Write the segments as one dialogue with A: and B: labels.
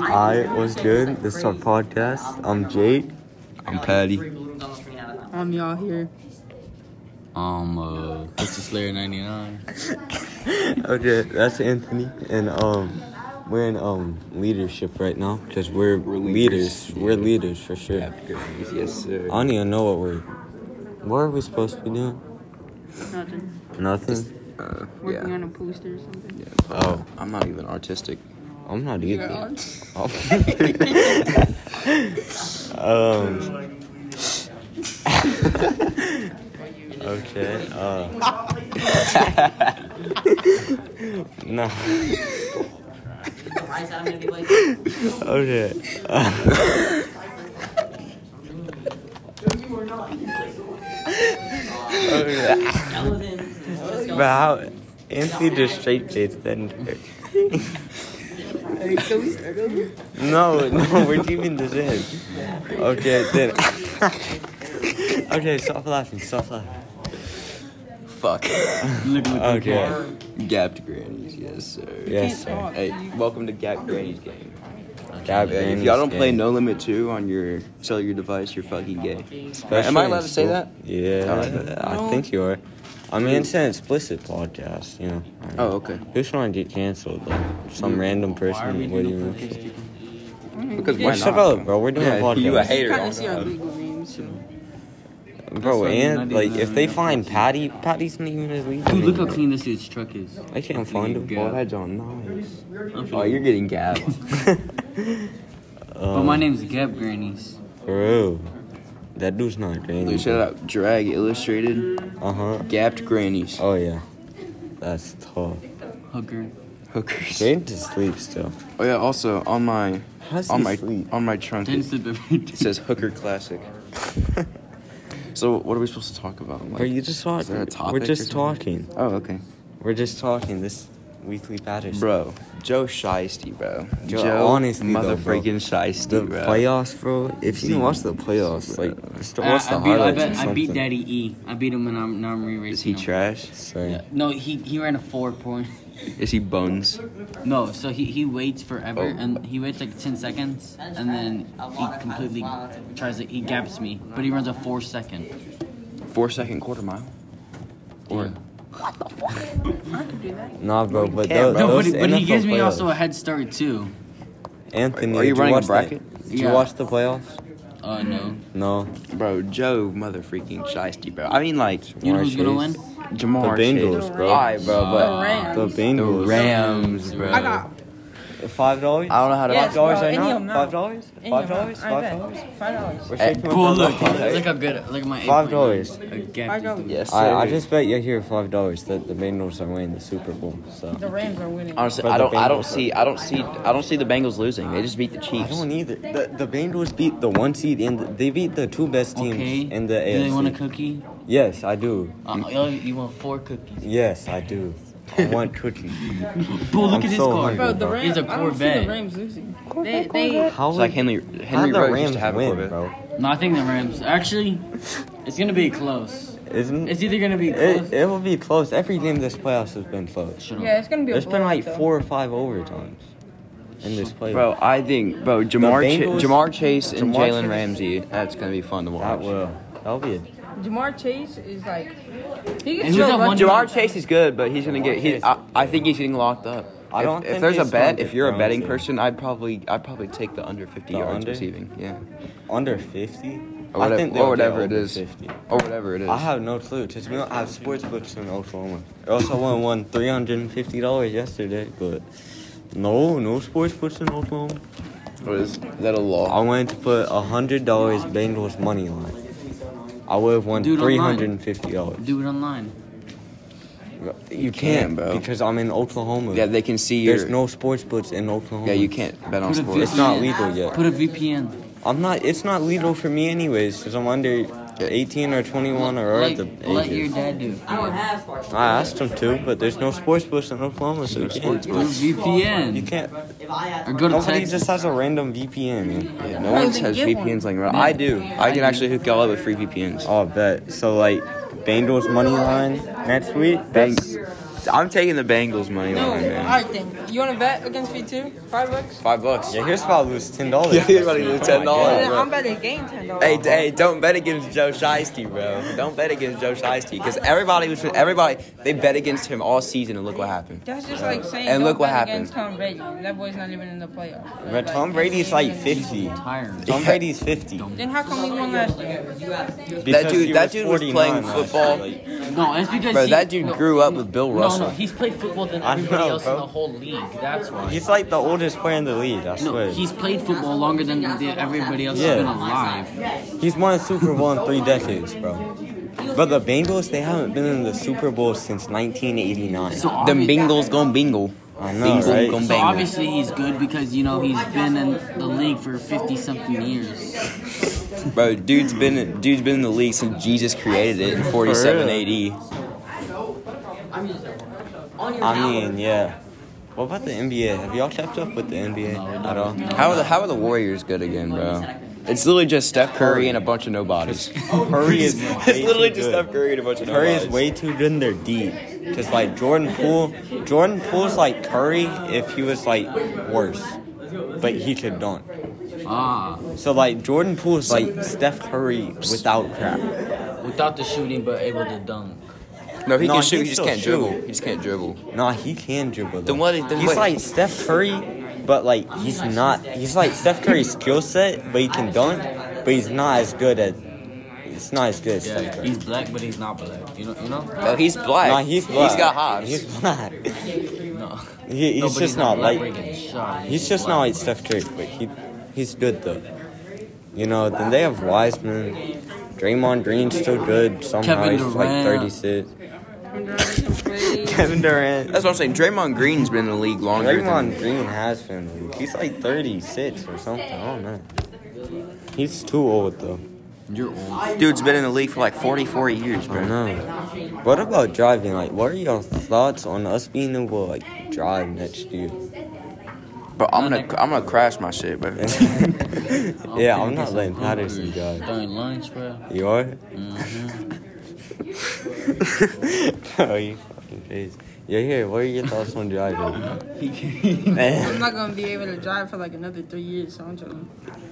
A: I was good. This is our podcast. I'm Jade.
B: I'm Patty.
C: I'm Um, y'all here.
B: I'm uh, Mr. Slayer 99.
A: Okay, that's Anthony, and um, we're in um leadership right now because we're, leaders. We're leaders for sure.
B: Yes, sir.
A: I don't even know what we're. What are we supposed to be doing?
C: Nothing.
A: Nothing.
B: Uh,
C: Working on a poster or something.
A: Oh,
B: I'm not even artistic.
A: I'm not
C: You're
A: either.
C: on.
A: um. okay. Uh. no. Okay. okay. But how? Anthony just straight faced then.
C: Can we start over?
A: No, no, we're keeping this in. Okay, then. okay, stop laughing, stop laughing.
B: Fuck. Look at
A: Okay.
B: Gapped grannies. Yes, sir.
A: Yes,
C: Can't
A: sir.
C: talk.
B: Hey, welcome to Gapped Grannies game.
A: God,
B: Hey, if y'all don't play No Limit 2 on your cellular device, you're fucking gay. Am I allowed to say that?
A: Yeah,
B: All right.
A: I think you are. I mean, it's an explicit podcast, you know. I mean,
B: Oh, okay.
A: Who's trying to get canceled? Like, some random person? What do you mean?
B: Because
A: Well,
B: why
A: shut
B: not?
A: up, bro. We're doing a
B: Yeah,
A: podcast.
B: you a
C: You
B: hater.
C: kind of see our legal names. So.
A: Bro,
D: That's why
A: and,
D: I'm
A: like,
D: not
A: if they
D: even-
A: find Patty, Patty's not even his legal
D: Dude, look how
A: name.
D: clean this dude's truck is.
A: I can't find him.
D: Yeah.
A: Oh, that's on nice.
B: Oh, you're getting gapped.
D: But my name's Gab Grannies.
A: Bro, that dude's not green.
B: Dude, shout out Drag Illustrated,
A: Uh huh.
B: Gapped Grannies,
A: Oh yeah, that's tough.
D: Hooker.
B: Hookers.
A: Jade to sleep still.
B: Oh yeah, also on my
A: How's
B: on
A: he
B: my
A: sleep?
B: on my trunk
D: Didn't
B: it
D: sleep every day.
B: says Hooker Classic. so what are we supposed to talk about? Like,
A: Are you just talking?
B: there a topic
A: We're
B: or
A: just
B: something?
A: talking.
B: oh okay,
A: We're just talking. This weekly Patterson.
B: bro, Joe Shiesty, bro,
A: Joe, honestly though, bro.
B: motherfucking Shiesty,
A: the
B: bro.
A: playoffs, bro. If you watch the playoffs, like just
D: I,
A: watch
D: I,
A: the
D: beat, I,
A: highlights
D: bet,
A: or
D: I
A: something.
D: beat Daddy E. I beat him and I'm now I'm re-racing
B: Is he
D: him.
B: trash?
A: So,
D: Yeah. No, he he ran a four point.
B: Is he bones?
D: No, so he, he waits forever
B: Oh.
D: and he waits like ten seconds and then he completely tries to he gaps me, but he runs a four second.
B: Four second quarter mile. Or
C: I could do that.
A: Nah, bro. But
B: can't,
A: tho-
B: bro.
D: No, but,
A: those
D: but he
A: NFL
D: gives me
A: playoffs.
D: also a head start too.
A: Anthony,
B: Are you
A: did
B: running a
A: watch the-
B: bracket?
A: Did you
D: Yeah.
A: watch the playoffs?
D: Uh no.
A: No.
B: bro, Joe motherfucking Shiesty, bro. I mean like
D: You know who's gonna
A: Chase.
D: win?
A: The
B: Jamar. Chase.
A: Bengals, bro.
B: Alright, bro,
C: The
B: but
C: Rams.
A: The Bengals.
B: the Rams, bro.
C: I got
A: Five dollars.
B: I don't know how to.
C: Yes,
A: Five dollars
C: bro,
A: right
C: any
A: now?
C: of 'em now.
A: Five dollars?
C: any
A: Five
C: of 'em.
A: dollars?
C: I
A: Five
C: bet.
A: dollars?
C: Five dollars.
A: We're
B: Hey,
A: shaking
D: Well,
A: with
D: look,
A: that.
D: look how good, look at my
A: Five
D: 8.9.
A: dollars.
D: A
C: Five
D: gap dude.
C: dollars.
B: Yes,
A: I, I
B: sir.
A: just bet you here five dollars that the Bengals are winning the Super Bowl. So
C: The Rams are winning.
B: Honestly,
A: But
B: I
A: the
B: don't. I
A: Bengals-
B: don't see. I don't see. I don't see the Bengals losing. They just beat the
A: I
B: Chiefs.
A: don't either. The, the Bengals beat the one seed and they beat the two best teams
D: Okay.
A: in the
D: Do
A: AFC.
D: they want a cookie?
A: yes, I do.
D: Uh, oh, you want four cookies?
A: Yes, I do. I want cookies.
D: Bro, look
A: I'm
D: at this
A: so
D: car.
A: hungry.
C: bro, the
A: bro.
D: He's
C: Rams.
D: a
C: I don't see
D: Corvette.
C: the Rams losing. They, they,
A: How
B: It's like
A: would-
B: Henry.
A: how
B: Henry
A: the
B: Rhodes used
A: Rams
B: to have a
A: win,
B: Corvette.
A: bro?
D: No, I think the Rams. Actually, it's gonna be close.
A: Isn't
D: It's either gonna be close.
A: it? It will be close. Every game this playoffs has been close.
D: Shut up.
C: yeah, it's gonna be.
A: There's
C: a
A: been
C: blowout,
A: like
C: though.
A: four or five overtimes in this playoff.
B: Bro, I think. Bro, Jamar.
A: Bengals-
B: Ch- Jamar Chase and
A: Jamar
B: Jalen
A: Chase-
B: Ramsey. That's gonna be fun to watch.
A: that will. That'll be it.
C: Jamar Chase is like.
D: And
C: He can
D: who's
C: still
D: that
C: run.
D: one
B: Jamar Chase is good, but he's gonna get. He's, I, I think he's getting locked up.
A: I don't
B: If, if
A: think
B: there's a
A: he's
B: bet,
A: gonna
B: if you're a
A: get
B: betting
A: Ramsey.
B: person, I'd probably. I'd probably take the under 50
A: The
B: yards
A: under?
B: receiving. Yeah.
A: Under fifty.
B: Or whatever,
A: I think
B: or
A: they'll get
B: whatever it
A: over
B: is.
A: 50.
B: Or whatever it is.
A: I have no clue because we don't have sports books in Oklahoma. Or else I won won three hundred and fifty dollars yesterday, but no, no sports books in Oklahoma.
B: What is, is that a
A: I
B: law?
A: wanted to put hundred dollars Bengals money line. I would have won
D: Dude,
A: three
D: online.
A: hundred and fifty dollars.
D: Do it online.
A: You
B: can't,
A: can't,
B: bro.
A: because I'm in Oklahoma.
B: Yeah, they can see
A: There's
B: your.
A: no sports books in Oklahoma.
B: Yeah, you can't bet on
D: Put a
B: sports.
A: It's not
D: VPN.
A: legal yet.
D: Put a VPN.
A: I'm not. It's not legal for me anyways, because I'm under eighteen or twenty-one or
D: Like,
A: at the
D: let your
A: ages.
D: dad do. it.
A: I asked him to, but there's no sports books in Oklahoma, so you can't.
D: Put a
A: You
D: VPN.
A: can't.
D: Or go to
A: Nobody
D: Texas.
A: just has a random VPN.
B: Yeah, no one
C: they
B: has
C: get one.
B: VPNs like around. I do. I can actually hook y'all up with free VPNs.
A: Oh, bet. So like, Bengals money line next week. That's
B: Bang- I'm taking the Bengals money
C: No,
B: line, man.
C: alright then. You want to bet against me too? Five bucks?
B: Five bucks.
A: Yeah, here's about to lose ten dollars. Oh
B: Yeah, here's about to lose $10.
C: Well, then
B: bro.
C: I'm betting game ten dollars.
B: Hey, d- hey, don't bet against Joe Shiesty, bro. Don't bet against Joe Shiesty because everybody was everybody they bet against him all season and look what happened.
C: That's just like saying
B: And
C: don't
B: look what
C: bet against Tom Brady. That boy's not even in the playoffs. Like,
A: But Tom
C: like,
A: Brady's
C: not
A: like
C: even in the-
A: fifty.
E: Tired.
A: Tom Brady's fifty.
C: Then how come we won last year?
B: That
A: Because
B: dude,
A: he
B: that dude was
A: 49
B: playing
A: last year,
B: football.
A: like-
E: No, it's because
B: Bro,
E: he-
B: that dude
E: no,
B: grew up with Bill
E: No,
B: Russell.
E: no, he's played football than
A: I
E: everybody
A: know,
E: else in
A: bro.
E: the whole league. That's why.
A: He's like the oldest player in the league, I
E: no,
A: swear.
E: he's played football longer than the, everybody else
A: Yeah.
E: has been alive.
A: He's won a Super Bowl in three decades, bro. But the Bengals, they haven't been in the Super Bowl since 1989.
E: So
B: Them
E: obvi-
B: Bengals gon' bingle.
A: I know,
B: Bingle
A: right?
B: gon'
E: So
B: bangle.
E: obviously he's good because you know he's been in the league for fifty something years.
B: Bro, dude's been in- dude's been in the league since Jesus created it in 47
A: For
B: AD.
A: I mean, yeah. What about the NBA? Have y'all kept up with the NBA at all?
B: How are the How are the Warriors good again, bro? It's literally just Steph Curry and a bunch of nobodies.
A: Curry is
B: it's literally just Steph Curry and a bunch of
A: Curry
B: nobodies.
A: is way too good in their deep. Just like Jordan Poole. Jordan Poole's like Curry if he was like worse. But he could dunk.
E: Ah,
A: So like Jordan Poole's like Steph Curry without crap.
E: without the shooting, but able to dunk.
B: No, he
A: No, he
B: can shoot.
A: can
B: He just
A: still
B: can't
A: shoot.
B: dribble. He just can't dribble.
A: Nah, he can dribble.
B: Then
A: though.
B: what- then
A: he's
B: what-
A: like Steph Curry, but like he's not. He's like Steph Curry's skill set, but he can dunk, but he's not as good at. It's not as good as Steph
E: Yeah,
A: Curry.
E: he's black, but he's not black. You know, you know.
B: No, he's black.
A: Nah, he's black.
B: He's got hops.
A: He's black.
E: No.
A: He, he's
E: No, but
A: just not
E: black,
A: like.
E: but he can shot.
A: He's just not like Steph Curry, but he, he's good though. You know. Then they have Wiseman, Draymond Green's still good somehow.
E: Kevin
A: he's like
E: Durant.
A: 36.
C: Brady.
A: Kevin Durant.
B: That's what I'm saying. Draymond Green's been in the league longer than
A: Draymond Green has been. He's like 36 or something. I don't know. He's too old though.
E: You're old.
B: Dude's been in the league for like 44 years, bro.
A: I know. What about driving? Like, what are your thoughts on us being able to like drive next year?
B: But I'm gonna I'm gonna crash my shit, bro.
A: yeah, I'm not letting Patterson drive.
E: During lunch, bro. Mm-hmm.
A: You are? Bro, you fucking crazy. Yeah, here. What are your thoughts on driving?
C: I'm not gonna be able to drive for like another three years, so I'm chilling.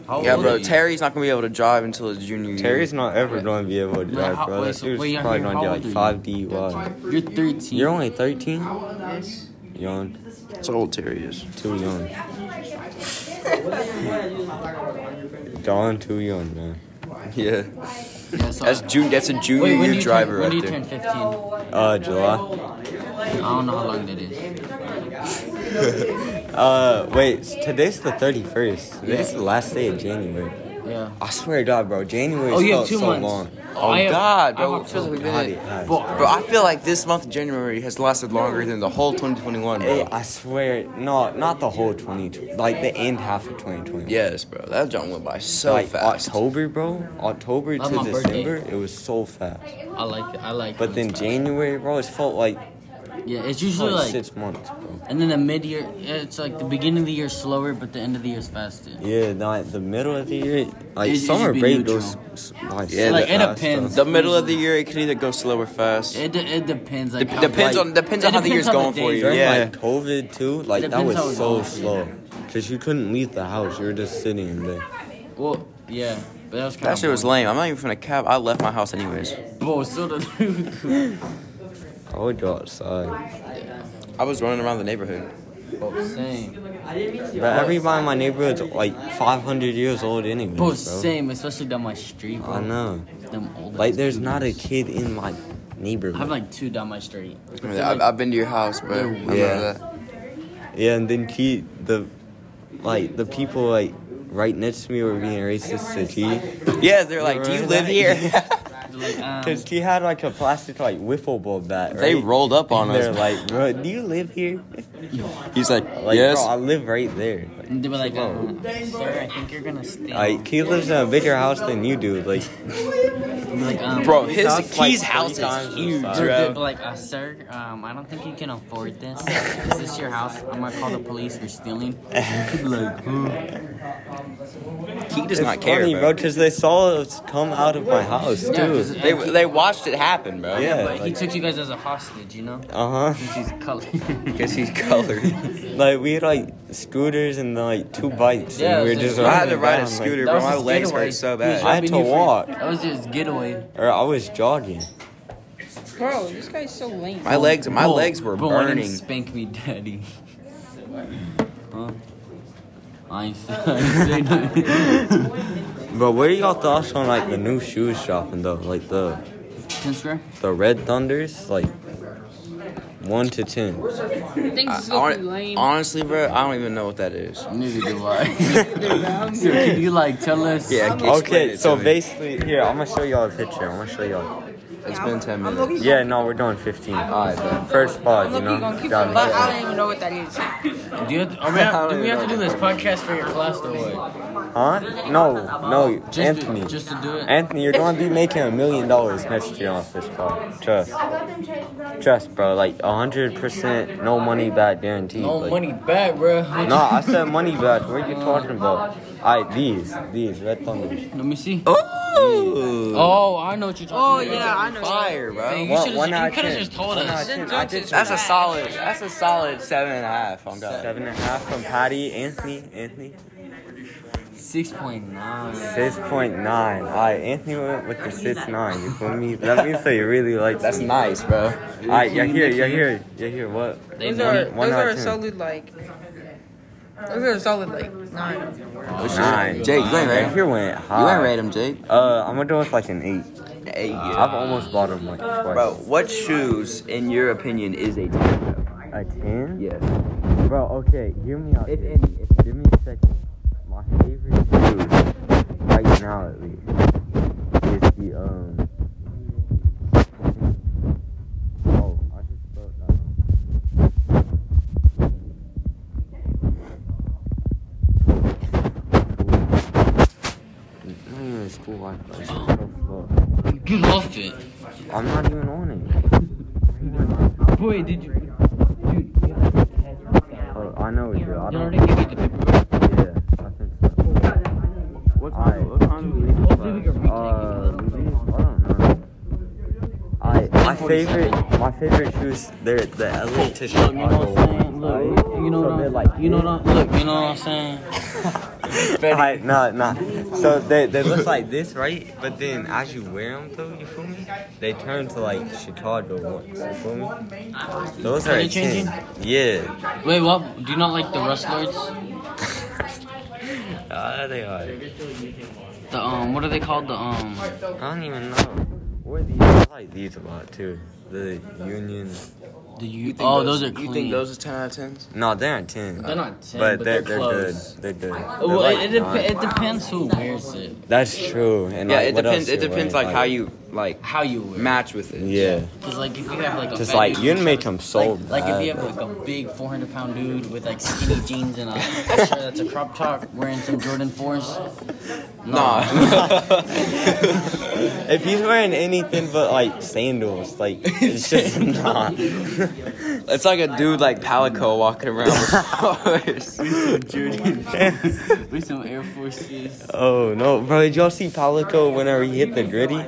E: How
B: Yeah,
E: old are
B: bro.
E: you?
B: Terry's not gonna be able to drive until his junior year.
A: Terry's not ever going to be able to
E: No,
A: drive,
E: how-
A: bro.
E: wait,
A: That
E: so-
A: dude's
E: wait, you're-
A: probably
E: how
A: going to get
E: old
A: like
E: are
A: five DUI.
E: You're 13.
A: You're only 13?
C: Yes.
A: Young.
B: That's how old Terry is.
A: Too young. Don, too young, man.
B: Yeah.
E: Yeah, so-
B: That's June. That's a junior
E: Wait, when do
B: year
E: you
B: driver
E: turn, when do
B: right
E: you
B: there.
E: turn 15? I
A: Uh, July.
E: don't know how long that is.
A: Uh, wait, s- today's the 31st. Today's the last day of January.
E: Yeah.
A: I swear to God, bro, January
E: Oh, you have
A: felt
E: two
A: so
E: months.
A: long.
B: Oh
E: I have-
B: God,
E: I
B: bro.
E: have
B: It feels like we've
A: God,
B: been
A: it
B: in.
A: has.
E: But-
B: Bro, I feel like this month of January has lasted longer than the whole 2021, bro.
A: Hey, I swear, no, not the whole 2020, like the end half of 2020.
B: Yes, bro. That jump went by so
A: like
B: fast.
A: October, bro, October
E: That's
A: to
E: my birthday.
A: December, it was so fast.
E: I like it. I like
A: But then January, bro, it felt like,
E: Yeah,
A: like,
E: it's usually like.
A: six months, bro.
E: And then the mid year, it's like the beginning of the year is slower, but the end of the year is faster.
A: Yeah, like the middle of the year, like
E: It's- it's
A: summer
E: been
A: break
E: neutral.
A: goes s- like
B: Yeah,
A: so
B: like, it
A: fast,
E: depends.
A: bro.
B: the middle of the year, it could either go slow or fast.
E: It, de- it depends. Like,
B: Dep-
E: how-
B: depends
E: like-
B: on- depends on how the year's
E: depends on
B: going for
E: days,
B: you.
E: right?
A: During
B: Yeah.
A: like COVID too, like that
E: Depends how
A: was
E: it
A: so
E: goes.
A: slow, cause you couldn't leave the house. You were just sitting in there.
E: Well, yeah. But that was kind
B: that
E: of.
B: shit was lame. I'm not even finna cap. I left my house anyways.
E: Bro, still the.
A: I would go outside.
B: I was running around the neighborhood.
E: Bro, same.
A: But everybody in my neighborhood's like 500 years old anyway.
E: Bro,
A: Bro,
E: same. Especially down my street, bro.
A: I know.
E: Them old
A: Like,
E: ass
A: there's not a
E: dudes.
A: kid in my
E: I have
A: neighborhood.
E: like two down my street.
B: I mean, I've, I've been to your house, bro. I remember
A: Yeah.
B: that.
A: Yeah, and then he, the, like the people like right next to me were being racist to T.
B: Yeah, they're like, do you live here?
E: They're like, um,
A: Cause T had like a plastic like wiffle ball bat. Right?
B: they rolled up on
A: And They're
B: us.
A: like, bro, do you live here?
B: He's like,
A: Like,
B: yes.
A: bro, I live right there. Like,
E: And they were like,
A: Slow.
E: uh, sir, I think you're gonna stay.
A: like, he lives in a bigger house than you do. Like,
E: like, um,
B: Bro, his
A: That's like
B: Keys
A: three
B: house
A: times
B: is huge,
A: the
E: they-
A: size.
E: they
B: bro.
E: were like, uh, sir, um, I don't think you can afford this. Is this your house? I'm gonna call the police for stealing. He'd be like, huh?
B: He does
A: it's
B: not care,
A: funny,
B: bro.
A: bro, because they saw us come out of my house,
E: Yeah, 'cause
A: too.
E: it-
B: They, they watched it happen, bro.
A: Yeah.
E: but he
A: like-
E: took you guys as a hostage, you know?
A: Uh huh.
E: She's colored.
B: Because he's colored.
A: Like, we had, like, scooters and, like, two bikes,
E: Yeah,
A: and we
E: it
A: were
E: was
A: just
E: like-
B: I had to
A: riding
B: ride a
A: down, like-
B: scooter,
E: That
B: bro.
E: was
B: My
E: his
B: legs
E: getaway.
B: hurt so
E: He was
B: bad.
A: I had
E: jumping
A: to
E: you for-
A: walk.
E: That was his getaway.
A: or I was jogging.
C: Bro, this guy's so lame.
B: My legs, my
E: Bull-
B: legs were
E: bull, I didn't
B: burning.
E: Spank me, daddy. Huh? I ain't say- I ain't say nothing.
A: But what are y'all thoughts on like the new shoes shopping though? Like the
E: Ten square?
A: the red thunders, like one to ten.
C: I think
B: I-
C: this is
B: hon-
C: looking lame.
B: honestly, bro, I don't even know what that is.
E: Neither do I. so can you like tell us?
B: Yeah, explain
A: Okay,
B: it
A: so
B: to me.
A: basically here I'm gonna show y'all a picture. I'm gonna show y'all.
B: It's been 10
C: I'm
B: minutes.
C: looking-
A: Yeah, no, we're doing fifteen.
B: Alright, then.
A: First spot,
C: I'm
A: you
C: lucky
A: know.
C: gonna keep
A: Got
C: them,
A: it.
C: but I don't even know what that is.
E: Do, you have to, are we
B: I
E: have,
B: don't
E: do we
B: even
E: have to do
B: know.
E: this podcast for your class or what?
A: Huh? No, no,
E: Just
A: Anthony.
E: To, just to do it.
A: Anthony, you're gonna be making a million dollars next year off this call. Trust. Trust, bro. Like hundred percent, no money back guaranteed.
E: no
A: like-
E: Oh, money back, bro.
A: No, I said money back. What are you talking about? I these, these red thunders.
E: Let me see.
B: Ooh.
E: Oh, I know what you're
C: Oh,
E: talking about.
C: yeah, I know.
B: Fire,
E: Hey,
B: bro.
E: you
A: One-
E: should
A: one out of
E: have
A: ten.
E: just told
A: One out of
E: us.
A: ten. I just-
B: That's a solid. That's a solid seven and a half. I'm God.
A: Seven and a half from Patty. Anthony, Anthony.
E: Six point nine.
A: Six point nine. Alright, Anthony went with the six nine. You feel me? That means that you really like.
B: That's nice, bro.
A: Alright, you're here. You're here. You're here. What?
C: Those
E: know
C: are
A: it. One
C: those
A: out
C: are
A: of
C: a
A: ten.
C: solid like. Those are a solid like nine.
B: Oh,
A: Nine.
B: Jake, you ain't
A: Right
B: ready. You
A: here went high.
B: ain't rate him, Jake.
A: Uh, I'm gonna do it with like an eight.
B: Hey,
A: I've almost bought him like twice.
B: Bro, what shoes, in your opinion, is a 10?
A: A ten?
B: Yes.
A: Bro, okay, hear me out.
B: If
A: here.
B: any,
A: Give me a second. My favorite shoe, right now at least, is the um. Oh, I just spelled that. wrong. Not even a school Wi-Fi. It's so slow.
E: You lost it.
A: I'm not even on it.
E: Boy, did you? Dude, you
A: Oh, I know, dude. I don't.
E: already gave me the paper.
A: Yeah, I think so.
F: What time?
A: Alright.
F: What time do we leave?
E: Hopefully we can retake
A: Uh,
E: it.
A: maybe- I don't know. I my favorite my favorite shoes they're the LA to
E: Look, you know
A: Chicago
E: what I'm saying?
A: ones.
E: Look, you know
A: so
E: what I'm
A: they're
E: saying?
A: like
E: you know what I'm Look, you know what I'm saying?
A: I, no, no. So they, they look like this, right? But then as you wear them, though, you feel me? They turn to like Chicago ones. You feel me? Those are
E: Color
A: a
E: changing?
A: 10. Yeah,
E: Wait, what? Do you not like the rustlers? Ah,
A: uh, they are.
E: The um, what are they called? The um,
A: I don't even know. Or these, I like these a lot too. The Union.
E: the you? oh, those, are clean.
B: You think those are 10 out of 10s?
A: No, they aren't 10.
E: They're not ten,
A: but, they're,
E: they're
A: they're good.
E: close.
A: They're good. They're
E: Well,
A: like
E: it, it,
A: nine.
E: dep- it depends who wears it,
A: That's true. And
B: Yeah,
A: like,
B: it
A: what else
B: depends. It
A: you're
B: depends,
A: wearing,
B: like, how you, like,
E: how you wear. it.
B: match with it.
A: Yeah,
E: Cause like if you have like a
A: just
E: fat
A: like
E: dude-
A: you make them so
E: like, like if you have like a big 400 pound dude with like skinny jeans and a shirt that's a crop top wearing some Jordan 4s.
B: Nah.
A: bad. if he's wearing anything but like sandals, like it's just not.
B: it's like a dude like Palico walking around with Jordan.
E: With some Air Forces.
A: Oh no, bro! Did y'all see Palico whenever he hit the gritty?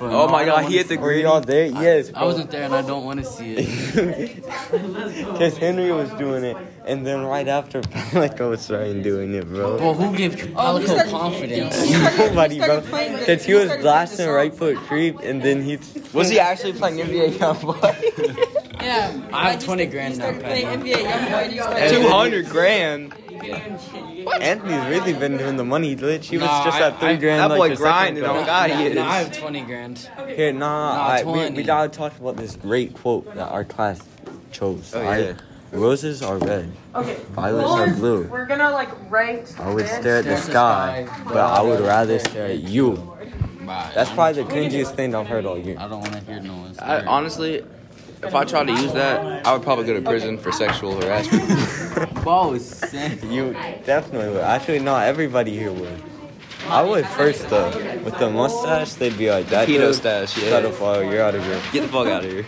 B: Oh my god, he hit the
A: Were
B: green.
A: y'all there? Yes.
E: I wasn't there and I don't want to see it.
A: Cause Henry was doing it, and then right after Palico started doing it, bro.
E: Well, who gave
C: Oh, he
E: Palico
C: started-
E: confidence?
A: Nobody, bro.
C: started playing the-
A: Cause he
C: he
A: was
C: started
A: blasting
C: playing the
A: right
C: song.
A: foot creep, and then he.
B: Was he actually playing NBA Youngboy?
C: Yeah.
E: I
C: like,
E: have 20 grand
C: He
E: now,
C: started playing
E: Patty.
C: NBA YoungBoy. and he started-
B: 200 grand.
A: Anthony's really been doing the money glitch. He was
E: Nah,
A: just
E: I-
A: at three
E: I-
A: grand.
B: that
A: like,
B: boy
A: a second
B: grinding
A: ago.
B: on God, he
E: Nah,
B: is.
E: nah, I have 20 grand.
A: Here, nah,
E: Nah,
A: I, we,
E: 20.
A: we gotta talk about this great quote that our class chose.
B: Oh,
A: alright?
B: yeah.
A: Roses are red,
G: Okay.
A: violets are blue.
G: We're gonna like rank.
A: I would
G: this.
A: stare at the
E: Stare at the
A: sky,
E: sky,
A: but I would rather stare at you.
E: Bye.
A: That's probably the cringiest thing I've heard all year.
E: I don't want to hear no one's.
B: I, honestly, If I tried to use that, I would probably go to prison for sexual harassment.
E: Bo said.
A: You definitely would. Actually, no, everybody here would. I would first though. With the mustache, they'd be like that.
B: Keto
A: dude,
B: stash, yeah.
A: Pedophile, you're out of here.
B: Get the fuck out of here.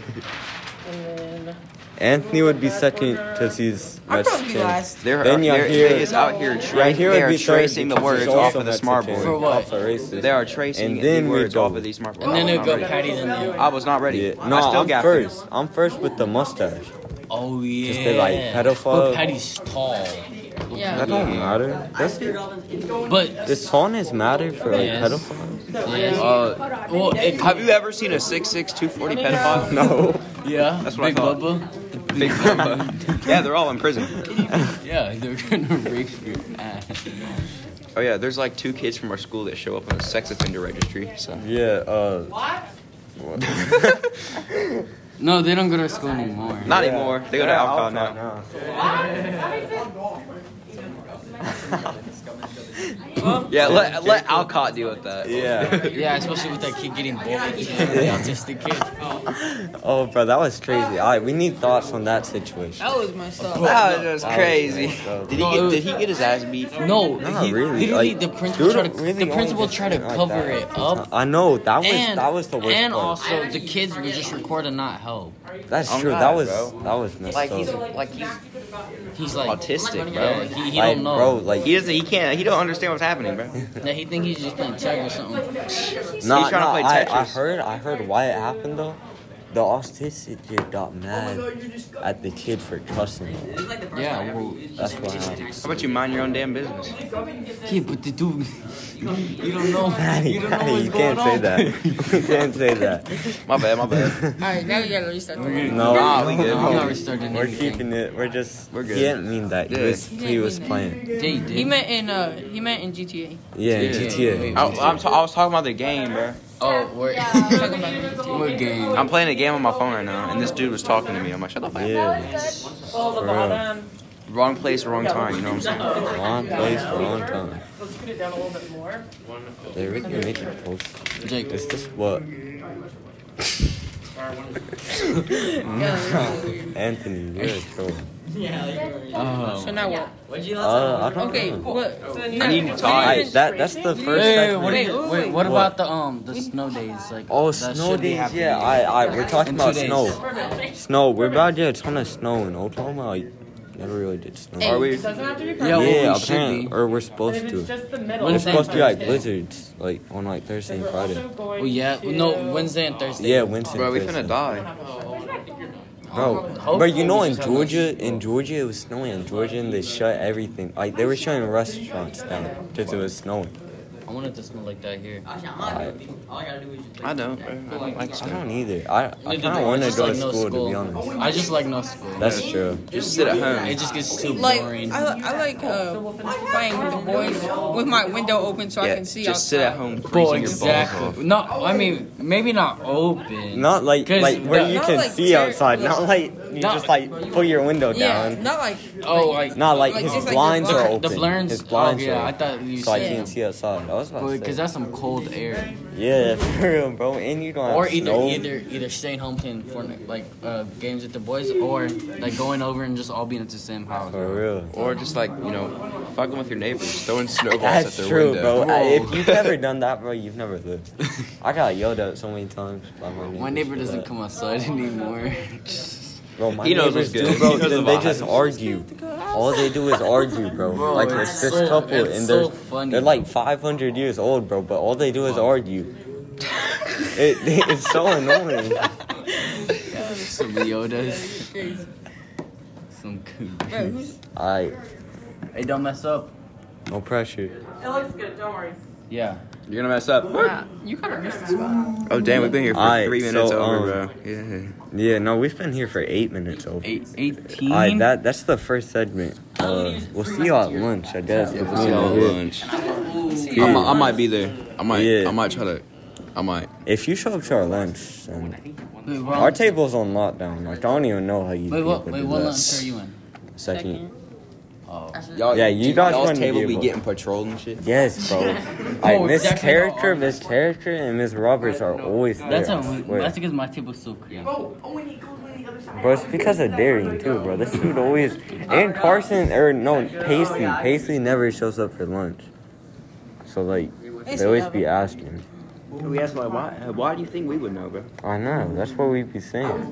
A: Anthony would be second because he's
C: I'd probably be
A: Mexican.
C: last.
B: They're,
A: Then you
B: they're,
A: hear-
B: they is out here, tra-
A: Right here
B: they
A: would
B: are
A: be third
B: tracing the
A: because
B: words
A: he's
B: off
A: also
B: of the smart
A: Mexican.
B: board.
E: what?
A: Also racist.
B: They are tracing
A: And then
B: the
A: we
B: words off
A: go.
B: of the smart board.
E: And then
B: I was not
E: it'll go
B: ready.
E: Patty's in there.
B: I was not ready.
A: Yeah.
B: I
A: No,
B: still
A: I'm
B: got
A: first. I'm first with the mustache.
E: Oh yeah.
A: they like pedophile.
E: But Patty's tall.
C: Yeah.
A: That don't matter. That's it.
E: But
A: Does tallness matter for like
E: Yes.
A: pedophiles?
E: yeah.
B: Uh,
E: well, it,
B: have you ever seen a 6'6", 240 pedophile?
A: No.
E: yeah.
B: That's what I
E: Big
B: thought.
E: Bubba. The
B: Big
E: big Bubba.
B: Bubba. yeah, they're all in prison.
E: Yeah, they're gonna rape your ass.
B: Oh yeah, there's like two kids from our school that show up on the sex offender registry. So
A: Yeah. Uh.
E: No, they don't go to our school anymore.
B: not anymore. They go to
A: Yeah,
B: Alcott
A: Alcott
B: now. Yeah, let let Alcott deal with that.
A: Yeah.
E: Yeah, especially with that kid getting bullied. The autistic kid.
A: oh, bro, that was crazy. All right, we need thoughts on that situation.
C: That was messed up.
B: That was just
A: That was
B: crazy.
A: messed up.
B: Did he
E: No, it
B: get
E: was-
B: did he get his ass beat?
E: No,
A: Not
E: he,
A: really,
E: literally
A: like,
E: the principal
A: dude,
E: tried to,
A: really
E: the
A: only
E: principal
A: did
E: tried to
A: something like
E: cover
A: that.
E: it up.
A: I know that was
E: And,
A: that was the worst
E: and
A: part.
E: also the kids were just recording not help.
A: That's
B: Oh,
A: true.
B: God,
A: that was
B: bro.
A: that was messed
B: Like
A: up.
B: he's like he's
E: He's like
B: Autistic,
E: Yeah,
B: bro.
E: he, he
A: like,
E: don't know.
A: bro, like
B: he doesn't he can't he don't understand what's happening, bro.
E: Yeah, he think he's just playing tag or something.
A: Nah,
B: He's trying to
A: nah,
B: play
A: I, I
B: Tetris.
A: heard, I heard why it happened though. The autistic kid got mad at the kid for cussing. him.
E: Yeah, well,
A: That's what happened.
B: How about you mind your own damn business?
E: yeah, but the dude, you don't know.
A: Patty,
E: you don't know
A: Patty,
E: what's
A: you
E: going
A: can't say
E: on.
A: that. You can't say that.
B: My bad, my bad.
C: Alright, now we gotta restart the game.
A: No,
B: Nah, we
A: no,
B: good.
E: I'm
A: no.
E: not restarting
A: We're
E: anything.
A: keeping it. We're just.
B: We're
A: He
B: good.
A: didn't mean that. He
B: Yeah.
A: was, he
C: didn't
A: was
C: mean
A: playing.
E: Yeah, he did.
C: He meant in uh he meant in GTA.
A: Yeah,
E: Yeah.
A: GTA.
B: I, Oh, I'm t- I was talking about the game, bro.
E: oh, we're
C: Talking about GTA.
E: we're game.
B: I'm playing a game on my phone right now, and this dude was talking to me. I'm like, shut the fuck up.
A: Yeah. For real.
B: Wrong place, wrong time. You know what I'm saying?
A: Wrong place for wrong time. Let's put it down a little bit more. They really make it post.
E: Jake,
A: Is this what?
C: Mm-hmm.
A: Anthony, you're a troll.
C: So
E: oh,
C: now what?
A: Uh, I don't
C: Okay,
A: know.
C: what?
B: I need to
A: Alright,
B: talk.
A: that that's the first.
E: Hey,
A: segment.
E: what,
C: Wait, wait,
E: wait, wait,
C: wait.
A: What?
E: what about the um the snow days? Like
A: Oh,
E: that
A: snow
E: should be
A: days.
E: happening.
A: Yeah, I, I, we're talking
E: In two
A: about
E: days.
A: snow. Snow. We're about to get a ton of snow in Oklahoma. Like, never really did snow.
B: Are we?
E: Yeah, well,
A: yeah,
E: we should
A: apparently,
E: be.
A: or we're supposed to. We're
E: Wednesday
A: supposed to be
E: and
A: like
E: Thursday.
A: blizzards, like on like Thursday and Friday.
E: Oh yeah, no Wednesday and Thursday.
A: Yeah, Wednesday.
B: Bro, we
A: Thursday.
B: finna die.
A: Bro, but
E: Hopefully
A: you know
E: we
A: in
E: just have, like-
A: Georgia, in Georgia it was snowing in Georgia and they shut everything. Like they were shutting restaurants down because it was snowing.
E: I wanted to smell like that here.
B: I know, bro. I don't like
A: I
B: snow.
A: don't either. I, I
E: Neither
A: kind
E: do
A: of want to
E: just
A: go
E: like
A: to
E: no
A: school to be honest.
E: I just like no school.
A: That's true.
B: Just sit at home.
E: it just gets too
C: Like
E: boring.
C: I, I like uh, playing with the boys with my window open so I
B: Yeah,
C: can see
B: just sit
C: outside.
B: at home
E: Well,
B: freezing your balls off.
E: exactly. No, I mean maybe not open.
A: Not like
E: 'Cause
A: like where
E: the-
A: you
C: Not
A: can
C: like
A: see
C: ter-
A: outside. Not like you
E: Not-
A: just like pull your window
C: Yeah,
A: down.
C: not like
E: Oh, like
A: Not like
C: Like,
A: his
C: just like
A: blinds
C: the
A: are
C: blinds.
A: open.
E: The blinds-
A: His blinds
E: oh, yeah,
A: are
E: I thought you
A: so I
E: said-
A: can't see outside. I was about to
E: because
A: say.
E: that's some cold air.
A: Yeah, for real, bro. And you don't.
E: Or
A: have
E: either
A: snow.
E: either either staying home playing Fortnite, like uh, games with the boys, or like going over and just all being at the same house.
A: For real.
B: Or just like, you know, fucking with your neighbors, throwing snowballs
A: That's
B: at their
A: true,
B: window.
A: bro. I, if
E: Whoa.
A: you've never done that, bro, you've never lived. I got yelled at so many times by my neighbors.
E: My neighbor
A: for
E: doesn't
A: that.
E: come outside anymore.
A: Bro, my
B: He knows
A: neighbors
B: what's good.
A: do, bro.
B: He knows
A: then
B: the
A: they
B: vibes.
A: just argue. All they do is argue, bro.
E: Bro,
A: like a
E: it's
A: fist
E: so-
A: couple,
E: it's
A: and they're
E: so funny.
A: they're like 500 years old, bro. But all they do is argue. it, it's so annoying.
E: Some Leotas, some cool.
C: Bro, who's-
A: Alright,
E: Hey, don't mess up.
A: no pressure.
E: Yeah.
B: You're gonna mess up.
C: nah, you gotta miss this one.
B: Oh damn, we've been here for
A: Alright,
B: three
A: so,
B: minutes
A: um,
B: over, bro. Yeah.
A: Yeah, no, we've been here for eight minutes. Over.
E: Eight, 18.
A: Alright, that that's the first segment. Uh, we'll see y'all at lunch, I guess. with me and Mahir.
B: I, might, I might be there. I might.
A: Yeah.
B: I might try to. I might.
A: If you show up to our lunch, then
E: wait, what,
A: our table's on lockdown. Like, I don't even know how you
E: wait, what,
A: people
E: wait,
A: do
E: what
A: that.
E: lunch are you in?
A: Second.
E: Oh.
B: Y'all,
A: Yeah, you guys
B: y'all's
A: wouldn't be
B: table be
A: able-
B: getting patrolled and shit.
A: Yes, bro. Alright,
E: Oh,
A: Miss
E: exactly.
A: Character, Miss Character, and Miss Roberts are always there.
E: That's
A: I
E: how,
A: swear.
E: Oh. that's because my table's so clean.
A: Bro, it's because of Darian too, bro. This dude always and Carson or no Paisley. Paisley never shows up for lunch. So like they always be asking.
B: We asked why, why. uh, Why do you think we would know, bro?
A: I know, that's what we be saying.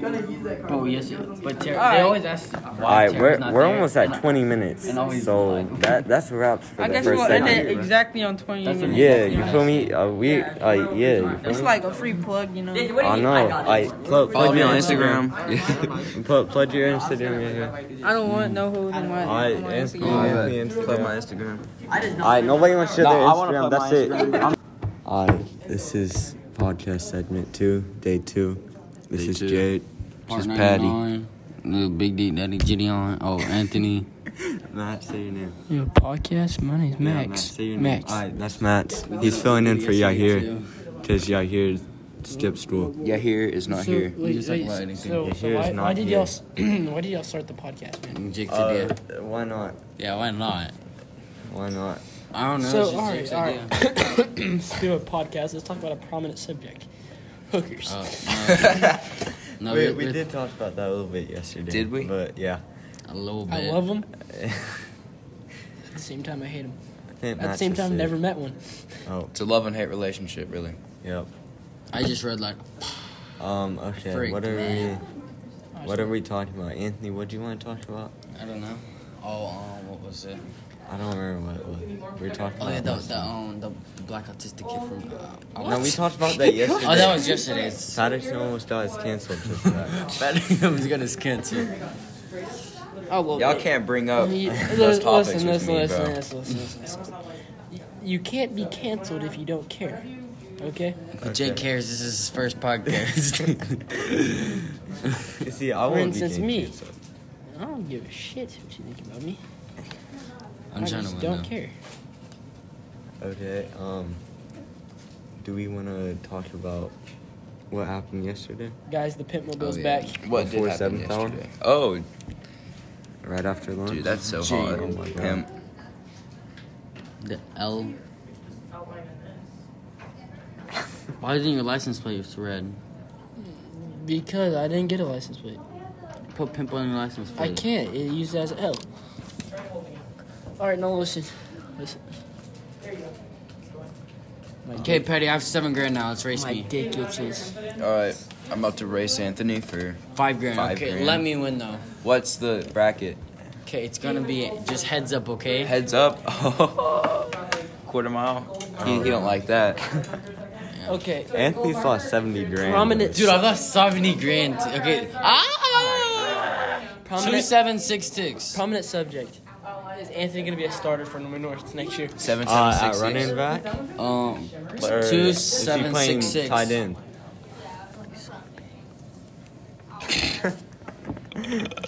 E: Bro, yes, but Ter-
C: Alright.
E: they always ask why
A: Alright,
E: Terry's
A: we're
E: not
A: we're
E: there,
A: almost
E: and
A: at
E: I-
A: twenty minutes.
E: and always
A: So
E: like-
A: that that's wraps for
C: I
A: the
C: guess we'll
A: first
C: end
A: segment.
C: it exactly on 20
E: That's
C: minutes.
A: Yeah, you feel me? Uh, we uh, yeah, you feel
C: It's
A: me?
C: like a free plug, you know.
A: I know. I plug,
B: Follow
A: plug
B: me
A: your
B: on
A: Instagram.
B: Instagram.
A: Plug, plug your Instagram right here.
C: I don't want no hood in my,
A: I
C: on my Instagram.
A: Instagram.
B: Plug my Instagram.
A: Alright, nobody wants to share their
E: No, I wanna
A: Instagram.
E: plug
A: That's
E: my
A: it.
E: Instagram.
A: Alright, this is podcast segment two, day two. This
H: Day
A: is
H: two.
A: Jade.
E: Part
H: Just Patty.
E: 99, Little Big D Daddy Gideon. Oh, Anthony.
A: Matt, say your name.
I: Your podcast? My name's
A: Yeah,
I: Max.
A: Matt, say your name.
I: Max.
A: Alright, that's Matt. He's filling in for Yahir. Because Yahir skipped school.
B: Yeah, here is not here.
E: just like why anything.
I: so, so
A: Here's
I: why,
A: not
I: why did
A: here.
I: y'all s- why did y'all start the podcast, man?
E: Jake
A: Uh, why not?
E: yeah, why not?
A: Why not?
E: I don't know.
I: so
E: it's just
I: all
E: Jake's
I: right, all
E: idea.
I: right. Let's do a podcast. Let's talk about a prominent subject: hookers.
E: No,
A: we,
E: we,
A: we did talk about that a little bit yesterday.
B: Did we?
A: But yeah.
E: a little bit.
I: I love them. At the same time, I hate them.
A: I think
I: At the
A: Matt's
I: same
A: just
I: time,
A: it.
I: never met one.
A: Oh,
B: It's a love and hate relationship, really.
A: yep.
E: I just read like
A: Um, okay,
E: Freak,
A: what are
E: man.
A: we what are we talking about? Anthony, what do you want to talk about?
E: I don't know. Oh, um, what was it?
A: I don't remember what it was. We were talking
E: Oh yeah,
A: about
E: the
A: last
E: the
A: night.
E: um the black autistic kid from. Uh,
A: No, we talked about that yesterday.
E: oh, that was yesterday's.
A: Patterson almost dies canceled just for that.
E: I was gonna cancel.
I: Oh well.
B: Y'all can't bring up
I: You-
B: those
I: listen,
B: topics
I: listen,
B: with
I: listen,
B: me,
I: listen,
B: bro.
I: listen, listen, listen. You- You can't be canceled if you don't care. Okay.
E: But Jake cares. This is his first podcast.
A: You see, I
I: For
A: won't be
I: instance, me.
A: canceled.
I: I don't give a shit what you think about me.
E: I'm
I: I
E: trying
I: just
E: to
I: don't
E: win. though.
I: care.
A: Okay, um, do we want to talk about what happened yesterday?
I: Guys, the pimp mobile's
E: yeah.
I: back.
B: What did
A: Before
B: happen
A: seventh hour?
B: yesterday? Oh,
A: Right after lunch?
B: dude, that's so
A: Gee,
B: hard.
A: oh my God.
B: Pimp.
E: The L. Why didn't your license plate was red?
I: Because I didn't get a license plate.
E: Put pimp on your license
I: I
E: plate.
I: can't. It used as L. All right, now listen. Listen.
E: Okay, Petty, I have seven grand now. Let's race
I: My
E: me.
I: dick itches.
B: All right, I'm about to race Anthony for
E: Five grand.
B: Five
E: okay,
B: grand.
E: let me win though.
B: what's the bracket?
E: Okay, it's gonna be just heads up, okay?
B: Heads up. Quarter mile. He, he don't like that.
I: Okay.
A: Anthony saw 70 grand.
I: Prominent-
E: Dude, I lost seventy grand. Okay. Ah! Two
I: Prominent,
E: seven six six.
I: prominent subject. Is Anthony gonna be a starter for Norman North next year?
B: Seven seven six six.
A: Uh, at running back?
E: Um,
A: Or
E: two
A: is he
E: seven
A: playing
E: six six.
A: Tight end.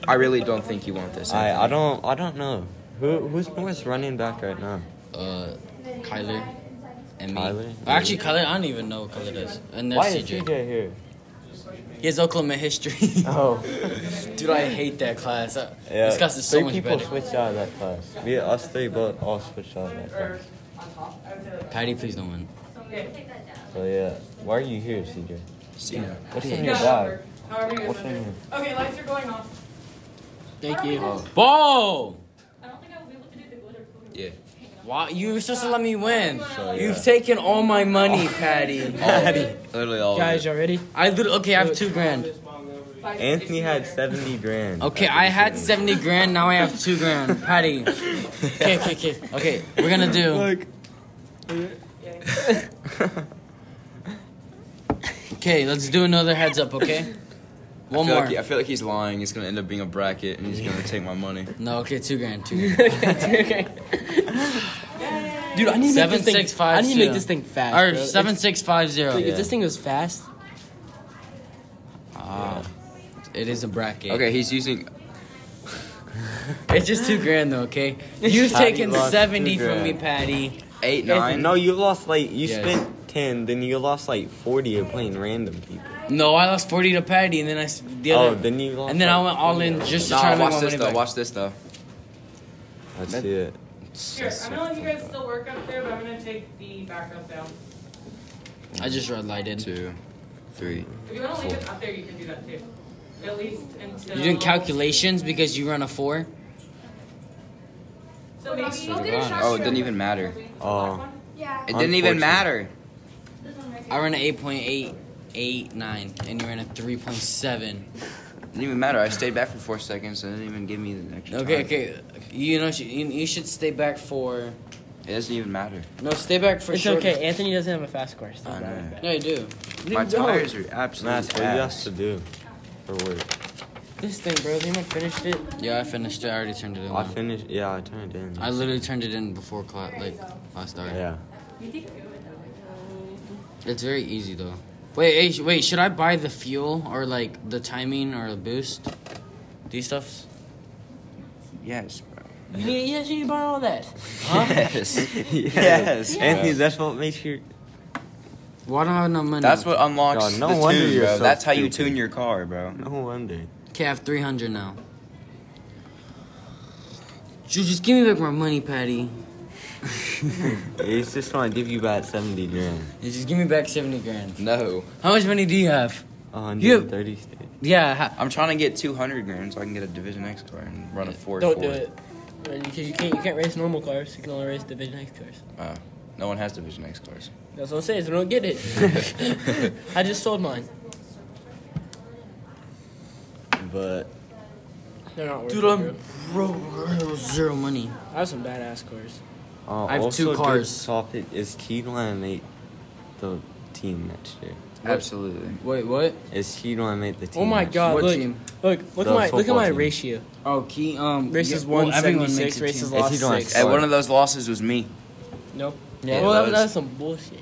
B: I really don't think you want this.
A: I, I don't I don't know. Who who's North's running back right now?
E: Uh, Kyler. And me.
A: Kyler?
E: Actually, Kyler, I don't even know what Kyler does. And there's
A: Why is
E: CJ.
A: TJ here?
E: He has Oklahoma history.
A: Oh,
E: Dude, I hate that class. Uh,
A: yeah.
E: This class is so
A: three
E: much
A: people
E: better.
A: switched out of that class. We us three both all switched out of that class.
E: Patty, please don't win.
A: So yeah, why are you here, CJ?
B: See ya.
A: What's in your bag? What's in your?
C: Okay, lights are going off.
I: Thank you.
E: Whoa!
B: Yeah.
E: Wow, you were supposed to let me win.
A: So, yeah. Oh.
E: You've taken all my money, Patty.
B: Patty. Literally all.
I: Guys,
B: Guys,
I: y'all ready?
E: I literally, okay, I have two grand.
A: Anthony had seventy grand.
E: Okay, I had 70 grand, now I have two grand. Patty. Okay, okay, okay. Okay, we're gonna do.
A: Like,
E: Okay, let's do another heads up, okay?
B: I
E: One
B: feel,
E: more.
B: like, I feel like he's lying. It's gonna end up being a bracket, and he's gonna take my money.
E: No, okay, two grand, two grand.
I: Dude, I need to make
E: Seven,
I: this thing.
E: six, five,
I: I need to make
E: zero.
I: this thing fast.
E: Or
I: bro.
E: seven
I: It's-
E: six five zero.
I: like, If this thing was fast,
E: Ah, It is a bracket.
B: Okay, he's using.
E: It's just two grand though, okay? You've
A: Patty
E: taken
A: lost two
E: 70 from
A: grand.
E: me, Patty.
B: Eight,
A: Anthony,
B: nine.
A: no, you lost like you
E: Yes.
A: spent ten, then you lost like forty of playing random people.
E: No, I lost 40 to Patty, and then I s- the
A: Oh,
E: other.
A: then you lost.
E: and then I
A: like,
E: went all in just to try
B: Nah,
E: to make
B: watch
E: my
B: this
E: money
B: though.
E: back.
B: Watch this though.
A: Let's see it.
J: Here, I'm gonna let you guys still work up there, but I'm gonna take the backup down.
E: I just red lighted.
B: Two, three.
J: If you wanna leave it up there, you can do that too. At least until.
E: You're doing calculations because you run a four.
J: So maybe.
I: Look at
E: Oh, it
I: your
B: Oh, it
I: structure.
B: didn't even matter.
A: Oh.
I: Yeah.
B: It didn't even
A: Unfortunate.
B: matter.
E: I run an eight point eight eight nine, and you ran a three point seven.
B: didn't even matter. I stayed back for four seconds. So it didn't even give me the extra
E: Okay,
B: time.
E: okay. You know, sh- you, you should stay back for.
B: It doesn't even matter.
E: No, stay back for.
K: It's
E: short-
K: okay. Anthony doesn't have a fast score. It's
B: I
K: not bad.
B: know.
E: No, you do.
B: My
K: No.
B: tires are
A: Matt,
B: absolutely
A: what you
B: ass.
A: have to do for work?
K: This thing, bro. They might finished it.
E: Yeah, I finished it. I already turned it in.
A: I
E: now.
A: finished. Yeah, I turned in.
E: I literally turned it in before class, like last hour.
A: Yeah.
E: It's very easy though. Wait, hey, sh- wait. Should I buy the fuel or like the timing or a boost? These stuffs.
B: Yes, bro.
K: You need, yeah, you buy all that.
B: Yes. yes.
A: Anthony, that's what makes you.
E: Why don't I have enough money?
B: That's what unlocks
A: God, no
B: the
A: wonder
B: tune,
A: you're
B: bro.
A: so
B: That's how you
A: stupid.
B: tune your car, bro.
A: No wonder.
E: Okay, I have three hundred now. Ju- Just give me back my money, Patty.
A: He's just trying to give you about 70 grand.
E: Yeah, Just give me back seventy grand.
B: No.
E: How much money do you have?
A: 130 state.
E: Yeah. Ha-
B: I'm trying to get 200 grand so I can get a Division X car and run a 4
K: Don't
B: Ford.
K: do it. Because you can't, you can't race normal cars. You can only race Division X cars.
B: Wow. Uh, No one has Division X cars.
K: That's what I'm saying. So don't get it. I just sold mine.
A: But
K: They're not worth
E: Dude,
K: it,
E: I'm
K: bro.
E: broke. I have zero money.
K: I have some badass cars.
A: uh,
E: I have
A: also
E: two
A: good
E: cars.
A: Topic is Keelan make the team next year?
B: Absolutely.
E: Wait, what?
A: Is Keelan make the team?
K: Oh my
A: next
K: god!
E: What
K: look,
E: team?
K: look, look
A: The
K: at my look at
A: football
K: my
A: team.
K: ratio.
E: Oh, Key. Um,
K: Races
E: yeah, well,
K: one
E: everyone
K: seventy
E: makes
K: six.
E: a
K: Races
E: team.
A: Is
K: lost
A: he doing
K: six.
B: Hey, one of those losses was me.
K: Nope.
E: Yeah.
K: well,
B: those-
K: that, that's some bullshit.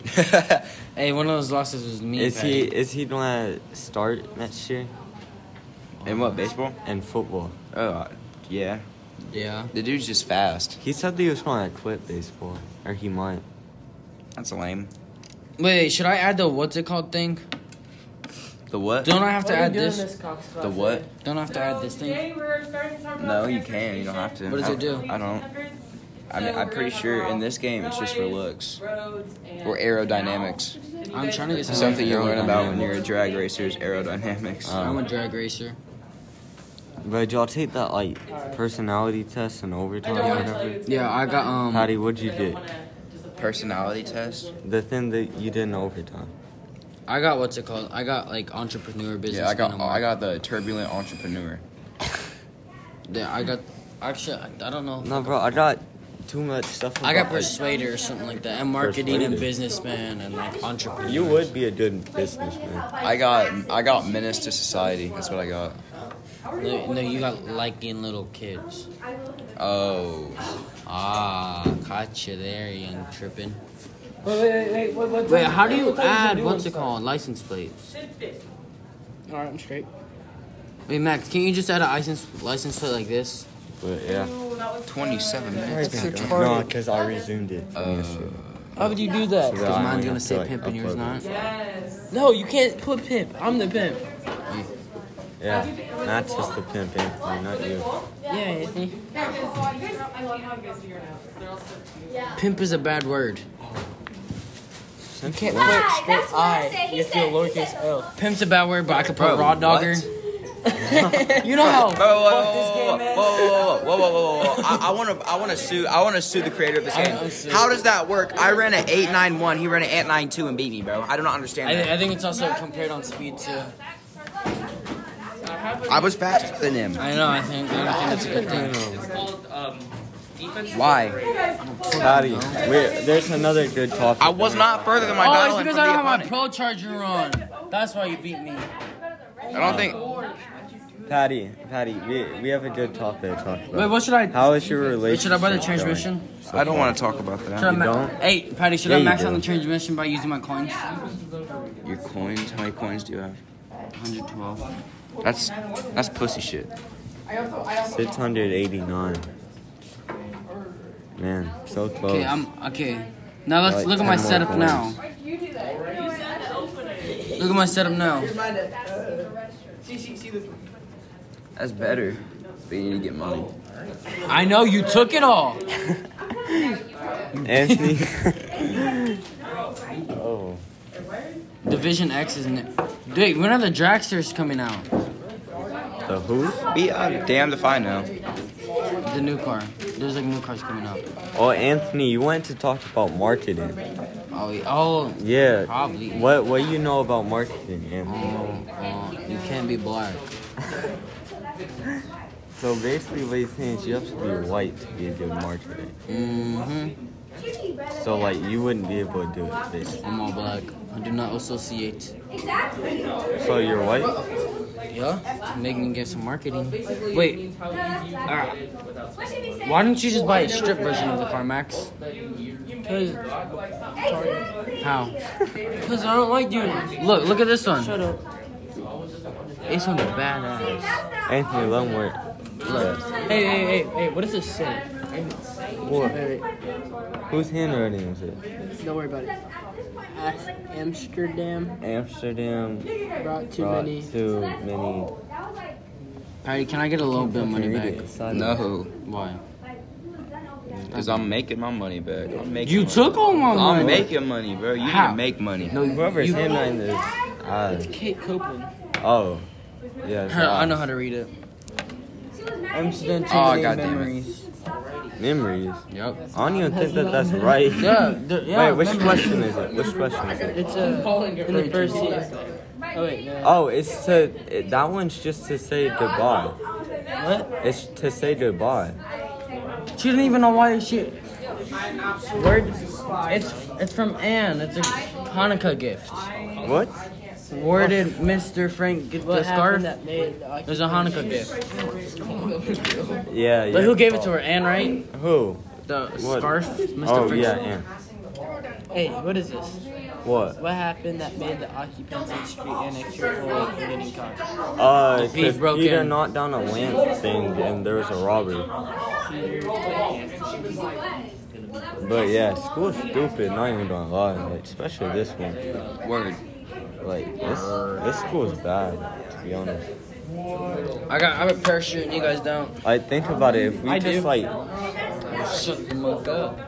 E: Hey, one of those losses was me.
A: Year? Is
E: Patty.
A: he is he gonna start next year
B: In what, baseball?
A: in football?
B: Oh, yeah.
E: Yeah.
B: The dude's just fast.
A: He said that he was gonna quit baseball, or he might.
B: That's lame.
E: Wait, should I add the what's it called thing?
B: The what?
E: Don't I have to
K: Why are you
E: add
K: doing
E: this?
B: the what?
E: Don't I have to add this thing?
J: Today we're starting to talk about
B: No, you can. You don't have to.
E: What does it do?
B: I don't. I mean, I'm pretty sure in this game it's just for looks. Or aerodynamics.
E: I'm trying to get some-
B: Something you learn about when you're a drag racer is aerodynamics.
E: I'm a drag racer.
A: But y'all take that like personality test and
J: I
A: overtime
J: don't
A: or
J: want to tell you.
A: whatever.
J: it's
E: Yeah, I got
J: fun,
E: um.
A: Patty, what'd
J: but
A: you
J: I don't
A: get?
J: wanna disappoint you.
B: Personality test?
A: The thing that you did in overtime.
E: I got what's it called? I got like entrepreneur business.
B: Yeah, I got
E: minimum.
B: I got the turbulent entrepreneur.
E: Yeah, I got. Actually, I I don't know.
A: No, bro, I got too much stuff.
E: I
A: about,
E: got
A: like,
E: persuader or something like that, and marketing and
A: Persuader.
E: businessman and like entrepreneur.
A: You would be a good businessman.
B: I got I got menace to society. That's what I got.
E: No, no, you got liking little kids.
B: Oh,
E: Ah, caught you there, young tripping.
K: Wait, wait, wait, wait, what,
E: Wait, how do you add what's it called? License plates.
J: Should fit.
K: All right, I'm straight.
E: Wait, Max, can you just add a license license plate like this?
A: But yeah.
J: Ooh, that was
B: 27 minutes.
K: That's
A: No,
K: retarded.
A: because I resumed it from yesterday.
E: Uh,
K: How would you do that?
A: I
E: Because mine's
A: only
E: gonna
A: have to,
E: say
A: like,
E: pimp and yours
A: upload
E: not.
J: Yes.
K: No, you can't put pimp. I'm the pimp.
A: it. Yeah, not just the pimp Anthony, not you.
K: Yeah, Anthony.
J: Yeah, 'cause you guys- I love how you guys do your notes. They're all so cute.
E: Pimp is a bad word.
K: You can't put
I: Why?
K: straight
I: That's what I said.
K: I.
I: He
K: You feel
I: said- he
K: lowercase
I: said-
K: l.
E: Pimp's a bad word, but I could put
B: Bro,
E: raw dogger.
K: You know how
B: Whoa, whoa,
K: fucked this
B: whoa,
K: game
B: whoa,
K: is.
B: whoa, whoa, whoa, whoa, whoa, whoa, whoa. I want to, I want to sue, I want to sue the creator of this game. How does that work? I ran an eight nine one, he ran an eight nine two and beat me, bro. I do not understand
E: I, I
B: that.
E: think it's also compared on speed too.
B: I was faster than him.
E: I know. I think. I don't think it's a good thing.
B: Why?
A: Patty, wait, there's another good topic.
B: I was not further than my
E: Oh, it's
B: dial in
E: because
B: from
E: I
B: the
E: don't have my
B: opponent.
E: pro charger on. That's why you beat me.
B: I don't think.
A: Patty, Patty, we, we have a good topic to talk about.
E: Wait, what should I?
A: How is your relationship?
E: should I buy the
A: going?
E: transmission?
B: I don't want to talk about
E: Should I
B: that.
E: ma-
A: don't?
E: Hey, Patty, should
A: Yeah,
E: I
A: you
E: max
A: do.
E: out the transmission by using my coins?
B: Your coins? How many coins do you have?
A: Oh.
E: 112.
B: That's that's pussy shit.
A: 689. Man, so close.
E: Okay, I'm okay. Now let's
A: Like
E: look at my
A: 10 more
E: setup
A: coins.
E: now. Look at my setup now.
B: That's better. But you need to get money.
E: I know you took it all.
A: Anthony. oh.
E: Division X isn't it? Dude, when are the dragsters coming out?
A: The who?
B: Be uh, damned if I know.
E: The new car. There's like new cars coming up.
A: Oh, Anthony, you wanted to talk about marketing.
E: Oh, yeah. oh,
A: Yeah.
E: Probably.
A: What What you know about marketing, Anthony?
E: um, uh, you can't be black.
A: So basically, what he's saying is you have to be white to be a good marketer.
E: hmm
A: So like, you wouldn't be able to do it. Basically.
E: I'm all black. I do not associate.
A: So you're white.
E: Yeah? Make me get some marketing.
J: Basically,
E: Wait.
J: it means how you, you
E: Ah.
J: did it without
E: Why don't you just buy a strip version of the car, Max?
J: You, you made her look like something.
E: How?
K: Because I don't like doing it.
E: Look, look at this one.
K: Shut up.
E: This one's badass.
A: Anthony, let him wear.
E: Look.
K: Hey, hey, hey, hey, what does this say?
A: What?
K: Wait, wait,
A: Whose handwriting is it?
K: don't worry about it. As- Amsterdam
A: Amsterdam
K: brought too
A: brought
K: many.
A: too many.
I: oh,
E: Patty, can I get a little bit of money
A: Read it,
E: back?
A: it's not-
B: No,
E: Why?
B: because I'm making my money back. I'm making
E: You
B: money.
E: took all my
B: I'm
E: money.
B: making money, bro. You
E: How?
B: need to make money.
E: No,
A: Whoever's
E: you-
A: handwriting is. Uh,
K: Kate Copeland.
A: oh. Yeah. it's
E: Huh, I
A: ours.
E: know how to read it.
A: Amsterdam too
B: Aw,
A: many
B: Oh, goddamn it.
A: memories. Memories.
E: Yep.
A: I don't even think that that's right.
E: Yeah, the- yeah.
A: Wait, which
E: remember.
A: question is it? Which question is it?
K: It's uh, in the first year. Oh, wait, no.
A: Oh, it's to it, that one's just to say goodbye.
K: What?
A: It's to say goodbye.
K: She didn't even know why she. Word. It's it's from Anne. It's a
E: Hanukkah gift.
A: What?
E: Where did Mr. Frank get the scarf?
K: that made the
E: It was a Hanukkah gift.
A: Yeah. yeah.
E: But who gave it to her? Anne, right?
A: Who?
E: The
A: What?
E: scarf? Mr.
A: Oh
E: Frank's-
A: yeah, and
K: Hey, what is this?
A: what?
K: What happened that made the occupants of the street annex your whole community car?
A: Uh,
E: thief
A: because
E: broke
A: Peter
E: in.
A: knocked down a lamp thing and there was a robbery. But yeah, school's stupid. Not even gonna lie, like, especially this one.
B: Word.
A: Like this, this school is bad. To be honest.
E: I got. I'm a parachute and you guys don't.
A: Like think about it. If we
E: I
A: just
E: do.
A: like
E: Shut the fuck up.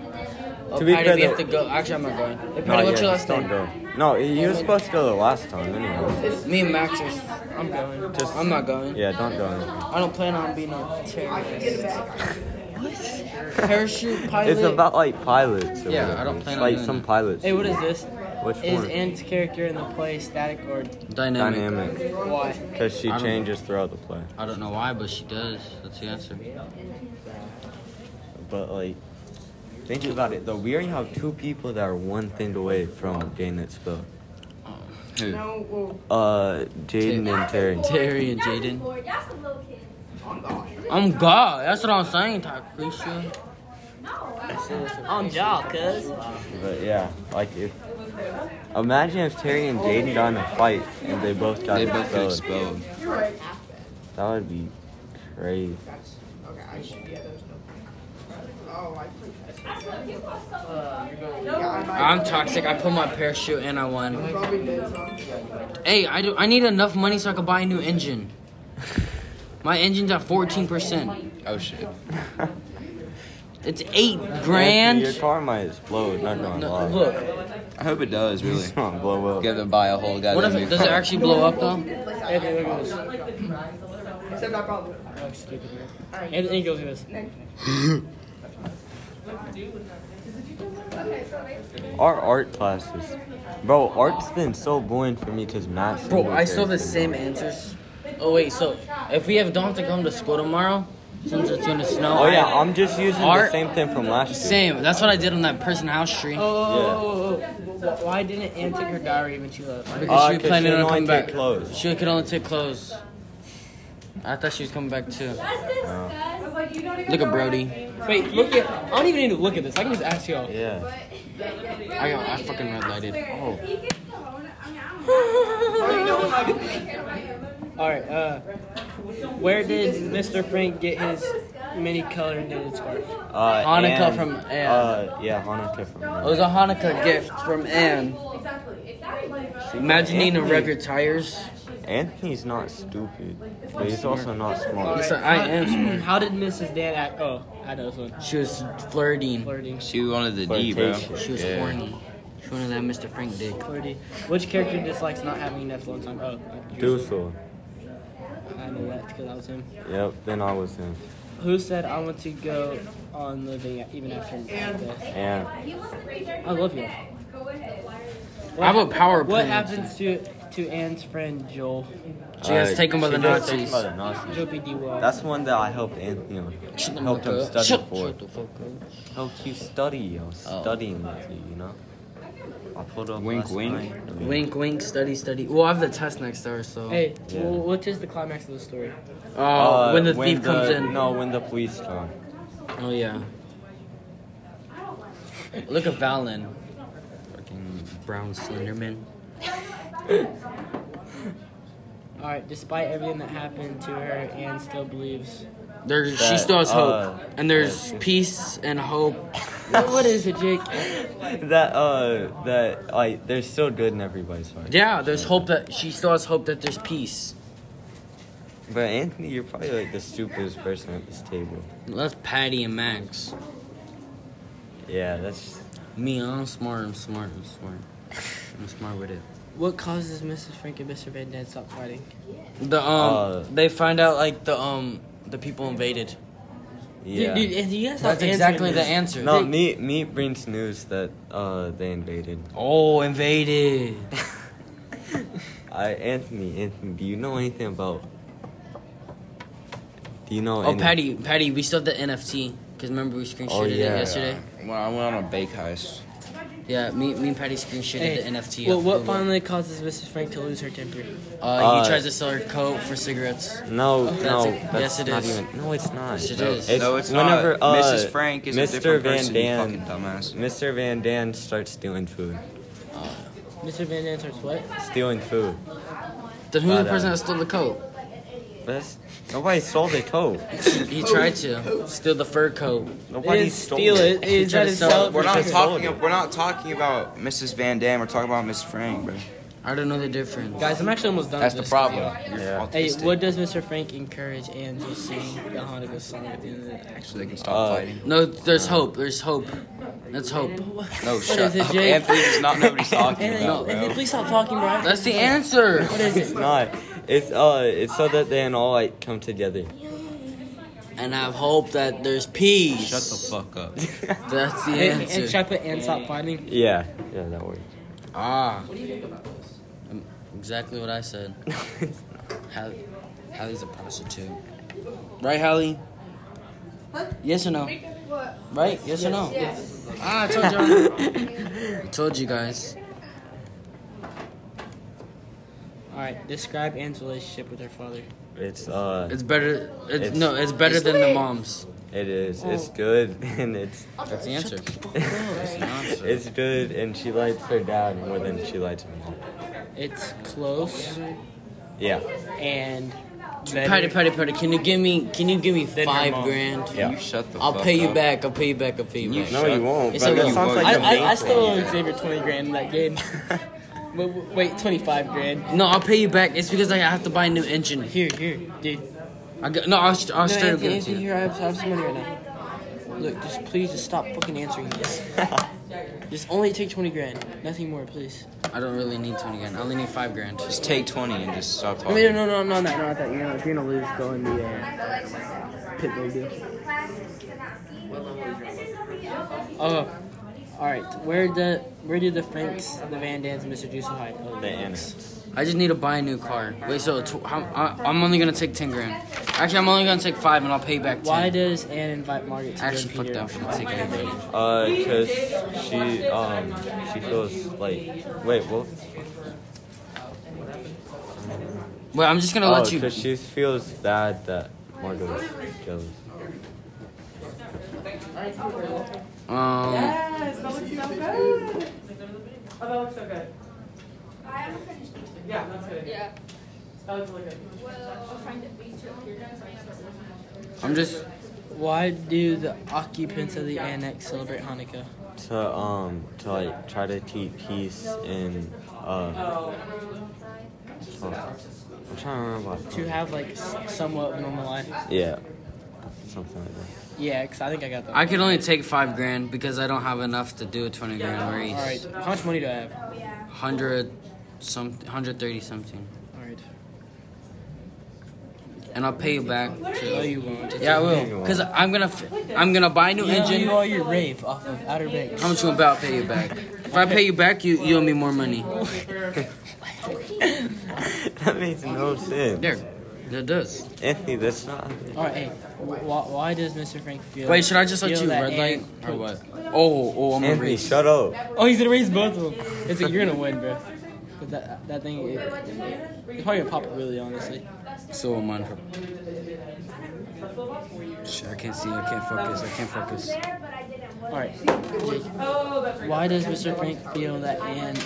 E: Oh,
A: To be
E: Patty,
A: fair
E: we
A: though-
E: have to go. Actually, I'm not going. Hey, Patty,
A: no, yeah,
E: what's your
A: just
E: last
A: don't
E: name?
A: go. No, you were supposed to go the last time, anyways.
E: Me and Max are. I'm going.
A: Just-
E: I'm not going.
A: Yeah, don't go. Anymore.
E: I don't plan on being a terrorist. what? Parachute pilot.
A: It's about like pilots. or
E: Yeah, I
A: whatever.
E: don't plan
A: It's
E: on
A: like
E: doing
A: some
E: it.
A: pilots.
K: Hey, what is this?
A: Which
K: Is
A: one?
K: Anne's character in the play static or
E: Dynamic.
A: Dynamic,
K: why?
A: because she
E: I don't-
A: changes throughout the play.
E: I don't know why, but she does. That's the answer.
A: But like, think about it though. We already have two people that are one thing away from getting it spelled.
C: No, well,
A: Uh, Jaden and Terry.
E: Terry and Jaden. I'm God. That's what I'm saying, Takisha.
K: On job, cuz.
A: But yeah, like if imagine if Terry and Jaden got in a fight and they both got
B: They both got
A: expelled.
B: expelled.
A: That would be crazy.
E: I'm toxic. I put my parachute and I won. Hey, I do. I need enough money so I can buy a new engine. My engine's at 14%.
B: Oh shit.
E: It's eight
A: Anthony, Your
E: grand.
A: car might explode. Not gonna
E: No,
A: lie.
E: look,
B: I hope it does really.
A: It's gonna blow up.
B: Give them buy a whole
E: what
B: goddamn
E: if
B: new
E: it, does it
B: car.
E: actually blow up though?
K: Anthony, look at this. I look stupid, man. Anthony goes like this.
A: Our art classes, bro. Art's been so boring for me because math. and
E: Bro, I
A: military
E: saw the
A: has been
E: same
A: boring.
E: answers. Oh wait, so if we have don't have to come to school tomorrow, since it's gonna snow.
A: Oh yeah,
E: I-
A: I'm just using
E: Art-
A: the same thing from last year. Uh,
E: same. That's what I did on that person house tree.
K: Oh, oh, oh, oh, oh. Why didn't Anne take her diary when she left?
E: Because
A: Uh, 'cause
E: she was planning
A: she
E: on
A: only
E: coming
A: take
E: back.
A: clothes.
E: She could only take clothes. I thought she was coming back too. Look at Brody.
K: Wait, look at. I don't even need to look at this. I can just ask y'all.
A: Yeah.
E: I got, I fucking red lighted. Oh.
K: All right. Uh, where did Mr. Frank get his mini color knitted scarf?
A: Uh,
E: Hanukkah
A: and,
E: from Anne.
A: Uh, yeah, Hanukkah from Anne.
E: It was a Hanukkah gift from Anne. Imagine needing to rev your tires.
A: Anthony's not stupid, but he's also not smart.
E: Yes, I am smart.
K: How did Mrs. Dan act? Oh, I know this one.
E: She was flirting.
K: Flirting.
B: She wanted the D, bro.
A: Flirtation.
E: She was
B: Yeah.
E: horny. She wanted that Mr. Frank dick.
K: Flirty. Which character dislikes not having enough alone time? Oh,
A: Dusel.
I: I knew that because I was him.
A: Yep, then I was him.
I: Who said I want to go on living even after my death?
A: And
I: I love you.
E: I have a power
I: What
E: plant.
I: happens to to Anne's friend Joel?
E: She gets taken by
A: she
E: the
A: gets taken
E: Nazis.
A: by the Nazis.
I: Joel B. D. Well.
A: That's one that I helped Anthony on. Helped him
E: Shut the fuck up.
A: study
E: Shut-
A: for.
E: shut the fuck up.
A: Helped you study. I was
E: Oh.
A: studying with you, you know? I pulled up
D: Wink,
A: last
D: wink.
A: night. I mean,
E: Wink, wink, study, study. Well, I have the test next hour, so.
I: Hey,
A: Yeah.
I: well, what is the climax of the story?
E: Oh,
A: uh,
E: when the thief comes in.
A: No, when the police come.
E: Oh, yeah. Look at Valen. Fucking brown Slenderman.
I: All right. Despite everything that happened to her, Anne still believes.
E: There, she
A: That,
E: still has hope.
A: uh,
E: and there's
A: yes.
E: peace and hope.
I: What- what is it, Jake?
A: That uh, that like there's still good in everybody's heart.
E: Yeah, there's hope that she still has hope that there's peace.
A: But Anthony, you're probably like the stupidest person at this table.
E: That's Patty and Max.
A: Yeah, that's.
E: Me, I'm smart, I'm smart, I'm smart. I'm smart with it.
I: What causes Mrs. Frank and Mr. Van Dam to stop fighting?
E: The um,
A: Uh,
E: they find out like the um, the people invaded.
A: Yeah.
I: Dude, dude, and you guys
E: That's
I: stop answering
E: exactly the
I: this.
E: answer.
A: no, meat meat brings news that uh they invaded.
E: Oh, invaded.
A: I Anthony, Anthony, do you know anything about? Do you know?
E: Oh,
A: any-
E: Patty, Patty, we still have the NFT. Cause remember we screenshotted
A: Oh, yeah.
E: it yesterday.
B: When I went on a bake heist.
E: Yeah, me, me and Patty screenshotted
I: Hey,
E: the NFT.
I: Well,
E: of
I: what
E: Google.
I: finally causes Mrs. Frank to lose her temper?
E: Uh,
A: Uh,
E: he tries to sell her coat for cigarettes.
A: No, no,
E: it.
A: that's
E: Yes, Oh, it
A: not
E: is.
A: Even, no, it's not.
E: Yes, it is.
B: No, it's
A: whenever,
B: not.
A: Uh,
B: Mrs. Frank is
A: Mr.
B: a different
A: Van
B: person, you
A: Dam,
B: fucking dumbass.
A: Mr. Van Dam starts stealing food.
I: Mr. Van Dam starts what?
A: Stealing food.
E: Then who's
A: Not,
E: the person
A: uh,
E: that stole the coat?
A: That's nobody stole the coat.
E: He tried to steal the fur coat.
A: Nobody
I: Is
A: stole
I: steal
A: it.
I: it. Is
E: tried
I: that
E: to
I: a
E: sell it.
I: sell it
B: We're
I: for
B: not
I: sugar?
B: talking. We're not talking about Mrs. Van Dam. We're talking about Miss Frank, bro.
E: I don't know the difference.
I: Guys, I'm actually almost done.
B: That's the
I: with this.
B: problem.
A: Yeah.
I: Hey, what does Mr. Frank encourage Anne to sing the Hanukkah song at the end of the
B: So they can stop
A: Uh,
B: fighting.
E: No, there's hope. There's hope. That's hope.
B: No, shut
I: is it,
B: up.
I: Jake?
B: Anthony does not know what he's talking
I: Anthony,
B: about,
I: Anthony,
B: bro.
I: please stop talking, bro.
E: That's the answer.
I: What is
A: It's
I: it?
A: not. It's uh. It's so that they can all like come together.
E: And I have hope that there's peace.
B: Shut the fuck up.
E: That's the
I: Hey, and should
E: answer.
I: I put Anne stop fighting?
A: Yeah. Yeah, that works.
E: Ah. Um, Exactly what I said. Hall- Hallie's a prostitute. Right, Hallie? Yes or no? Right? Yes or no? Ah, I told you. I told you guys.
I: All right, describe Anne's relationship with her father.
A: It's uh.
E: It's better. It's,
A: It's-
E: no, it's better than the moms.
A: It is.
E: Oh.
A: It's good and it's
E: That's the answer.
A: it's good and she likes her dad more than she likes her mom.
I: It's close
A: Yeah.
I: and
E: Patty, Patty, Patty, can you give me? Can you give me
I: her
E: five
I: mom.
E: grand?
A: Yeah.
B: You shut the
E: I'll
B: fuck
E: pay you
B: up.
E: back. I'll pay you back. I'll pay you back.
A: No, you won't.
E: It's
A: bro.
E: okay.
A: that sounds like
I: I,
A: a
I: I, I
A: bank
I: still
A: robbery.
I: owe Xavier 20 grand in that game. Wait, wait, 25 grand.
E: No, I'll pay you back. It's because I have to buy a new engine.
I: Here, here, dude.
E: I got, no, I'll, st- I'll
I: No,
E: straight up give it to
I: Anthony, Anthony,
E: you.
I: here, I have, I have some money right now. Look, just please just stop fucking answering this. just only take 20 grand. Nothing more, please.
E: I don't really need twenty grand. I only need five grand.
B: Just take 20 and just stop
I: I
B: talking.
I: mean, no, no, no, no, no, not that. You're gonna, if you're gonna lose, go in the uh, pit lady. Oh, all right. Where the where do the Franks, the Van Dams, and Mr. Juice hide? Oh,
A: The
I: yeah.
A: annex.
E: I just need to buy a new car. Wait, so tw- how, I, I'm only gonna take ten grand. Actually, I'm only gonna take five, and I'll pay you back ten.
I: Why does Anne invite Margaret to
E: Actually,
I: go
E: fuck
I: to
E: that.
I: Peter?
E: I'm gonna take it.
A: Uh, cause she um she feels like wait what?
E: Wait, I'm just gonna
A: Oh,
E: let you.
A: cause she feels bad that Margot was jealous.
E: Um,
J: Yes, that looks so good. Oh, that looks so good. Yeah, that's good. Yeah. That looks really good.
E: I'm just.
I: Why do the occupants of the annex celebrate Hanukkah?
A: To um to like try to keep peace and uh. oh, I'm trying to remember. what I
I: To
A: called
I: have like s- somewhat of a normal life.
A: it. Yeah. Something like that.
I: Yeah, cause I think I got that.
E: I could only take five grand because I don't have enough to do a twenty grand race.
I: All right. How much money do I have?
E: Hundred, some, hundred thirty something.
I: All right.
E: and I'll pay Oh, you back.
I: No, you won't.
E: Yeah, I will. Cause I'm gonna, f- I'm gonna buy a new
I: Engine.
E: engine.
I: You owe your rave off of Outer Banks.
E: How much you about pay you back? If I pay you back, you you owe me more money.
A: that makes no sense.
E: There, that does.
A: Anthony, that's not.
I: All right, hey, why, why does Mr. Frank feel?
E: Wait, should I just
I: feel
E: let you
I: that
E: red light
I: Ant
E: or
I: pooped?
E: what? Oh, oh, I'm gonna
A: Anthony,
E: raise.
A: shut up.
I: Oh, he's gonna raise both of them. It's like you're gonna win, bro. But that that thing, it, it's probably gonna pop really, honestly.
E: So am I. Shit, I can't see. I can't focus. I can't focus.
I: All right, Jake,
J: Oh, that's right.
I: why does Mr. Frank feel that Anne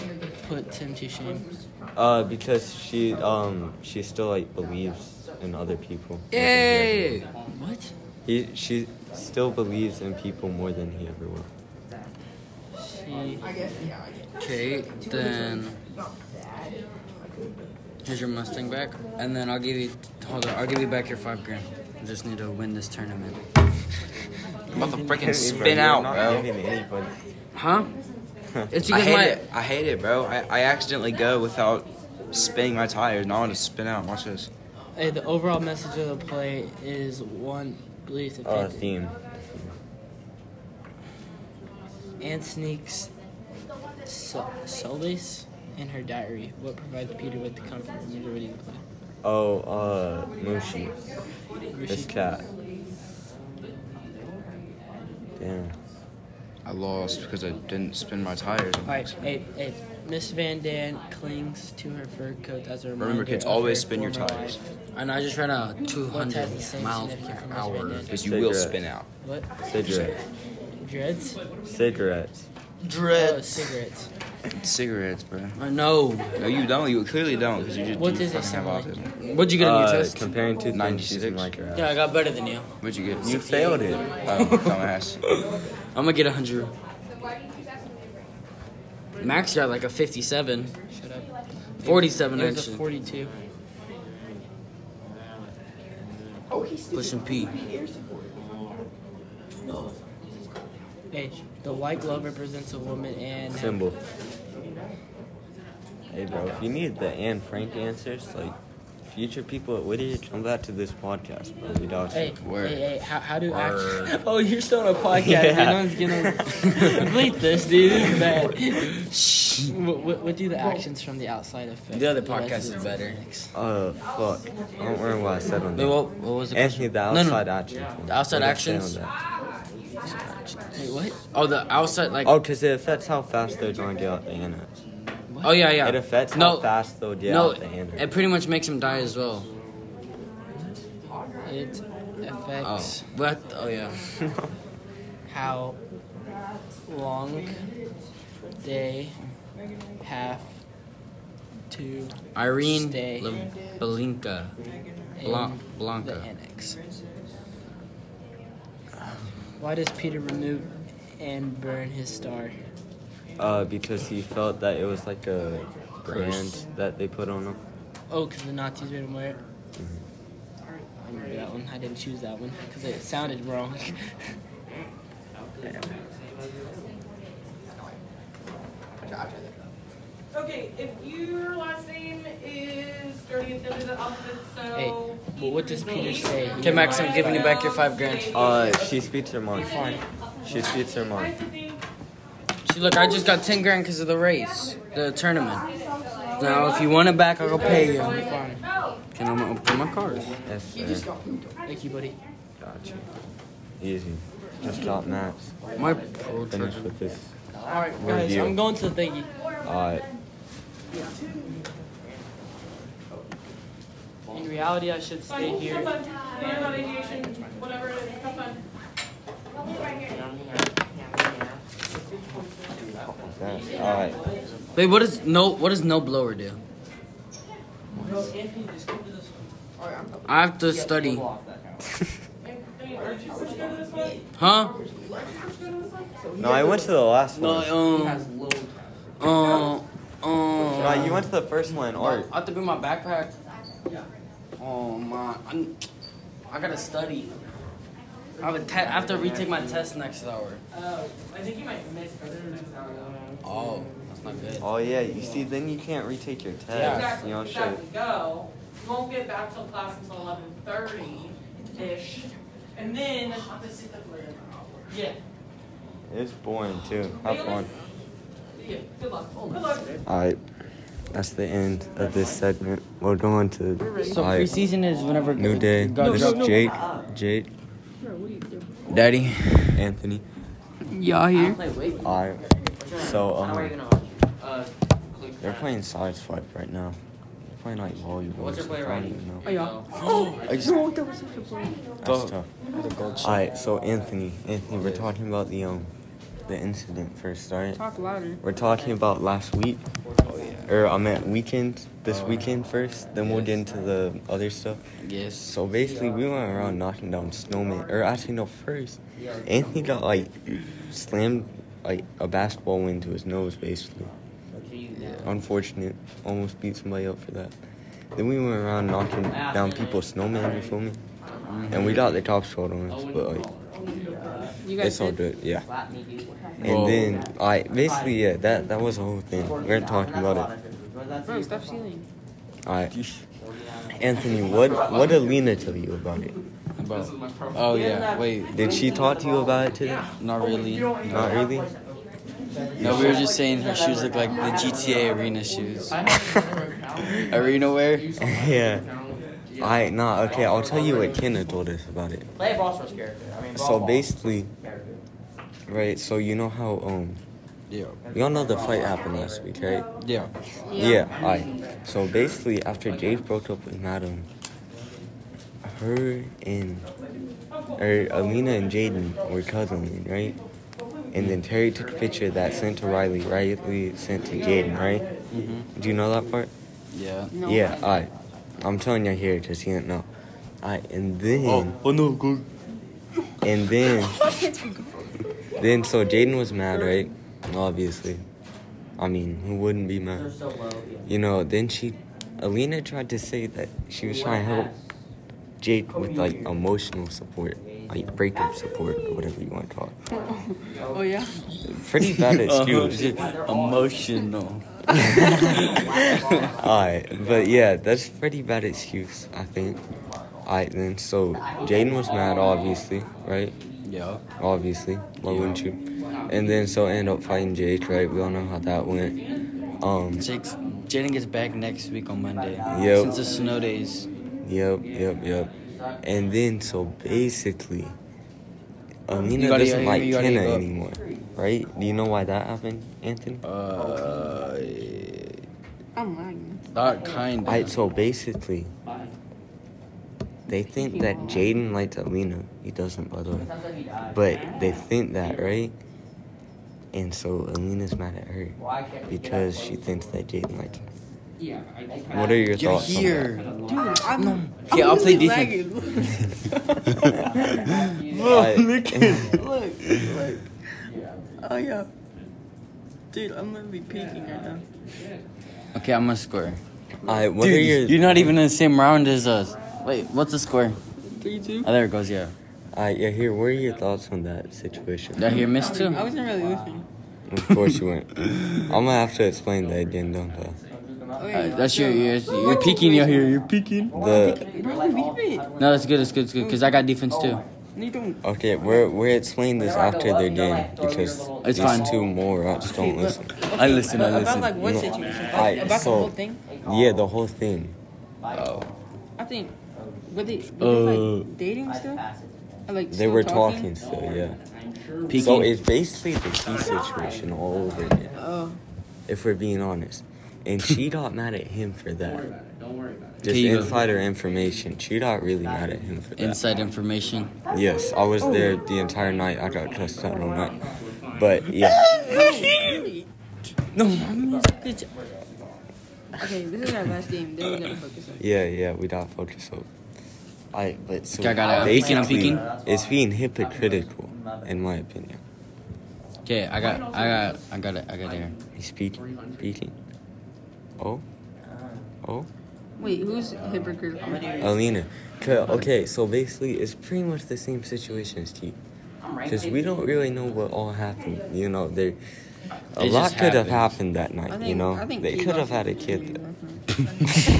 I: put Tim to shame?
A: Uh, because she um she still like believes in other people. more than he ever
E: Yay!
A: will.
I: What?
A: He she still believes in people more than he ever will.
I: She,
E: Okay, then. Here's your Mustang back, and then I'll give you. Hold on, I'll give you back your five grand. I just need to win this tournament.
B: I'm about to freaking
A: Anthony,
B: spin
A: you're
B: out,
A: not
B: bro.
A: giving anybody.
E: Huh? It's
B: I
E: because
B: hate
E: my.
B: it. I hate it, bro. I, I accidentally go without spinning my tires, and I want to spin out. Watch this.
I: hey, the overall message of the play is one belief that
A: Uh,
I: faith-
A: theme.
I: Anne sneaks Sol- solace in her diary. What provides Peter with the comfort of majority of the play?
A: Oh, uh, Mushi. This cat. Damn.
B: I lost because I didn't spin my tires.
I: All right, hey, hey, Miss Van Dan clings to her fur coat as a reminder.
B: Remember, kids,
I: of
B: always
I: her
B: spin your
I: former
B: tires.
I: life.
E: I know. I just ran a 200
I: What type of
E: miles
I: things
E: per
I: can I
E: hour.
I: recommend?
B: Because you will
A: Cigarettes.
B: spin out.
I: What?
A: Cigarettes.
I: Dreads?
A: Cigarettes.
I: Dreads. Oh, cigarettes.
B: Cigarettes, bro.
E: I know.
B: No, you don't. You clearly don't because you just
I: What
B: you
I: does it
B: fucking have
I: sound
B: autism.
E: What'd you get on
A: Uh,
E: your test?
A: comparing two things you
B: 96.
A: like her
I: Yeah, I got better than you.
B: What'd you get?
A: You failed it.
B: Oh, dumbass.
E: I'm gonna get 100. Max got like a 57,
I: Shut up.
E: 47
I: It was a
E: actually.
I: 42.
E: Pushing P.
I: Hey, the white glove represents a woman and
A: Symbol. Hey, bro, if you need the Anne Frank answers, like, future people at Whittier, come back to this podcast, bro. We dodged
I: Hey,
A: it.
B: Word.
I: hey, hey, how, how do
E: Word.
I: actors? Oh, you're still on a podcast.
A: Yeah.
I: dude. No one's gonna complete this, dude. This is bad. Shh. What, what, what do the actions from the outside affect?
E: The other
I: rest
E: podcast
I: of
E: is
I: the
E: better.
I: next?
A: Uh, fuck. I don't remember what I said on
E: Wait,
A: that.
E: what, what was it?
A: Anthony, the
E: no.
A: outside actions.
E: The
A: What
E: outside
A: did I say
E: actions?
A: on that?
I: Wait, what?
E: Oh, the outside, like.
A: Oh, because it affects how fast they're going to get out the annex.
E: Oh yeah, yeah.
A: It affects
E: no,
A: how fast they'll get
E: no.
A: out the annex.
E: It pretty much makes him die as well.
I: It
E: Oh,
I: affects
E: what? Oh yeah. Oh.
I: how long they have to
E: Irene
I: Stay.
E: Le- Belinka,
I: aim
E: Blan-
I: the
E: Blanca.
I: annex. Why does Peter remove and burn his star?
A: Uh, because he felt that it was like a
E: Gross.
A: brand that they put on him.
I: Oh, because the Nazis made him wear it. I remember that one. I didn't choose that one because it sounded wrong.
J: Okay, if your last name is dirty at the end of the alphabet, so.
I: Hey, but what does Peter say?
E: Okay, Max, I'm giving you back your five grand.
A: Uh, she speaks her mind. She speaks her mind.
E: See, look, I just got ten grand because of the race, the tournament. Now, if you want it back, I'll go pay you. Can I am open my cars?
A: Yes, sir.
I: Thank you, buddy.
A: Gotcha. Easy. Just drop maps.
E: My pro
A: Finish
E: charger.
A: with this.
I: All right,
A: Where are
I: guys,
A: you?
I: I'm going to the thingy.
A: Alright.
I: In reality, I should stay here.
J: whatever, have fun.
A: Alright.
E: Wait, what does no? What does no blower do? I have to study. Huh?
A: No, I went to the last
E: No,
A: one.
E: um, um, um.
A: No, you went to the first one, art.
E: I have to bring my backpack. Oh my! I'm, I gotta study. I have, a te- I have to retake my test next hour.
J: Oh, I think you might miss
E: Oh, that's not good.
A: Oh yeah, you see, then you can't retake your test.
E: Yeah.
A: You know, shit.
J: Exactly, go. You won't get back till class until eleven thirty-ish, and then. Yeah.
A: It's boring too.
J: Have
A: Have
J: fun.
A: fun.
J: Yeah. Good luck. Good luck.
A: Alright. That's the end of this segment. We're going to
D: So
A: alright,
D: preseason is whenever
A: New Day.
D: Go,
A: This
D: go,
A: is Jake. Jake. Daddy. Anthony.
C: Y'all here?
A: Alright. So um
J: Uh,
A: they're playing side swipe right now. They're playing like volleyball. What's your play right?
C: Oh, y'all.
A: I just, That's tough. Alright, so Anthony, Anthony, we're talking about the um the incident first, alright?
C: Talk louder.
A: We're talking about last week. Oh, Or I meant weekend, this weekend first, then we'll get into the other stuff.
E: Yes.
A: So basically, we went around knocking down snowmen. Or actually, no, first, Anthony got like slammed like a basketball into his nose, basically. Unfortunate. Almost beat somebody up for that. Then we went around knocking down people's snowmen, you feel me? And we got the top shot on us, but like,
C: You guys
A: it's all
C: did.
A: good, yeah.
E: Whoa.
A: And then, I basically, yeah, that, that was the whole thing. We were talking about it.
C: Bro, stop stealing.
A: Alright. Anthony, what, what did Lena tell you about it?
E: Bro. Oh yeah. Wait.
A: Did she talk to you about it today?
E: Not really. No,
A: Not really.
E: we were just saying her shoes look like the GTA arena shoes. arena wear.
A: yeah. I nah. Okay, I'll tell you what Kenna told us about it.
D: Play Boss character. I mean,
A: So basically, right. So you know how um,
E: Yeah.
A: y'all know the fight happened last week, right?
E: Yeah.
A: Yeah. I. So basically, after Jade broke up with Madam, her and or Alina and Jaden were cuddling, right? And then Terry took a picture of that sent to Riley. Riley sent to Jaden, right? Do you know that part?
E: Mm-hmm. Yeah.
A: Yeah, I. I'm telling you here because he didn't know. I and then
E: Oh no. Go.
A: and then then so Jaden was mad, right? Obviously, I mean, who wouldn't be mad? You know. Then she, Alina tried to say that she was trying to help Jake with like emotional support, like breakup support or whatever you want to call it.
C: Oh, yeah?
A: Pretty bad
E: Uh-huh.
A: excuse.
E: Emotional.
A: Alright, but yeah, that's pretty bad excuse, I think. Alright then, so Jaden was mad, obviously, right?
E: Yeah.
A: Obviously, why wouldn't you? And then so I end up fighting Jake, right? We all know how that went. Um,
E: Jake's. Jaden gets back next week on Monday.
A: Yep.
E: Since it's snow days.
A: yep, yep, yep. And then so basically,
E: You
A: Alina
E: gotta
A: doesn't
E: hear
A: like
E: me, you gotta
A: Kenna
E: hear me.
A: anymore, right? Do you know why that happened, Anthony?
E: Uh.
C: I'm lying.
E: Not kind.
A: Alright, so basically, they think that Jaden likes Alina. He doesn't, by the way. But they think that, right? And so Alina's mad at her because she thinks that Jaden likes her. What are your
E: You're
A: thoughts
E: here.
C: Dude, I'm.
E: Yeah, I'll play defense.
A: on that? Look,
C: Look, look. Oh, yeah. Dude, I'm literally peeking right now.
E: Okay, I'm gonna score.
A: Alright, what are
E: Dude,
A: your...
E: you're not even in the same round as us. Wait, what's the score?
C: 3 2.
E: Oh, there it goes. Yeah.
A: Alright, yeah, here, what are your thoughts on that situation?
E: Did I hear miss too?
C: I wasn't really listening.
A: of course you went. I'm gonna have to explain that again, don't I?
C: Okay,
E: Uh, that's your, your you're peeking your here. You're peeking.
A: The...
C: Bro, leave it.
E: No, that's good. That's good. That's good. Cause I got defense too.
C: You don't.
A: Okay, we're, we're explaining this after their game because
E: It's
A: these
E: fine.
A: two morons don't listen.
E: I listen. I
C: About
E: listen.
C: like what
A: No,
C: situation?
A: I-
C: About the
A: so-
C: whole thing?
A: Yeah, the whole thing.
C: I think. Were they, were they
E: Uh,
C: like dating still? Or, like,
A: They
C: still
A: were talking, still, yeah.
E: Peeking.
A: So it's basically the key situation all over again,
C: Oh.
A: if we're being honest. And she got mad at him for that. Just
E: Here you go.
A: insider information. She got really mad at him for that.
E: Inside Oh. information.
A: Yes, I was there the entire night. I got cussed out all night. But yeah,
C: Okay, this is our last game. Then we gotta focus on.
A: yeah, yeah. We got focus up. I but so
E: I got it. I'm peeking, I'm
A: basically,
E: peeking.
A: it's being hypocritical, in my opinion.
E: Okay, I got. I got. I got it. I got it here.
A: He's speaking. Speaking. Oh. Oh.
C: Wait, who's hypocritical?
A: Alina. c- Okay, so basically, it's pretty much the same situation as Keith. Because we don't really know what all happened. You know, there. A
E: It just
A: lot could have
E: happens.
A: happened that night,
C: I
A: you
C: think,
A: know?
C: I think
A: They
C: he
A: could have
C: got
A: had a
C: some
A: kid.
C: TV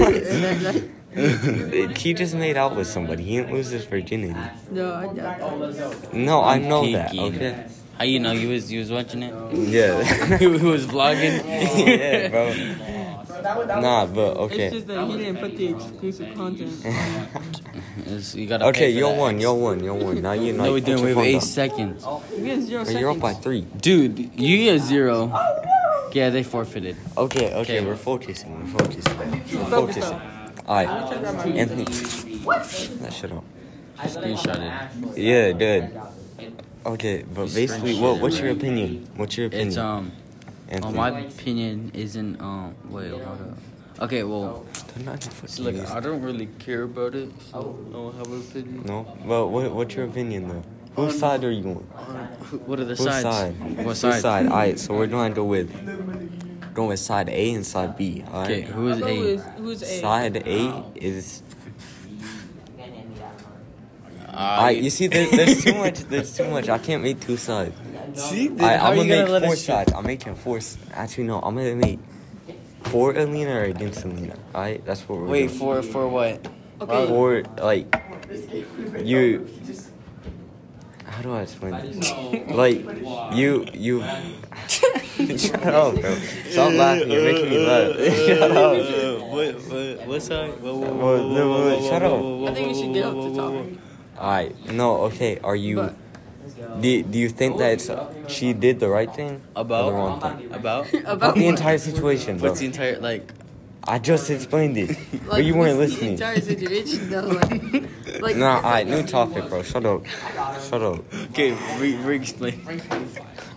A: there.
C: reference.
A: he just made out with somebody. He didn't lose his virginity.
C: No, I doubt
A: No, I know
E: Peeking.
A: that. Okay.
E: How you know you was you was watching it?
A: Yeah.
E: Who who was vlogging?
A: Oh, yeah, bro. Nah, but
C: that. It's
A: okay.
C: just that he didn't put the exclusive content.
E: It's- you gotta
A: Okay,
E: pay for
A: you're
E: that.
A: one, you're one, you're one. Now you're not.
E: No, we didn't. We have eight
A: You're
E: seconds.
C: You get zero
A: up by
C: seconds.
A: three.
E: Dude, you get zero. Yeah, they forfeited.
A: Okay, okay,
E: Okay.
A: we're focusing, we're focusing, we're
C: Focus
A: focusing. Alright, Anthony, that shit up.
E: I screenshotted.
A: Yeah, dude. Okay, but
E: You
A: basically,
E: screenshot
A: what
E: it,
A: what's your
E: right?
A: opinion? What's your opinion?
E: It's um. Well,
A: Anthony?
E: my opinion isn't um. Wait, hold up. Okay, well,
A: They're not gonna fucking
E: look,
A: use
E: I don't really care about it, so I don't have an opinion.
A: No, but what what's your opinion though? Whose side are you on?
E: Who- What are the
A: Whose
E: sides?
A: side?
E: What
A: Whose
E: side?
A: side? Alright, so we're going to go with going with side A and side B.
E: Okay,
A: Alright.
E: who is
C: Who
E: A?
C: is who's A?
A: Side A is
E: Uh,
A: I. You see, there, there's too much. There's too much. I can't make two sides.
E: See, then
A: I,
E: how
A: I'm
E: you
A: gonna make
E: gonna let
A: four
E: us choose?
A: sides. I'm making four. s- Actually, no. I'm gonna make for Alina or against Alina. Alright, that's what we're.
E: Wait
A: doing.
E: for for what?
C: Okay.
A: Or like you. How do I explain this? Like you you. Shut up, bro. Stop laughing. You're making me laugh. Shut up.
E: What what what side? Whoa, whoa,
A: Whoa,
E: whoa,
A: no,
E: whoa,
A: wait,
E: whoa,
A: shut
E: whoa,
A: up.
E: whoa, whoa,
C: I think you
E: whoa,
C: should get
E: whoa,
C: off the
E: whoa, whoa,
C: topic.
A: Alright. No. Okay. Are you?
C: But-
A: Do, do you think that it's, she did the right thing?
E: whoa.
A: Or the wrong thing?
E: About about
C: About
A: About the
C: what?
A: entire situation, bro.
E: what's the entire like?
A: I just explained it,
C: Like,
A: but you weren't
C: this is
A: listening.
C: The entire situation, though. Like, like
A: Nah, alright, new topic, bro. Shut up. Shut up.
E: Okay, re re explain.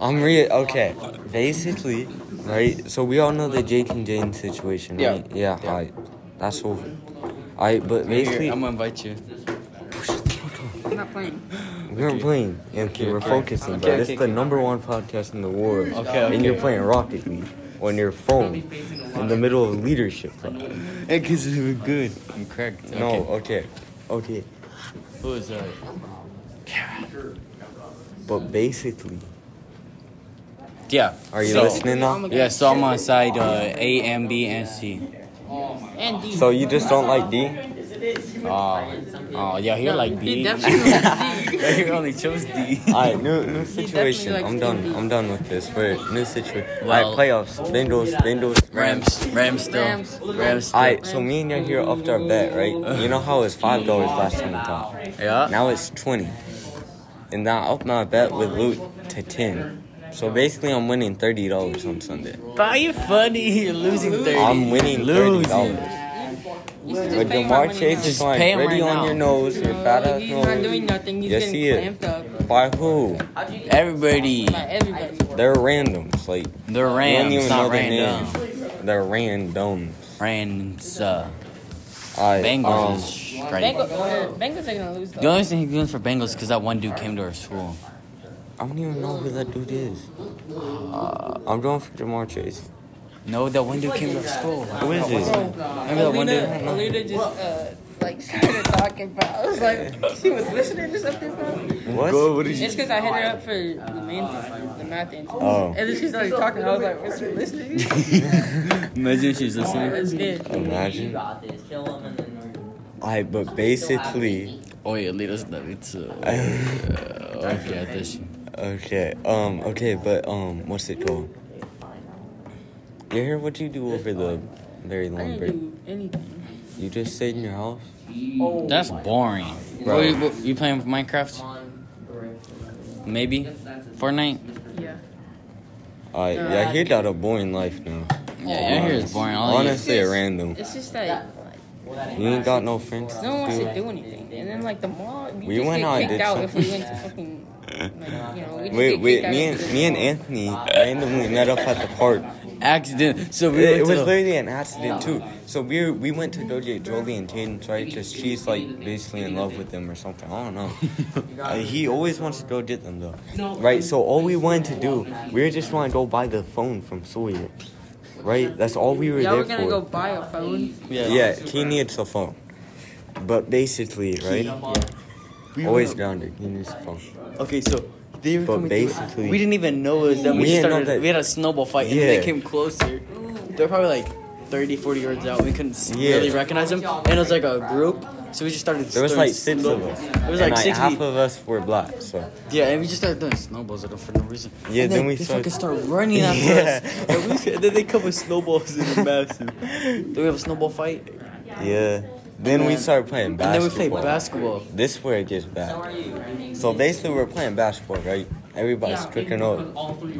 A: I'm re okay. Basically, right? So we all know the Jake and Jane situation,
E: Yeah.
A: right? Yeah,
E: Yeah.
A: alright. That's over. Alright, but basically
E: Here, I'm gonna invite you.
C: I'm not playing.
A: we're playing, Anthony. We're focusing, bro.
E: Okay,
A: this
E: okay,
A: is the number one podcast in the world.
E: Okay,
A: And you're
E: okay.
A: playing Rocket League on your phone in the middle of leadership class.
E: Hey, cause it's good. I'm cracked.
A: No,
E: Okay.
A: okay. Okay.
E: Who is that?
A: But basically,
E: Yeah.
A: are you
E: so,
A: listening now?
E: Yeah, so I'm on side uh, A, M, B, and C.
C: And D.
A: So you just don't like D?
E: Oh, oh, yeah, he like
C: He
E: B.
C: definitely likes D.
E: he only chose D.
A: Alright, new new situation.
C: likes
A: I'm done.
C: Indy.
A: I'm done with this. Wait, new situation.
E: Well-
A: Alright, playoffs. Bengals. Bengals. Rams.
E: Rams, Rams still,
C: Rams.
E: Rams, still.
A: Alright, so me and you here upped our bet, right? You know how it was five dollars last time we talked.
E: yeah.
A: Now it's twenty, and I upped my bet with Luke to ten. So basically, I'm winning thirty dollars on Sunday.
E: But you funny. You're losing 30.
A: I'm winning thirty dollars. But
C: pay him
A: Jamar
C: right now.
A: Chase is
E: Just
A: fine.
E: pay him
A: Ready
E: right
A: on
E: now.
A: your nose, your fat
C: No,
A: ass
C: Oh, he's not doing
A: nose.
C: nothing. He's
A: Yes,
C: getting
A: he is.
C: clamped up
A: By who?
E: Everybody,
C: by everybody.
A: They're randoms. Like you
E: they're
A: don't
E: Rams,
A: even know
E: not
A: their
E: random.
A: names. They're randoms.
E: Rams, uh,
A: Alright.
E: Bengals
A: um,
E: is
C: Bengals,
E: straight.
C: uh, Bengals are gonna lose
E: The
C: though.
E: only reason he's doing for Bengals because that one dude came to our school.
A: I don't even know who that dude is. Uh, I'm going for Jamar Chase.
E: No, that one dude came to our school.
A: Who is it?
E: Remember that one dude?
C: Alina, Alina just uh, like started talking, bro. I was like, she was listening to something, bro.
A: What?
C: It's because I hit her up for the math, the math answer.
A: Oh.
C: And then she started talking. I was like, was she listening?
E: Imagine she's listening.
C: That's good.
A: Imagine. Alright, but basically,
E: Oh yeah, lead us that. It's uh, okay. I thought she-
A: okay, um, okay, but um, what's it called? You hear what you do over the very
C: I
A: long
C: didn't
A: break?
C: do anything.
A: You just sit in your house.
E: That's boring.
A: Bro.
E: What, you- what- you playing with Minecraft? Maybe Fortnite.
C: Yeah.
A: Alright, yeah, he got a boring life now.
E: Yeah, your hair is boring. All you-
A: Honestly, a random.
C: It's just like
A: You ain't got no friends.
C: no one wants to
A: dude.
C: do anything. And then like the mall, we,
A: We
C: just
A: went
C: get
A: out and did
C: kicked out if we
A: something.
C: went to fucking. Like, you know, we just
A: Wait,
C: get
A: wait,
C: kicked out
A: me
C: if we
A: and me and Anthony randomly met up at the park.
E: accident. So we
A: It, it
E: went to
A: was
E: the-
A: literally an accident too. So we we went to go get Jolie and Jaden, right? Because she's like basically in love with them or something. I don't know. Uh, he always wants to go get them though, right? So all we wanted to do, we were just trying to go buy the phone from Sawyer, right? That's all we were
C: Y'all
A: there
C: were gonna
A: for.
C: go buy a phone.
A: yeah, he needs a phone. But basically, right? Always grounded. He needs a phone.
E: Okay, so they were
A: But
E: coming
A: basically-
E: through. we didn't even know it was them. We,
A: We
E: just
A: didn't know
E: started.
A: that-
E: We had a snowball fight, and then
A: Yeah.
E: they came closer. They're probably like, 30, 40 yards out. We couldn't
A: Yeah.
E: really recognize him. And it was like a group. So we just started
A: There was
E: throwing
A: like six of
E: snowballs.
A: us.
E: There was
A: and,
E: like six
A: half
E: of
A: of us were black, so
E: Yeah, and we just started throwing snowballs at them for no reason.
A: Yeah,
E: and
A: then
E: they,
A: we
E: they
A: started-
E: fucking start running after
A: Yeah.
E: us. And, we, and then they come with snowballs and they're massive. then we have a snowball fight.
A: yeah. Then we
E: then-
A: started playing
E: And then
A: basketball.
E: we play basketball.
A: This where it gets bad. So basically, we're playing basketball, right? Everybody's tricking up,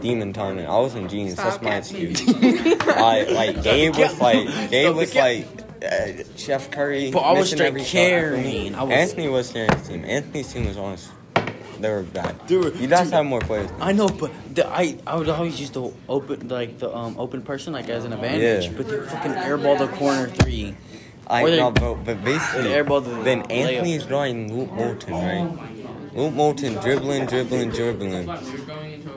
A: demon time, and I was in jeans. That's my excuse. I like Gabe was like Gabe was like uh, Chef Curry.
E: But I was
A: missing
E: straight
A: every shot, I think.
E: carrying. I was-
A: Anthony was carrying his team. Anthony's team was honest. They were bad.
E: Dude,
A: you guys
E: dude.
A: have more players.
E: I know, but the, I I would always use the open like the um open person like as an advantage,
A: Yeah.
E: but they fucking airball the corner three.
A: I
E: Or they-
A: no, but, but basically,
E: They airballed the
A: then
E: layup.
A: Anthony's drawing Luke Moulton, right? Luke Moulton dribbling, dribbling, dribbling,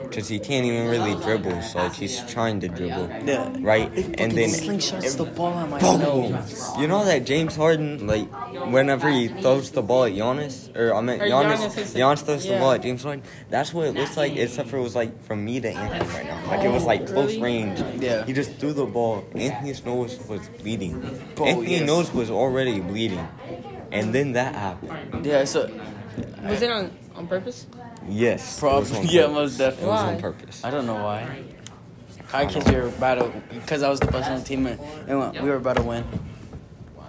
A: because he can't even really dribble. So like he's trying to dribble,
E: Yeah.
A: right? And then
E: slingshots the ball on my
A: boom.
E: nose.
A: You know that James Harden, like whenever he throws the ball at Giannis, or I mean
C: Or
A: Giannis,
C: Giannis is-
A: Giannis throws the
C: yeah.
A: ball at James Harden. That's what it looks like, except for it was like from me to Anthony right now. Like it was like close range.
E: Yeah.
A: He just threw the ball. Anthony's nose was bleeding.
E: Oh,
A: Anthony's
E: yes.
A: nose was already bleeding, and then that happened.
E: Yeah, so
C: Was it on on purpose?
A: Yes. it was
E: probably
A: on
E: yeah,
A: purpose. It
E: most
A: was
E: definitely.
A: on
C: Why?
A: purpose.
E: I don't know why. I because you're about to because I was the best on the team and and we were about to win.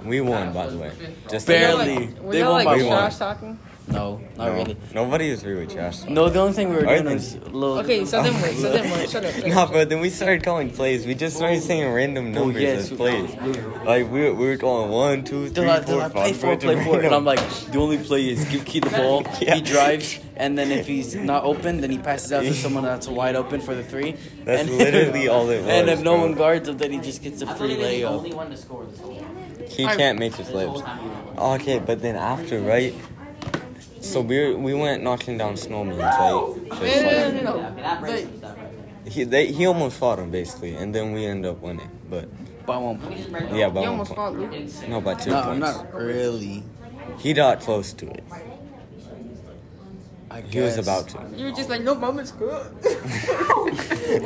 A: We won, by the way. Just
E: Barely.
C: Like, were
E: They
C: y'all
E: won
C: like
E: by
A: one.
C: trash talking?
E: No, not
A: No,
E: really.
A: Nobody was really trash.
E: No, the only thing we were
A: I
E: doing
A: think-
E: was little.
C: Okay, so then wait, so then wait, shut up.
A: No, but then we started calling plays. We just started saying random numbers
E: Oh. yes. um,
A: as plays. Like we were, we were going one, two,
E: They're
A: three,
E: like, they're
A: four,
E: like,
A: five,
E: play four,
A: which
E: play four. And
A: random-
E: I'm like, the only play is give Key the ball.
A: Yeah.
E: He drives, and then if he's not open, then he passes out to someone that's wide open for the three.
A: That's
E: and,
A: literally all it
E: And
A: was,
E: if no
A: bro.
E: one guards him, then he just gets a
J: I
E: free
J: believe he's the only
E: layup.
J: one to score this whole
A: he can't make his lips. Oh, Okay, but then after, right? So we were, we went knocking down snowmen, right? Just
C: No,
A: like-
C: no, no, no.
J: That brings
C: Like,
J: some stuff. right there.
A: he they, he almost fought him basically, and then we end up winning. But
E: But I won't play.
A: yeah, by
C: you
A: one
C: almost
A: point.
C: fought Luke.
A: No, by two
E: No, I'm
A: points.
E: not really.
A: He got close to it.
E: I guess.
A: He was about to.
C: You were just like, no, mama's good.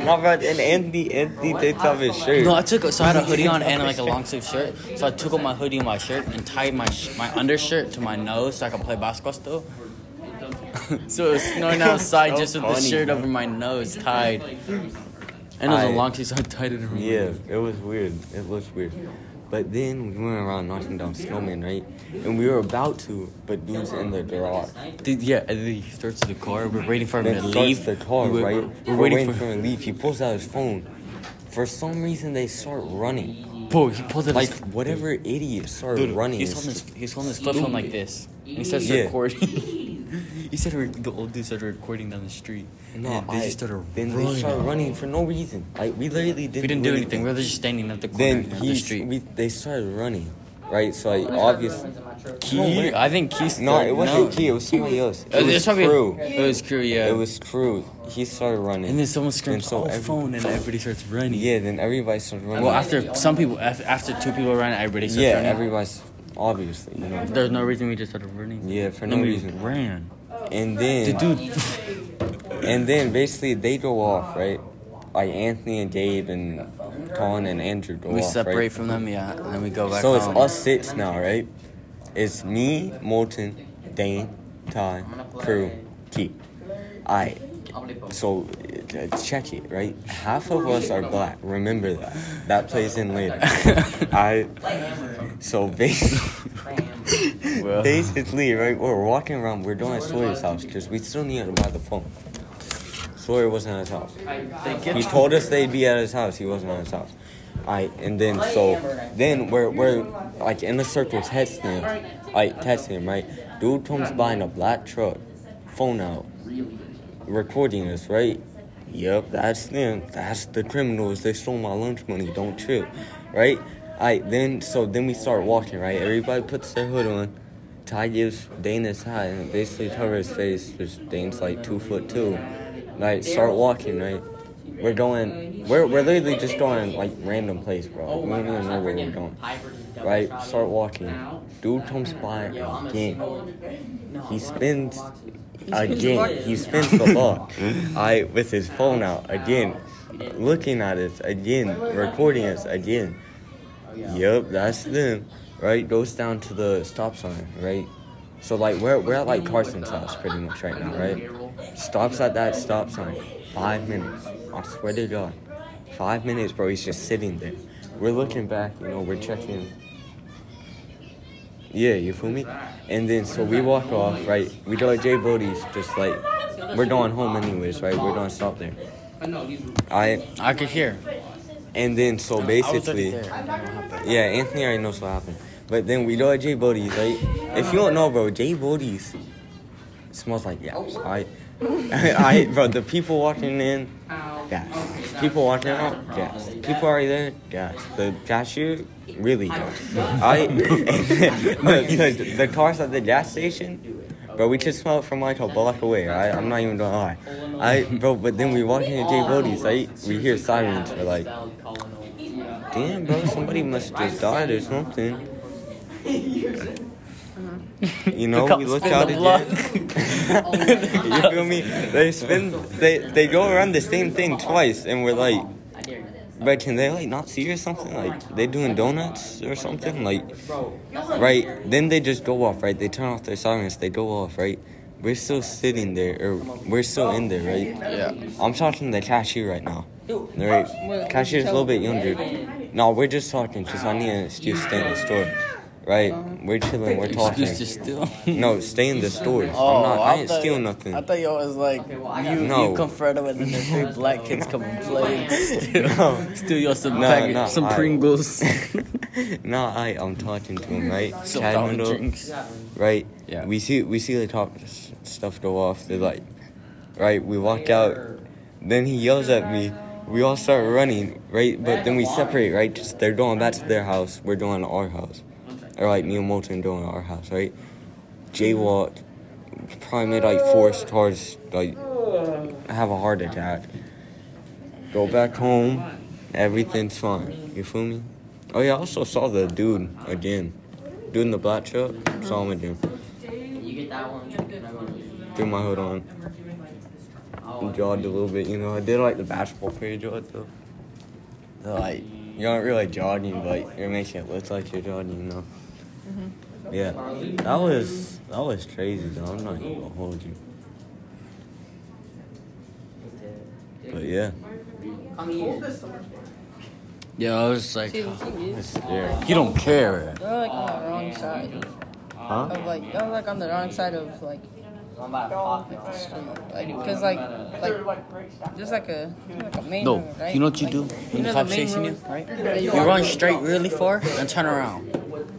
A: Not bad. And Anthony Anthony takes off his shirt.
E: No, I took so I had a hoodie on and like a long sleeve shirt. So I took off my hoodie and my shirt and tied my sh- my undershirt to my nose so I could play basketball still. so it was snowing outside
A: So
E: just with the
A: funny,
E: shirt
A: bro.
E: over my nose tied. And it was a
A: I-
E: long sleeve, so I tied it around. my
A: Yeah,
E: nose.
A: it was weird. It was weird. But then we went around knocking down snowmen, right? And we were about to, but dudes in the garage.
E: Dude, yeah, and then he starts the car. We're waiting for him
A: Then
E: to
A: starts
E: leave.
A: the car,
E: we're,
A: right?
E: We're, we're waiting, for
A: him to leave. He pulls out his phone. For some reason, they start running.
E: Bro, he pulls out
A: Like,
E: his.
A: whatever idiot started
E: Dude,
A: running.
E: he's
A: is-
E: holding his, he's holding his flip phone like this. And he starts
A: Yeah.
E: recording. he said re- the old dude started recording down the street.
A: no,
E: and they
A: I-
E: just started
A: then
E: running.
A: they started running for no reason. Like, we literally didn't,
E: We didn't do
A: really
E: anything. We were just standing at the corner
A: Then
E: of
A: he,
E: the street.
A: we, they started running, right? So, like, obviously.
E: Key, Oh, I think Keith.
A: No, it wasn't Key, it was somebody else. It was Crew.
E: It was crew. Yeah.
A: It was Crew. He started running.
E: And then someone
A: And
E: screams,
A: so
E: "Oh,
A: every-
E: phone!" and everybody starts running.
A: Yeah, then everybody started running.
E: Well, after some people, af- after two people ran, everybody starts
A: yeah,
E: running.
A: everybody's obviously, you know.
E: There's no reason we just started running.
A: Yeah, for no
E: Nobody
A: reason.
E: ran.
A: And then,
E: The dude.
A: and then basically they go off, right? Like Anthony and Gabe and Colin and Andrew go
E: We
A: off,
E: separate
A: right?
E: from them, yeah, and then we go back.
A: So it's
E: home.
A: us six now, right? It's me, Moulton, Dane, Ty, Crew, Key. I. So uh, check it, right? Half of us are black. Remember that. That plays in later. I. So basically. Basically, right, we're walking around, we're going at Sawyer's house because we still need to buy the phone. Sawyer wasn't at his house. He told us they'd be at his house, he wasn't at his house. I and then so then we're we're like in a circle texting him. Like texting him, right? Dude comes by in a black truck, phone out, recording us, right? Yep, that's them. That's the criminals. They stole my lunch money. Don't trip, right? I then so then we start walking, right? Everybody puts their hood on. Ty gives Dane his hat and it basically covers his face because Dane's like two foot two. Like start walking, right? We're going. We're we're literally just going like random place, bro. We don't even know where we're going. Right? Start walking. Dude comes by again.
C: Oh,
A: He spins again. He spins the ball. I with his phone out again, looking at us again, recording us again. Yep, that's them. Right, goes down to the stop sign. Right, so like we're we're at like Carson's house pretty much right now. Right, stops at that stop sign. Five minutes. I swear to God, five minutes, bro. He's just sitting there. We're looking back. You know, we're checking. Yeah, you feel me? And then so we walk off. Right, we go to Jay Bodie's. Just like we're going home anyways. Right, we're gonna stop there. I
I: I could hear.
A: and then so basically.
I: I was already there.
A: Yeah, Anthony already knows what happened. But then we know at J Bodie's, right? If you don't know, bro, J Bodie's smells like yaps. I, I, bro, the people walking in, gas. People walking out, gas. People already there, gas. The cashier, really gas. I, the, the, the cars at the gas station, bro, we could smell it from like a block away. I, I'm not even gonna lie. I, bro, but then we walk into J Bodie's, right? We hear sirens. We're like. Damn, bro, somebody must have just died or something. You know, we look out at it. you feel me? They spin, they they go around the same thing twice, and we're like, but can they like not see or something? Like they doing donuts or something? Like, right? Then they just go off, right? They turn off their sirens, they go off, right? We're still sitting there, or we're still in there, right?
E: Yeah.
A: I'm talking to cashier right now. Right. Cashier's a little bit younger. No, we're just talking because I need an excuse to stay in the store. Right? We're chilling, we're talking.
E: Excuse to steal.
A: No, stay in the store. I'm
E: Oh,
A: not, I ain't
E: thought-
A: steal nothing.
E: I thought y'all was like you,
A: No.
E: you confronted with and the three black kids come and play and steal,
A: No.
E: steal y'all some
A: No,
E: packet-
A: no,
E: some
A: I-
E: Pringles.
A: no, I, I'm talking to him, right?
E: Some
A: Chad
E: fountain
A: Mendel,
E: drinks.
A: Right?
E: Yeah.
A: We see, we see the top s- stuff go off. They're like, right? We walk out. Then he yells at me. We all start running, right? But then we separate, right? Just they're going back to their house. We're going to our house. Or like me and Moulton going to our house, right? Jaywalk. Probably made like four stars, like have a heart attack. Go back home. Everything's fine. You feel me? Oh yeah, I also saw the dude again. Dude in the black shirt. Saw him again.
D: You get that one.
A: Threw my hood on. Jogged a little bit, you know. I did like the basketball player jog though. Like you aren't really jogging, but you're making it look like you're jogging, you know. Yeah, that was that was crazy though. I'm not even gonna hold you. But yeah,
E: Yeah, I was like, you
A: it's scary.
E: don't care.
C: Y'all like on
J: Oh,
C: the wrong side
A: Huh?
C: of like y'all like on the wrong side of like like the street, like cause like like just like a like a main
E: No,
C: road, right?
E: you know what you
C: Like,
E: do
C: You
E: when
C: know
E: the
C: the
E: cop's
C: main
E: chasing you?
C: road.
E: Right?
C: Yeah, you
E: You run straight really far and turn around.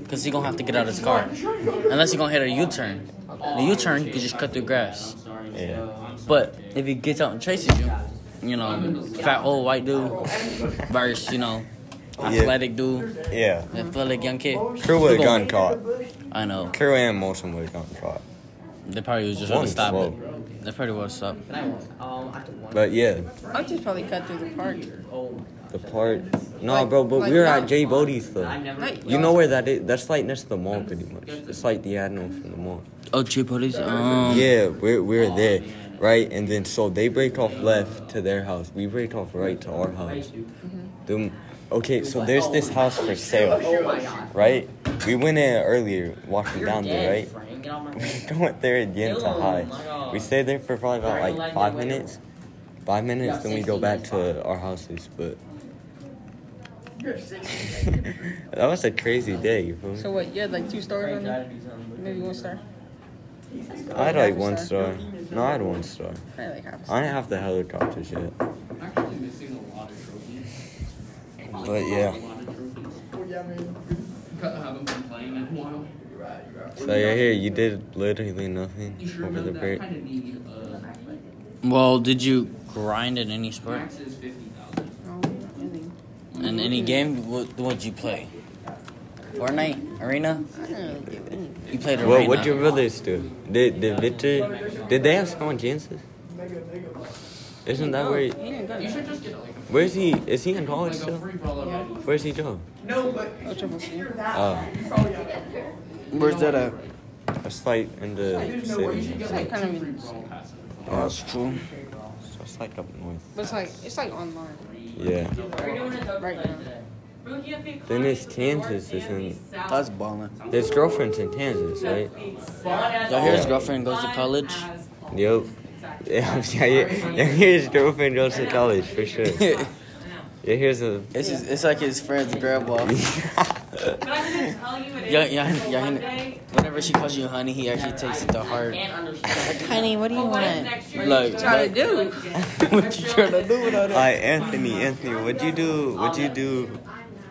E: Because you're going to have to get out of his car. Unless you're going to hit a U turn. The U turn, you can just cut through grass.
A: Yeah.
E: But if he gets out and chases you, you know, fat old white dude versus, you know, athletic dude,
A: Yeah.
E: athletic young kid.
A: Crew would have gotten caught.
E: I know.
A: Crew and Molson would have gotten caught.
E: They probably was just
A: One
E: want to stop
A: slow.
E: it. They probably would stop.
J: Um,
A: But yeah,
C: I would just probably cut through the park.
J: Oh,
A: the part. No, bro, but we were at J Bodie's though. You know where that is? That's like next to the mall, pretty much. It's like the Admiral from the mall.
E: Oh, cheap buddies. Um,
A: Oh, Yeah, we're we're there, right? And then so they break off left to their house. We break off right to our house. Them, okay, so there's this house for sale,
J: Oh
A: right? We went in earlier, walking down there, right? We went there again to hide. We stayed there for probably about like five minutes. Five minutes, then we go back to our houses, but. that was a crazy day. You feel me?
C: So what? You had like two stars on there? Maybe one star?
A: I had like one star. No, I had one star.
C: Probably like half a star.
A: I didn't have the helicopter shit. But yeah.
C: Oh,
A: So you're here, you did literally nothing over the break.
E: Well, did you grind in any sport? In any game, what would you play? Fortnite arena. You played arena.
A: Well, what'd your brothers do? Did did Victor did they have someone chances? Isn't that where
C: He didn't go. You
A: where's he is he in college still? Where's he going? Oh,
E: Where's that at?
A: it's like in the city.
C: kind of in,
E: Oh, that's true.
A: It's like up north.
C: but it's like it's like online
A: Yeah.
C: right now.
A: Then it's Kansas, isn't
E: That's bombing.
A: it? His girlfriend's in Kansas, right?
E: Y'all hear his girlfriend goes to college?
A: Yep. Yeah, yeah, yeah, yeah, his girlfriend goes to college for sure. Yeah, here's a.
E: It's his, it's like his friend's grandma.
J: But I'm gonna tell you it
E: Yeah,
J: is.
E: yeah,
J: So
E: yeah,
J: one
E: he-
J: day,
E: Whenever she calls you honey, he actually takes it to heart. Like, honey, what do you
J: but Oh, what if
E: want?
J: next year
E: Look,
J: you
C: Try
J: start-
C: to do.
E: what you trying to do with all
A: Hi, Anthony. Anthony, what'd you do? What'd you do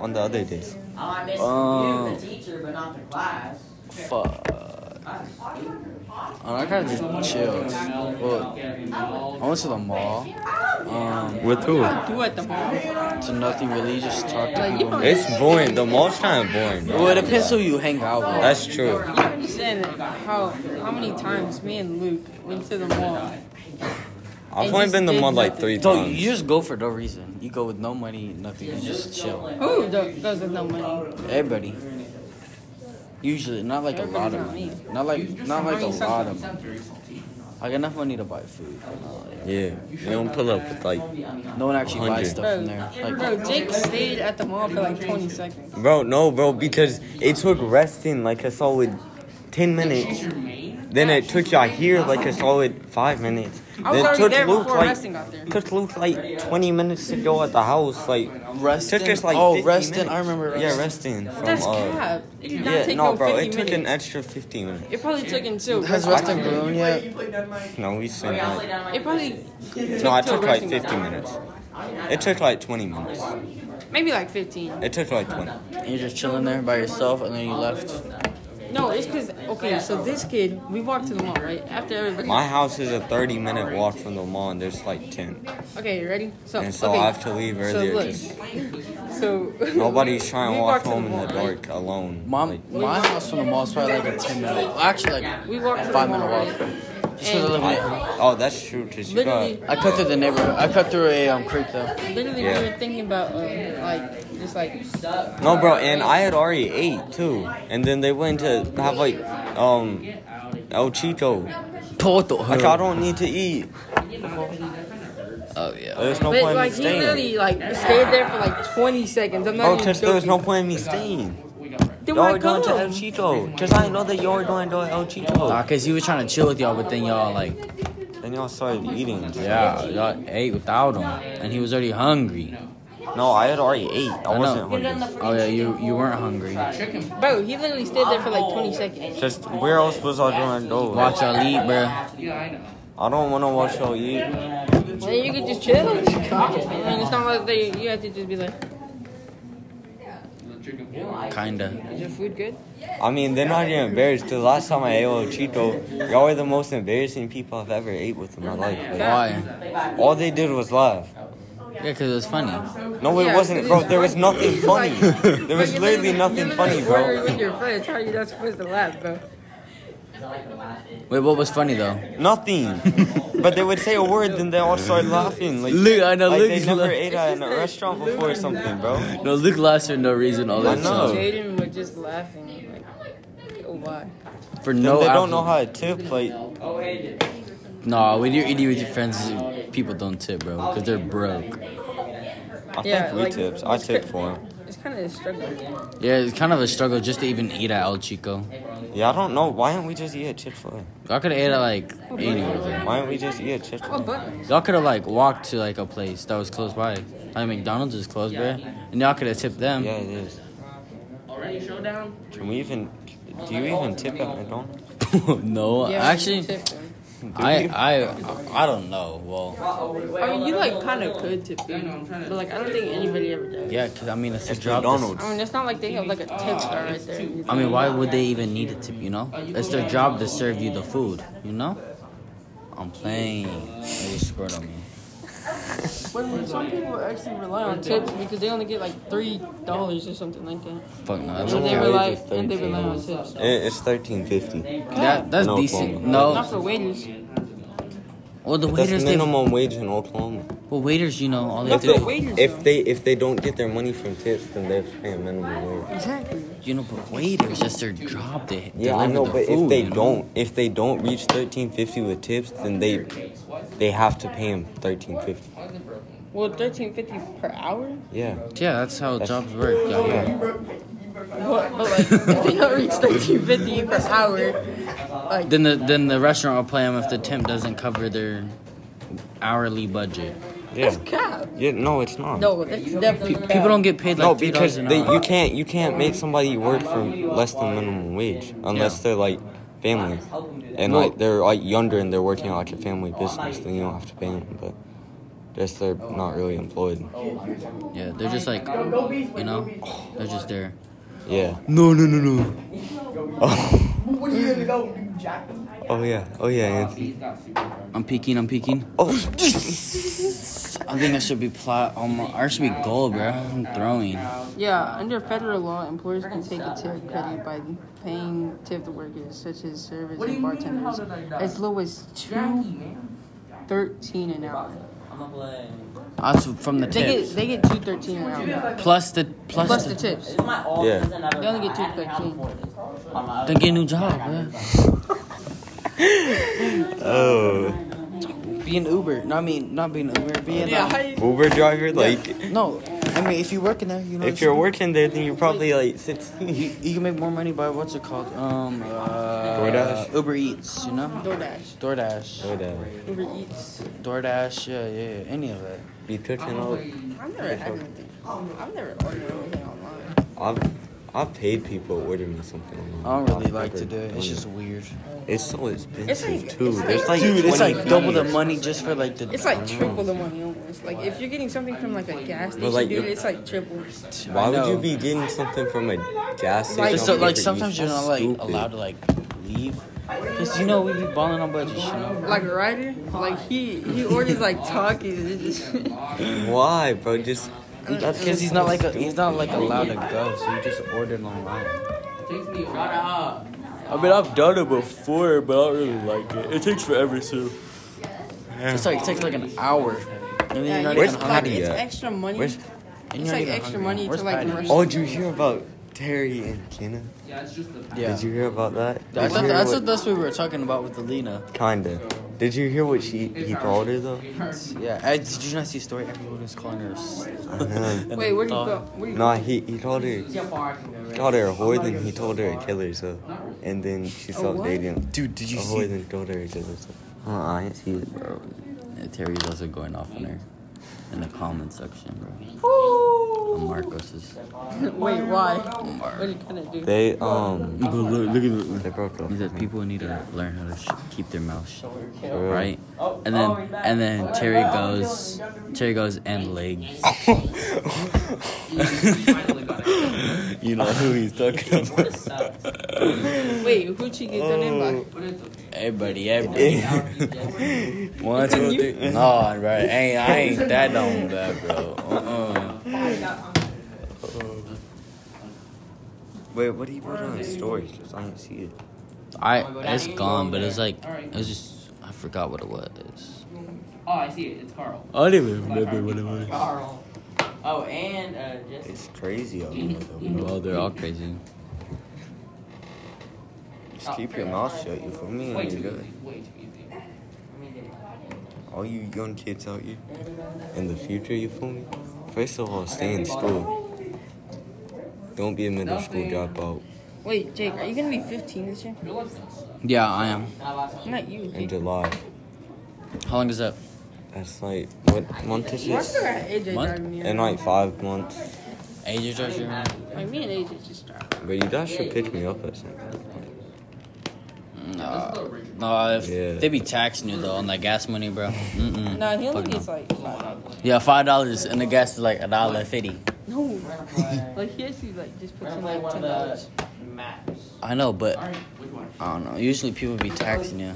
A: on the other days?
J: Oh,
E: that? Um, fuck. Oh, I kind of just chilled. Well, I went to the mall. Um,
A: With who?
C: Do at the mall.
E: to nothing really, just talk to
C: Like, you
E: people.
C: don't-
A: It's boring. The mall's kind of boring. bro.
E: Well, it depends who you hang out with.
A: That's true.
C: You don't understand how how many times me and Luke went to the mall.
A: I've
C: It
A: only
C: just
A: been the
C: did
A: mall like
C: nothing.
A: three
E: So you
A: times.
E: just go for no reason. You go with no money, nothing. You just chill.
C: Who do- goes with no money?
E: Everybody. Usually, not like a lot of money. Not like not like a lot of money. Like enough money to buy food.
A: Yeah, you don't pull up with like,
E: No one actually buys stuff
C: Bro,
E: from there.
C: bro,
E: Like
C: Jake stayed at the mall for like 20 seconds.
A: bro, no, bro, because it took resting like a solid ten minutes. Then it took y'all here like a solid five minutes.
C: I was
A: then it
C: already
A: took
C: there
A: Luke
C: before
A: like
C: resting got there.
A: took Luke like twenty minutes to go at the house. Like
E: Reston.
A: took us like
E: oh,
A: 50
E: Reston.
A: minutes.
E: I remember. Reston.
A: Yeah, resting from
C: That's
A: uh.
C: cap. It did not
A: Yeah,
C: take
A: no,
C: no
A: bro,
C: 50
A: it took an
C: minutes.
A: extra fifteen minutes.
C: It probably took until
E: Has Reston grown yet?
C: Oh,
A: No, we said that.
C: It probably
A: No, I
C: till
A: took like
C: resting got
A: fifty
C: done.
A: minutes. It took like twenty minutes.
C: maybe like 15.
A: It took like twenty.
E: And you're just chilling there by yourself, and then you left.
C: No, it's because okay. So this kid, we walked to the mall right after everybody.
A: My house is a 30 minute walk from the mall, and there's like 10.
C: Okay, ready? So
A: And so
C: Oh, okay.
A: I have to leave earlier.
C: look.
A: just,
C: so
A: nobody's trying
C: we
A: to walk
C: walked to the
A: home in
C: mall,
A: the
C: right?
A: dark alone.
E: My
A: Like,
E: my house from the mall is probably like a ten minute. well, Actually,
C: We
E: like
C: walked to the
E: five
C: mall,
E: minute walk.
C: right?
E: Just 'cause I live in-
A: I, oh, that's true. Cause you got,
C: Literally,
E: I cut through the neighborhood. I cut through a um, creek though.
C: literally, we
A: Yeah.
C: were thinking about um, like just like
A: no, bro. And I had already ate too. And then they went to have like um El Chico.
E: Toto.
A: Like I don't need to eat.
E: Oh yeah.
A: There's no
C: But
A: point in me
C: like he
A: staying.
C: literally like stayed there for like 20 seconds. I'm not
A: Bro,
C: even
A: cause there was
C: joking.
A: no point in me staying.
C: Then
A: Y'all
C: why
A: were going to El
C: come?
A: Chico. Cause I know that y'all were going to El
E: Nah,
A: Chico.
E: Uh, cause he was trying to chill with y'all, but then y'all like,
A: Then y'all started eating.
E: yeah, y'all ate without him, and he was already hungry.
A: No, I had already ate. I
E: know.
A: wasn't hungry.
E: Oh yeah, you you weren't hungry.
C: Bro, he literally stayed there for like 20 seconds.
A: Just where else was I gonna go?
E: Watch y'all eat, bro.
A: I don't wanna watch y'all eat.
C: Well, you could just chill. I mean, it's not like they, you have to just be like,
E: Kinda.
C: is your food good?
A: I mean, they're not even embarrassed. The last time I ate with Chito, y'all were the most embarrassing people I've ever ate with in my life. Like,
E: Why?
A: all they did was laugh.
E: Yeah, cause it was funny.
A: No, it
C: Yeah,
A: wasn't,
C: it
A: bro.
C: is
A: There was nothing funny. There was
C: But you
A: literally
C: you
A: nothing funny,
C: literally ordered
A: bro.
C: With your friends, how are you not supposed to laugh, bro?
E: Wait, what was funny though?
A: Nothing. But they would say a word, then they all started laughing. Like,
E: Luke, I know
A: like
E: Luke
A: they
E: is
A: never
E: laugh-
A: ate at a restaurant before or something, bro.
E: No, Luke laughs for no reason all the
A: I know.
E: time.
C: Jaden was just laughing. Like, oh why?
E: For
A: Then
E: no.
A: they don't know
E: apple-
A: how to tip. Like,
E: Nah, when you're eating with your friends, people don't tip, bro, cause they're broke.
A: I
C: Yeah,
A: think we
C: like-
A: tips. I tip for them.
C: It's kind of a struggle.
E: Yeah, it's kind of a struggle just to even eat at El Chico.
A: Yeah, I don't know. Why don't we just eat at Chick fil
E: Y'all could have ate at like anywhere, bro.
A: A? Why don't we just eat at Chick fil
C: Oh,
A: A?
C: but
E: Y'all could have like walked to like a place that was close by. Like McDonald's is close, bro. And y'all could have tipped them.
A: Yeah, it is.
J: Already showdown?
A: Can we even? Do you even tip at McDonald's?
E: no,
C: yeah,
E: actually,
C: tip them.
E: I, I I don't know. Well,
C: I mean, Oh, you like kind of could tip them, but like I don't think anybody ever does.
E: yeah, cause I mean it's a
A: It's
E: job.
C: I
A: McDonald's.
C: mean, it's not like they have like a tip jar right there.
E: to- I mean, why would they even need a tip? You know, it's their job to serve you the food. You know, I'm playing. They just squirt on me.
C: But some people actually rely on tips because they only get like three dollars or something like that.
E: Fuck no, that's
C: So they
E: okay.
C: rely and they oh, rely on tips.
A: It, it's thirteen fifty.
E: That that's
A: No
E: decent.
A: problem.
C: Ah. Not
E: No,
C: for waiters.
E: well the
A: That's
E: waiters they
A: minimum wage in Oklahoma.
E: well waiters you know all they
A: If
C: That's
A: they,
C: what wages are.
A: if they if they don't get their money from tips, then they're paying minimum wage.
C: Exactly.
E: you know but waiters it's their job to
A: Yeah,
E: deliver
A: I know,
E: the
A: but
E: food,
A: if they
E: you know?
A: don't if they don't reach thirteen fifty with tips, then they they have to pay him thirteen fifty.
C: Well, thirteen fifty per hour.
A: Yeah.
E: Yeah, that's how
A: That's-
E: jobs work. out here.
A: Yeah.
C: What? But like, if they don't reach thirteen fifty per hour, like
E: Then the then the restaurant will play them if the temp doesn't cover their hourly budget.
A: Yeah.
C: cap.
A: Yeah. No, it's not.
C: No, that's definitely cap.
E: People don't get paid like
A: No,
E: three
A: because
E: dollars an
A: they,
E: hour.
A: you can't you can't make somebody work for less than minimum wage unless they're like family and like they're like younger and they're working like a family business. Then you don't have to pay them, but just they're not really employed.
E: yeah, they're just like, you know, they're just there.
A: Yeah.
E: No, no, no, no.
A: Oh. Oh yeah. Oh yeah,
E: Uh,
A: Anthony.
E: I'm peeking. I'm peeking.
A: Oh.
E: I think I should be plot. on my- I should be gold, bro. I'm throwing.
C: Yeah, under federal law, employers can take a tip credit by paying tip to workers, such as servers and bartenders, as low as two thirteen an hour.
E: Also from the
C: They
E: tips.
C: get they get two thirteen an hour
E: Plus the plus,
C: plus
E: the,
C: the tips.
A: Yeah.
C: They only get two thirteen.
E: Then get a new job, bro.
A: Oh.
E: Be an Uber. No, I mean not being Uber. Be an yeah.
A: Uber driver. Like,
E: no. I mean if you work in there, you know.
A: if you're working there, then you're probably like 16.
E: you, you can make more money by what's it called? Um, uh,
A: DoorDash?
E: Uber Eats, you know?
C: DoorDash,
E: DoorDash,
A: Oh, damn.
C: Uber Eats.
E: DoorDash, yeah, yeah, yeah, any of that.
A: Be cooking all.
C: I've never had anything. I've never ordered anything online.
A: I've I've paid people to order me something. online.
E: I don't really
A: I've
E: like to
A: never
E: do it. It's
A: done
E: just weird.
A: It's so expensive
C: It's like-
A: too.
C: it's like-
A: There's like
E: Dude, it's
A: 20
E: like double the
A: fees.
E: money just for like the.
C: It's like triple the money almost. Like if you're getting something from like a gas station,
A: like,
C: dude,
A: you-
C: it's like triple.
A: Why
E: I
A: would you
E: know.
A: be getting something from a gas station?
C: Like-
E: Just so,
A: over
E: like
A: here?
E: sometimes you're not like
A: Stupid.
E: allowed to like leave, cause you know we be balling on budget, you know.
C: Like Ryder, like he he orders like talkies. And it just
A: Why, bro? Just
E: Cause he's not like a, he's not like allowed to go, so you just ordered online.
L: I mean, I've done it before, but I don't really like it. It takes forever too.
E: It's like it takes like an hour, and then you're not
A: Where's
E: even
A: Patty
E: hungry.
A: at?
C: It's extra money.
A: Where's-
E: And
C: It's
E: you're not
C: like
E: even
C: extra
E: hungry.
C: money to
E: Where's
C: like
E: Patty?
C: rush.
A: Oh, did you hear about Terry and Kenan?
E: Yeah.
A: Did you hear about that? Did
E: I
A: you
E: thought
A: hear
E: that's
A: what-
E: what that's what we were talking about with Alina.
A: Kinda. Did you hear what she he called her though?
E: Yeah, I, did you not see a story? Everyone was calling her. s-
A: know.
E: and
C: Wait, where do you
E: thought-
C: go? Where do you
A: Nah, he he called her he called her a whore, then he told her a killer. So, and then she stopped
C: what?
A: dating. him.
E: Dude, did
A: A
E: you
A: whore,
E: see?
A: then told her a killer. So, uh, I didn't see it, bro.
E: Yeah, Uh, Terry's also going off on her in the comment section, bro. On Marcos's.
C: Wait, why? What are you gonna do?
A: They um
E: But look, look at
A: they broke up.
E: He
A: I
E: said
A: think.
E: people need to learn how to sh- keep their mouth shut,
A: For real.
E: right?
C: Oh,
E: And then and then Terry goes, Terry goes and legs.
A: you know who he's talking about.
C: Wait, who'd she get done in by?
E: Everybody, everybody. One, two, three. No, bro. Ain't, I ain't that dumb, bad, bro. Uh-uh.
A: Wait, what do you put on the stories? Cause I didn't see it.
E: I
J: Oh
E: it's gone, but it's like it was just I forgot what it was.
J: Oh, I see it. It's Carl.
E: I don't even remember what it was.
J: Carl. Oh, and uh, just.
A: It's crazy out there, though, bro.
E: Well, they're all crazy.
A: Just keep your mouth shut. You feel me?
J: Way
A: And
J: too
A: you're
J: easy.
A: good.
J: Way too easy. I mean, yeah.
A: All you young kids out here in the future, you feel me? First of all, stay in school. Don't be a middle school dropout
C: Wait, Jake, are you gonna be 15 this year?
E: Yeah, I am.
C: Not you,
A: in
C: Jake.
A: July.
E: How long is that?
A: That's like what month is
C: Why
A: this?
C: is there an AJ
E: What?
C: driving me?
A: In like five months.
E: Age or your
C: Like me and AJ just drive.
A: But you guys should pick me up at some point.
E: No, no. If,
A: Yeah.
E: They be taxing you though on that gas money, bro. Mm-mm.
C: Nah, he only
E: Fuck no.
C: gets like five.
E: Yeah, five dollars and the gas is like a dollar fifty.
C: No. like he actually like just puts in like ten dollars.
E: I know, but I don't know. Usually people be taxing you.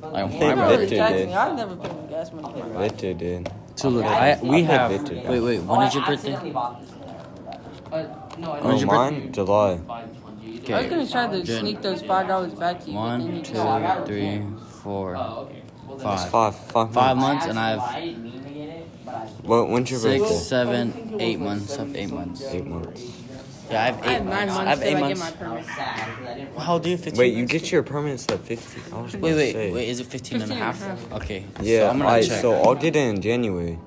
E: Like
A: think
E: my
A: that-
E: brother.
A: Victor did.
C: I've never put in gas money.
A: Victor did.
E: So look, I, we
A: I
E: have.
A: think Victor-
E: Wait, wait. When is your birthday?
A: Oh,
J: uh,
E: your
A: mine? July.
C: I was
E: Okay.
C: gonna try to
E: Jen.
C: sneak those five dollars back to you. but then
E: One,
C: you
E: two,
C: just-
E: three,
J: Oh,
E: four,
A: It's
E: five.
A: five. Five.
E: Five
A: months.
E: months, and I have
A: Well, when's your
E: six,
A: birthday?
E: seven, eight months. I have eight months.
A: Eight months.
E: Yeah, I
C: I
E: have eight
C: have nine
E: months.
C: months
E: I have
C: till
E: eight
C: I get
E: months.
C: my permit.
E: How old are you? 15?
A: Wait, you get your permits at 15. I was
E: Wait,
A: gonna
E: wait,
A: say.
E: wait. Is it 15 and a
C: 15 and a
E: half? Okay.
A: Yeah,
E: So I'm gonna
A: I-
E: check.
A: so I'll get it in January.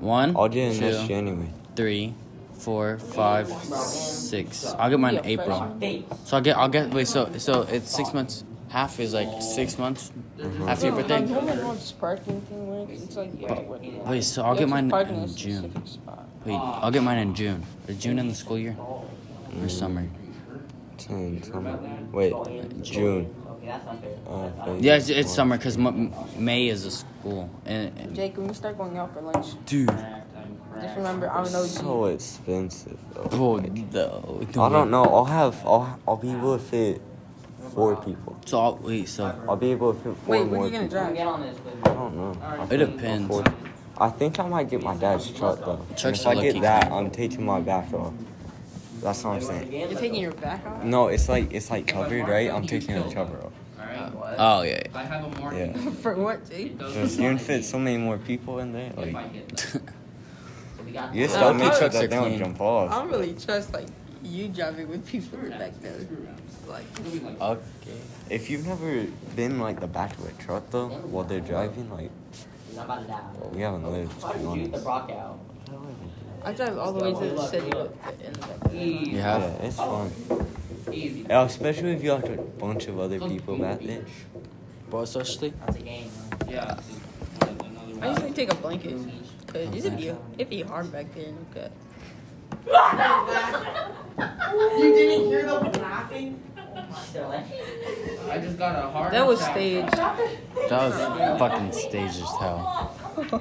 E: One,
A: I'll get it next
E: two,
A: year anyway.
E: three, four, five, six. I'll get mine in
C: Yeah,
E: April. So I'll get I'll get wait so so it's six months. Half is like six months
A: Mm-hmm.
E: after your
C: I
E: birthday.
C: don't know if this parking thing works. It's like, yeah, what-
E: Wait, so
C: you
E: I'll
C: have
E: get
C: to
E: mine
C: park in a
E: in June.
C: specific spot.
E: Wait, I'll get mine in June. Is June in the school year
A: Mm.
E: or summer?
A: Ten. Summer. Wait. June. Uh, February,
E: Yeah, it's, it's
A: March.
E: summer because m- May is a school. And, and-
C: Jake, when you start going out for lunch,
E: dude,
C: just remember I'm an OG.
A: So expensive though.
E: oh, no,
A: I don't know. I'll have. I'll. I'll be able to fit four people.
E: So I'll, wait, so
A: I'll be able to fit four
C: Wait, when are
A: more
C: you gonna
A: people.
C: drive?
A: I don't know.
E: it depends.
A: Four. I think I might get my dad's truck though. And
E: Trucks
A: if
E: are
A: I get
E: lucky.
A: that, I'm taking my back off. That's what I'm saying.
C: You're taking your back off?
A: No, it's like it's like covered, right? I'm taking the cover off.
E: Oh yeah. yeah.
A: Yeah.
C: For what, Jake?
A: Cause you can fit so many more people in there. Like you just
C: Uh,
A: gotta make
C: my
A: sure
E: trucks are
A: that they don't
E: clean.
A: jump
C: I
A: off.
C: don't really trust, like, you driving with people back there. Like,
E: Uh, Okay.
A: If you've never been like the back of a truck though, while they're driving, like we haven't lived. To be honest.
C: I drive all the way to the city with the in the back.
E: You
A: Yeah,
E: have
A: it's fun. Yeah, especially if you have a bunch of other people back there.
E: bro, especially
C: I usually take a blanket. Cause it'd be, it'd be hard back there in the cut.
J: You didn't hear them laughing?
M: I just got a heart
C: That was staged.
E: that was fucking staged as hell.
A: How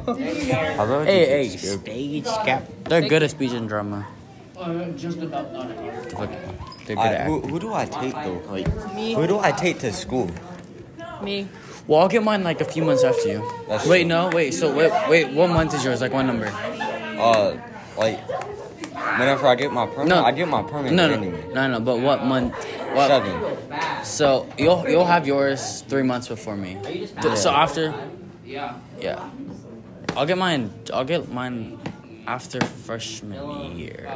A: about
E: Hey,
A: you
E: hey,
A: take script?
E: stage cap. They're good at speech and drama.
M: Uh, just about not
E: Fuck, They're good
A: I,
E: at.
A: who,
E: Acting.
A: who do I take though? Like,
C: Me.
A: who do I take to school?
C: Me.
E: Well, I'll get mine like a few months after you.
A: That's
E: wait,
A: true.
E: no, wait. So wait, wait. What month is yours? Like one number?
A: Uh, like, whenever I get my permit,
E: No.
A: I get my permit
E: No, no,
A: anyway.
E: no, no. But what month? What,
A: Seven.
E: So you'll you'll have yours three months before me. Th- So after, yeah, I'll get mine. I'll get mine after freshman year.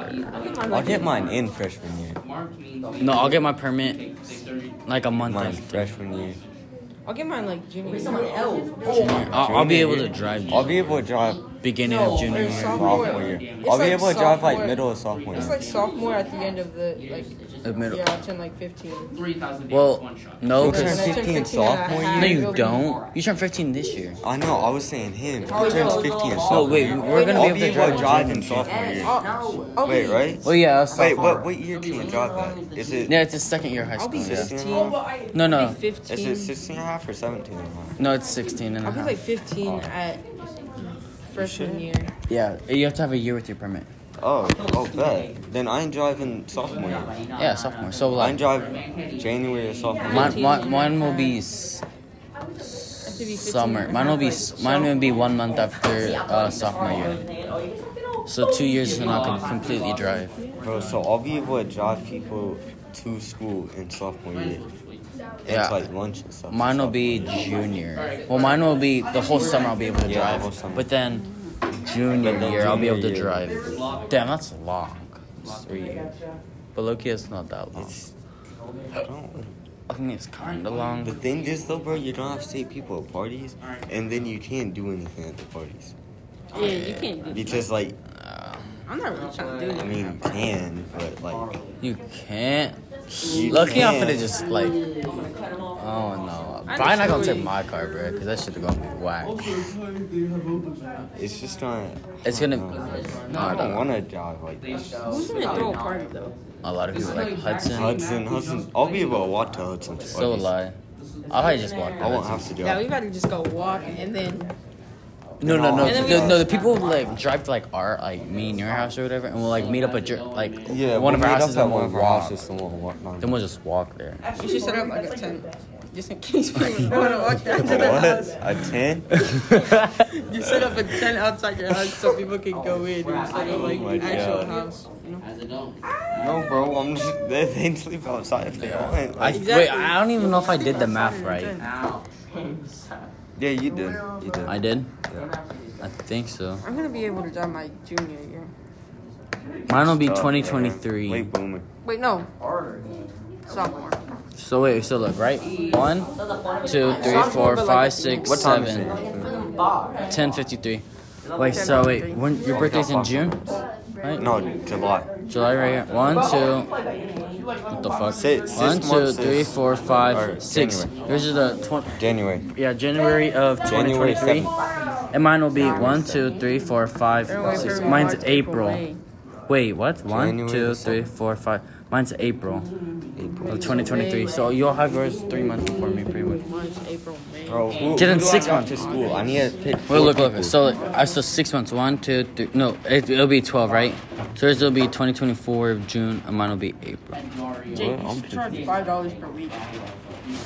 A: I'll get mine in freshman year.
E: No, I'll get my permit like a month
A: Mine
E: after.
A: freshman year.
C: I'll get mine like junior. year.
E: I'll, I'll be
A: Junior
E: able to
A: year.
E: drive
A: I'll be able to drive
E: beginning of junior
C: Or
E: year,
A: sophomore
C: sophomore.
A: year.
C: It's
A: I'll be
C: like
A: able to drive like
C: sophomore-
A: middle of sophomore
C: It's
A: year.
C: like sophomore at the end of the like.
E: the middle.
C: Yeah, I turn like 15.
E: Well, no,
A: You turn
E: because
A: 15
C: 15
A: sophomore
C: and a
A: year?
C: half.
E: no, you don't. You turn 15 this year.
A: I know. I was saying him. He
C: Oh, yeah.
A: turns 15 and
E: No,
A: sophomore.
E: wait,
A: year.
E: we're gonna
A: I'll
E: be
A: be
E: able to drive.
A: in sophomore year.
C: I'll, I'll
A: Wait,
C: be,
A: right?
E: Oh yeah, that's
A: Wait,
E: sophomore.
A: what what year can you drive that? Is it
E: Yeah, it's a second year high
C: I'll
E: school.
C: be
E: Yeah.
C: 15.
A: Oh, but
E: No,
C: I'll
E: no,
C: be 15.
A: is it 16 and a half or 17 and a half?
E: no, it's 16 and a
C: I'll be
E: half.
C: like 15 at freshman year.
E: Yeah, you have to have a year with your permit.
A: Oh, oh, bet. Then I ain't driving sophomore year.
E: Yeah,
N: uh,
E: sophomore. So
A: I ain't
E: like,
A: driving January or sophomore. year.
E: mine, mine, mine will be s-
C: I have to be 15
E: summer.
C: and a
E: Mine will
C: half,
E: be
C: like,
E: s- mine will be one month after uh, sophomore year.
N: oh,
E: So two years and I can completely drive.
A: Bro, so I'll be able to drive people to school in sophomore year. It's
E: Yeah,
A: like lunch and stuff.
E: mine will be junior. Well, mine will be the whole summer. I'll be able to
A: Yeah, the whole
E: drive,
A: summer.
E: but then junior
A: But then
E: year I'll be able
A: junior
E: to
A: year.
E: drive. Damn, that's long.
A: Three years.
E: But Loki, it's not that long.
A: It's, I don't.
E: I think it's kind of long.
A: The thing is, though, bro, you don't have to take people at parties, and then you can't do anything at the parties.
C: Yeah, you can't do
A: Because, like,
C: I'm not really trying to do
A: I
C: that.
A: mean, you can, but, like,
E: You can't.
A: you
E: Lucky I'm
A: can.
E: finna just like. Oh no.
C: I
E: Brian not gonna
C: destroy
E: take
C: you.
E: my car, bro, because that shit's gonna be whack.
A: It's just not.
E: It's gonna.
A: I don't
E: No,
A: want to drive like this.
C: Who's gonna throw a party though?
E: a lot of people like Hudson.
A: Hudson, Hudson. I'll be able to walk to Hudson. to
E: So
A: parties.
E: lie. I'll probably just walk.
A: I won't have to
C: Yeah,
A: drive.
C: we better just go walk and then
E: No, no, no.
A: And
C: then we
E: The,
C: go-
E: no, the people who like drive to like our like me and your house or whatever, and we'll like meet up at your like
A: Yeah,
E: one of
A: we'll
E: our
A: meet
E: houses
A: up at
E: and we'll
A: one of our
E: walk.
A: houses and we'll walk down.
E: Then we'll just walk there.
C: we should set up like a tent. Just in case people want to walk down to the
A: What?
C: house.
A: A tent?
C: You set up a tent outside your house so people can go in instead of like
A: Oh my
C: the actual
A: God.
C: house. You know?
A: No, bro. I'm just. They, they can sleep outside if they want.
E: I,
A: Like,
E: wait, I don't even know if I did the math right.
A: yeah, you did. You Oh, did.
E: I did. I think so.
C: I'm gonna be able to drive my junior year.
E: Mine will be
A: Stop, bro.
E: 2023.
A: Late boomer.
C: Wait, no. Sophomore.
E: So wait, so look, right? One, two, three, four, five, six,
A: What time is
E: seven,
A: it?
E: ten fifty-three. Wait, so wait, when your birthday's in June, right?
A: No, July.
E: July right here. One, two. What the fuck?
A: Six- six
E: One, two,
A: months
E: three,
A: is-
E: four,
A: or
E: five, six.
A: January.
E: Yours is the twenty.
A: January.
E: Yeah, January of
A: January
E: 2023. And mine will be one, two, three, four, five,
C: Everyone wait
E: six.
C: for
E: Mine's
C: March, April,
E: April.
C: May.
E: Wait, what? One,
A: January
E: two,
A: the
E: three, four, five. Mine's April of 2023. So you'll have yours three months before me, pretty much.
C: March, April, May.
A: Bro, who,
E: Get
A: who
E: in
A: do I
E: six
A: got
E: months.
A: to school. I need to pick.
E: Well,
A: four
E: look, look.
A: people.
E: So I still six months. One, two, three. No, it, it'll be twelve, right? So yours will be 2024 of June, and mine will be April.
C: Jake, you should charge five dollars per week.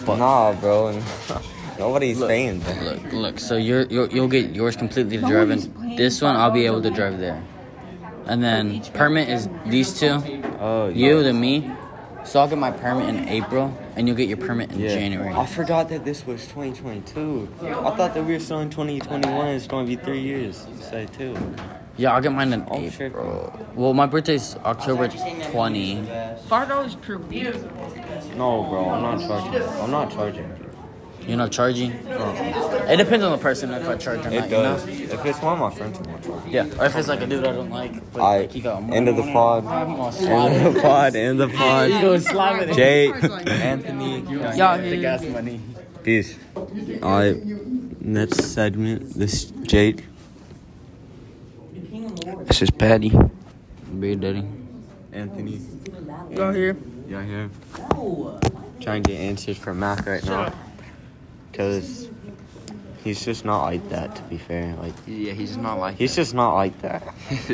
A: Nah, bro. Nobody's paying that.
E: Look, look. So you're, you're you'll get yours completely to drive, and this one I'll be able to drive there. And then permit is these two,
A: Oh,
E: you then me. So I'll get my permit in April, and you'll get your permit in January.
A: I forgot that this was 2022. I thought that we were still in 2021. It's going to be three years. Say two.
E: Yeah, I'll get mine in
A: Oh, shit.
E: April. Well, my birthday's October 20.
C: Five dollars per week.
A: No, bro. I'm not charging. I'm not charging.
E: You're not charging. It depends on the person if I charge or not.
A: Oh. It
E: you know?
A: does. If it's one of my friends, I'm not charging.
E: Yeah, or if it's like a dude I don't like. But
A: All
E: like,
A: right.
E: he got more
A: End of the
E: money,
A: pod.
E: I'm gonna slap
A: End of the pod. End of the
E: You gonna
A: pod.
E: slap it?
A: Jake, Anthony,
E: Y'all hear the gas money.
A: peace. All right. Next segment. This Jake.
O: This is Patty.
E: Be daddy.
A: Anthony.
C: Go here.
A: Y'all here? Trying to get answers from Mac right now. Because he's just not like that, to be fair. Like,
O: Yeah, he's just not like.
A: he's just not like that.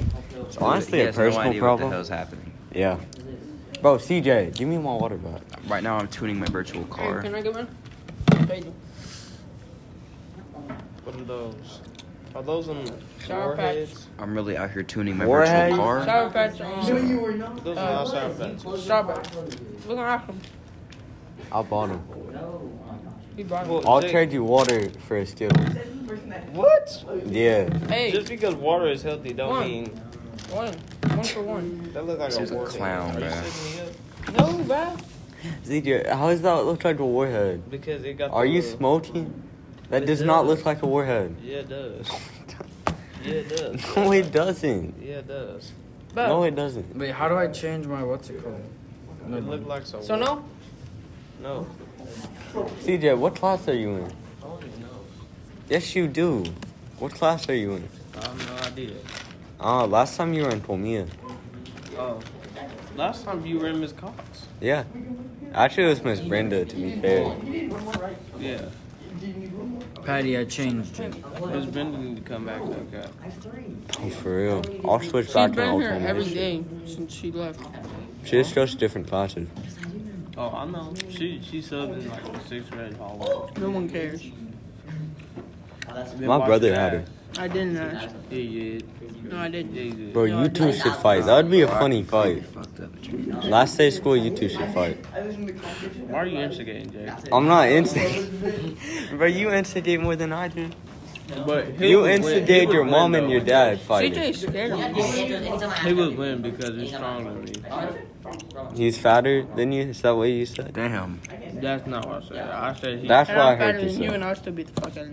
A: it's honestly a personal problem.
B: What the hell's happening?
A: yeah. Bro, CJ, give me my water back.
B: Right now, I'm tuning my virtual car.
C: Can I get one?
I: What are those? Are those in
C: Shower patch.
B: I'm really out here tuning my
A: Warhead.
B: virtual car.
C: Shower patch. Um,
I: Those are not sour patches.
C: shower patch. We're gonna ask him.
A: I bought him.
C: He bought
I: Well,
C: it.
A: I'll
I: Jake,
A: trade you water for a skill.
I: What?
A: Yeah.
I: Just
C: Hey,
I: because water is healthy don't
C: One.
I: mean
C: one. One for one.
I: that look like
B: This
I: a
B: is a
I: warhead.
B: clown,
I: Are you
B: bruh.
I: setting me up?
C: No, bad.
A: CJ, how does that look like a warhead?
I: Because it got.
A: Are
I: the
A: you
I: little-
A: smoking? That
I: It
A: does not
I: does.
A: look like a warhead.
I: Yeah, it does. Yeah, it does.
A: No, it doesn't.
I: Yeah, it does.
A: No, it doesn't.
P: Wait, how do I change my what's it called?
I: It looked like Um, so.
C: So no?
I: No.
A: CJ, what class are you in?
I: I don't even know.
A: Yes, you do. What class are you in?
I: I have no idea.
A: Ah, last time you were in Pomia.
I: Oh. Last time you were in Miss Cox.
A: Yeah. Actually, it was Miss Brenda, to be fair.
I: Yeah.
P: Patty, I changed it.
I: Miss Brenda need to come back. Okay.
A: Oh, for real. I'll switch
C: She's
A: back to
C: been here every
A: automation.
C: day since she left.
A: She just goes to different classes.
I: Oh, I know. She she subbed in like the sixth grade hall.
C: No one cares.
A: My brother had her.
C: I didn't ask.
I: Yeah, yeah,
C: No, I didn't.
I: yeah, yeah.
A: Bro, you two should fight. That would be a funny fight. Last day of school, you two should fight.
I: Why are you instigating, Jake?
A: I'm not instigating. Bro, you instigate more than I do.
I: But he
A: You
I: would win- he
A: instigate
I: would
A: your
I: win,
A: mom and
I: though.
A: your dad
C: CJ
A: fighting.
C: is scared of me.
I: He would win because he's stronger than me.
A: He's fatter than you? Is that what you said?
B: Damn.
I: That's not what I said. I said he.
A: That's
C: And
A: what I
C: I'm better
A: heard you
C: than you,
A: say.
C: and I'll still beat the fuck out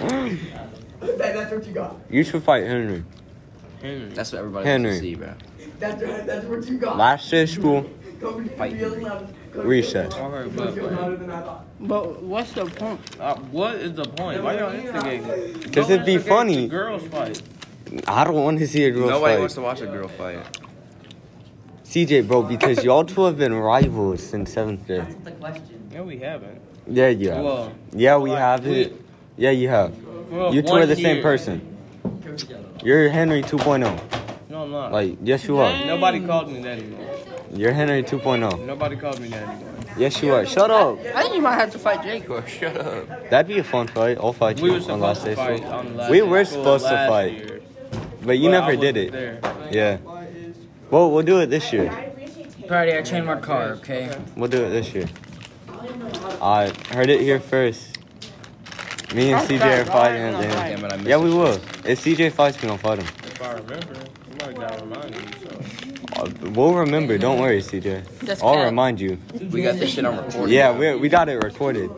C: of you. So.
A: You should fight Henry.
I: Henry.
B: That's what everybody
A: Henry.
B: wants to see, bro.
A: Last day of school, recess.
I: I heard, but, but,
C: But what's the point?
I: uh, what is the point? Why y'all instigating?
A: Because it'd be
I: The
A: funny.
I: girls fight.
A: I don't want to see a girl
B: Nobody
A: fight.
B: wants to watch a girl fight.
A: CJ, bro, because y'all two have been rivals since seventh grade.
I: Yeah, we haven't.
A: Yeah, you have.
I: Well,
A: yeah, we
I: like,
A: have it. Yeah, you have.
I: well,
A: You two
I: one
A: are the same
I: year.
A: person. You're Henry 2.0.
I: No, I'm not.
A: Like, yes, you are.
I: Nobody called me that anymore.
A: You're Henry oh. 2.0.
I: Nobody called me that anymore.
A: Yes, you are. Shut up.
C: I think you might have to fight Jake.
B: Shut up.
A: That'd be a fun fight. I'll fight
I: We
A: you
I: were
A: on
I: supposed
A: last
I: to
A: day.
I: fight
A: school.
I: on last
A: We
I: day
A: were
I: school
A: supposed to
I: last
A: fight.
I: year,
A: But you
I: but I
A: never did
I: wasn't
A: it.
I: There.
A: Yeah. Well, we'll do it this year.
P: Patty, I changed my car, okay?
A: We'll do it this year. I heard it here first. Me and CJ are fighting at the end.
B: Damn it, I missed
A: Yeah, we
B: it.
A: will. If CJ fights, we gonna fight him.
I: If I remember, somebody gotta remind me. So.
A: Uh, We'll remember. Don't worry, CJ.
C: That's
A: I'll
C: bad.
A: remind you.
B: We got this shit on recording.
A: Yeah, we, we got it recorded.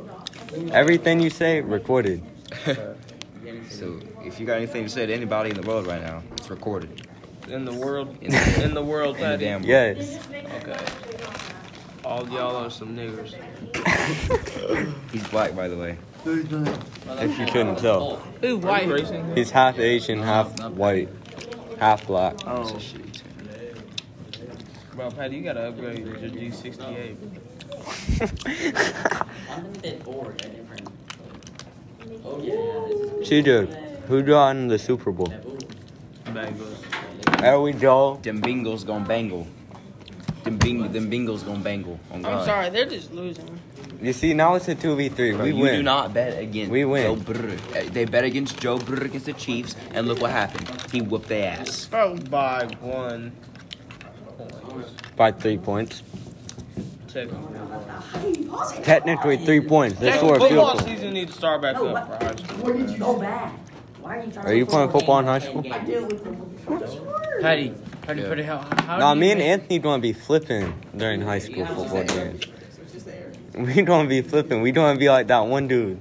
A: Everything you say, recorded.
B: So if you got anything to say to anybody in the world right now, it's recorded.
I: In the world,
B: In the-
I: in the world,
B: In the
I: that
B: damn
I: is.
B: world.
A: Yes.
I: Okay. All y'all are some niggers.
B: He's black, by the way.
A: If you couldn't tell,
Q: Ooh,
I: Are
Q: why?
I: you
C: Oh.
I: racing?
A: he's half Asian, half white, half black.
I: Oh. Bro, Patty, you gotta upgrade your G68.
J: Oh,
A: See, dude, who won the Super Bowl?
I: Bagels.
A: There we go.
B: Them bingles gonna bangle. Them bing, them bingles gonna bangle. On God.
A: Uh,
C: I'm sorry, they're just losing.
A: You see, now it's a two v three.
B: Bro,
A: We
B: you
A: win.
B: do not bet against
A: We win.
B: Joe Burr. Uh, They bet against Joe Burr against the Chiefs, and look what happened. He whooped their ass.
C: Bro,
I: By one.
A: by three points.
I: Technically.
A: Technically, three points. They
I: Jack,
A: score a
I: football
A: field goal.
I: season needs to start back up for high school.
R: Where did you go back? Why are you trying
A: Are you playing football in high school?
R: I deal with the
E: Patty, Patty, Patty, how, how
A: Nah,
E: do you
A: me and
E: make-
A: Anthony don't be flipping during high school football games. We don't be flipping. We don't be like that one dude,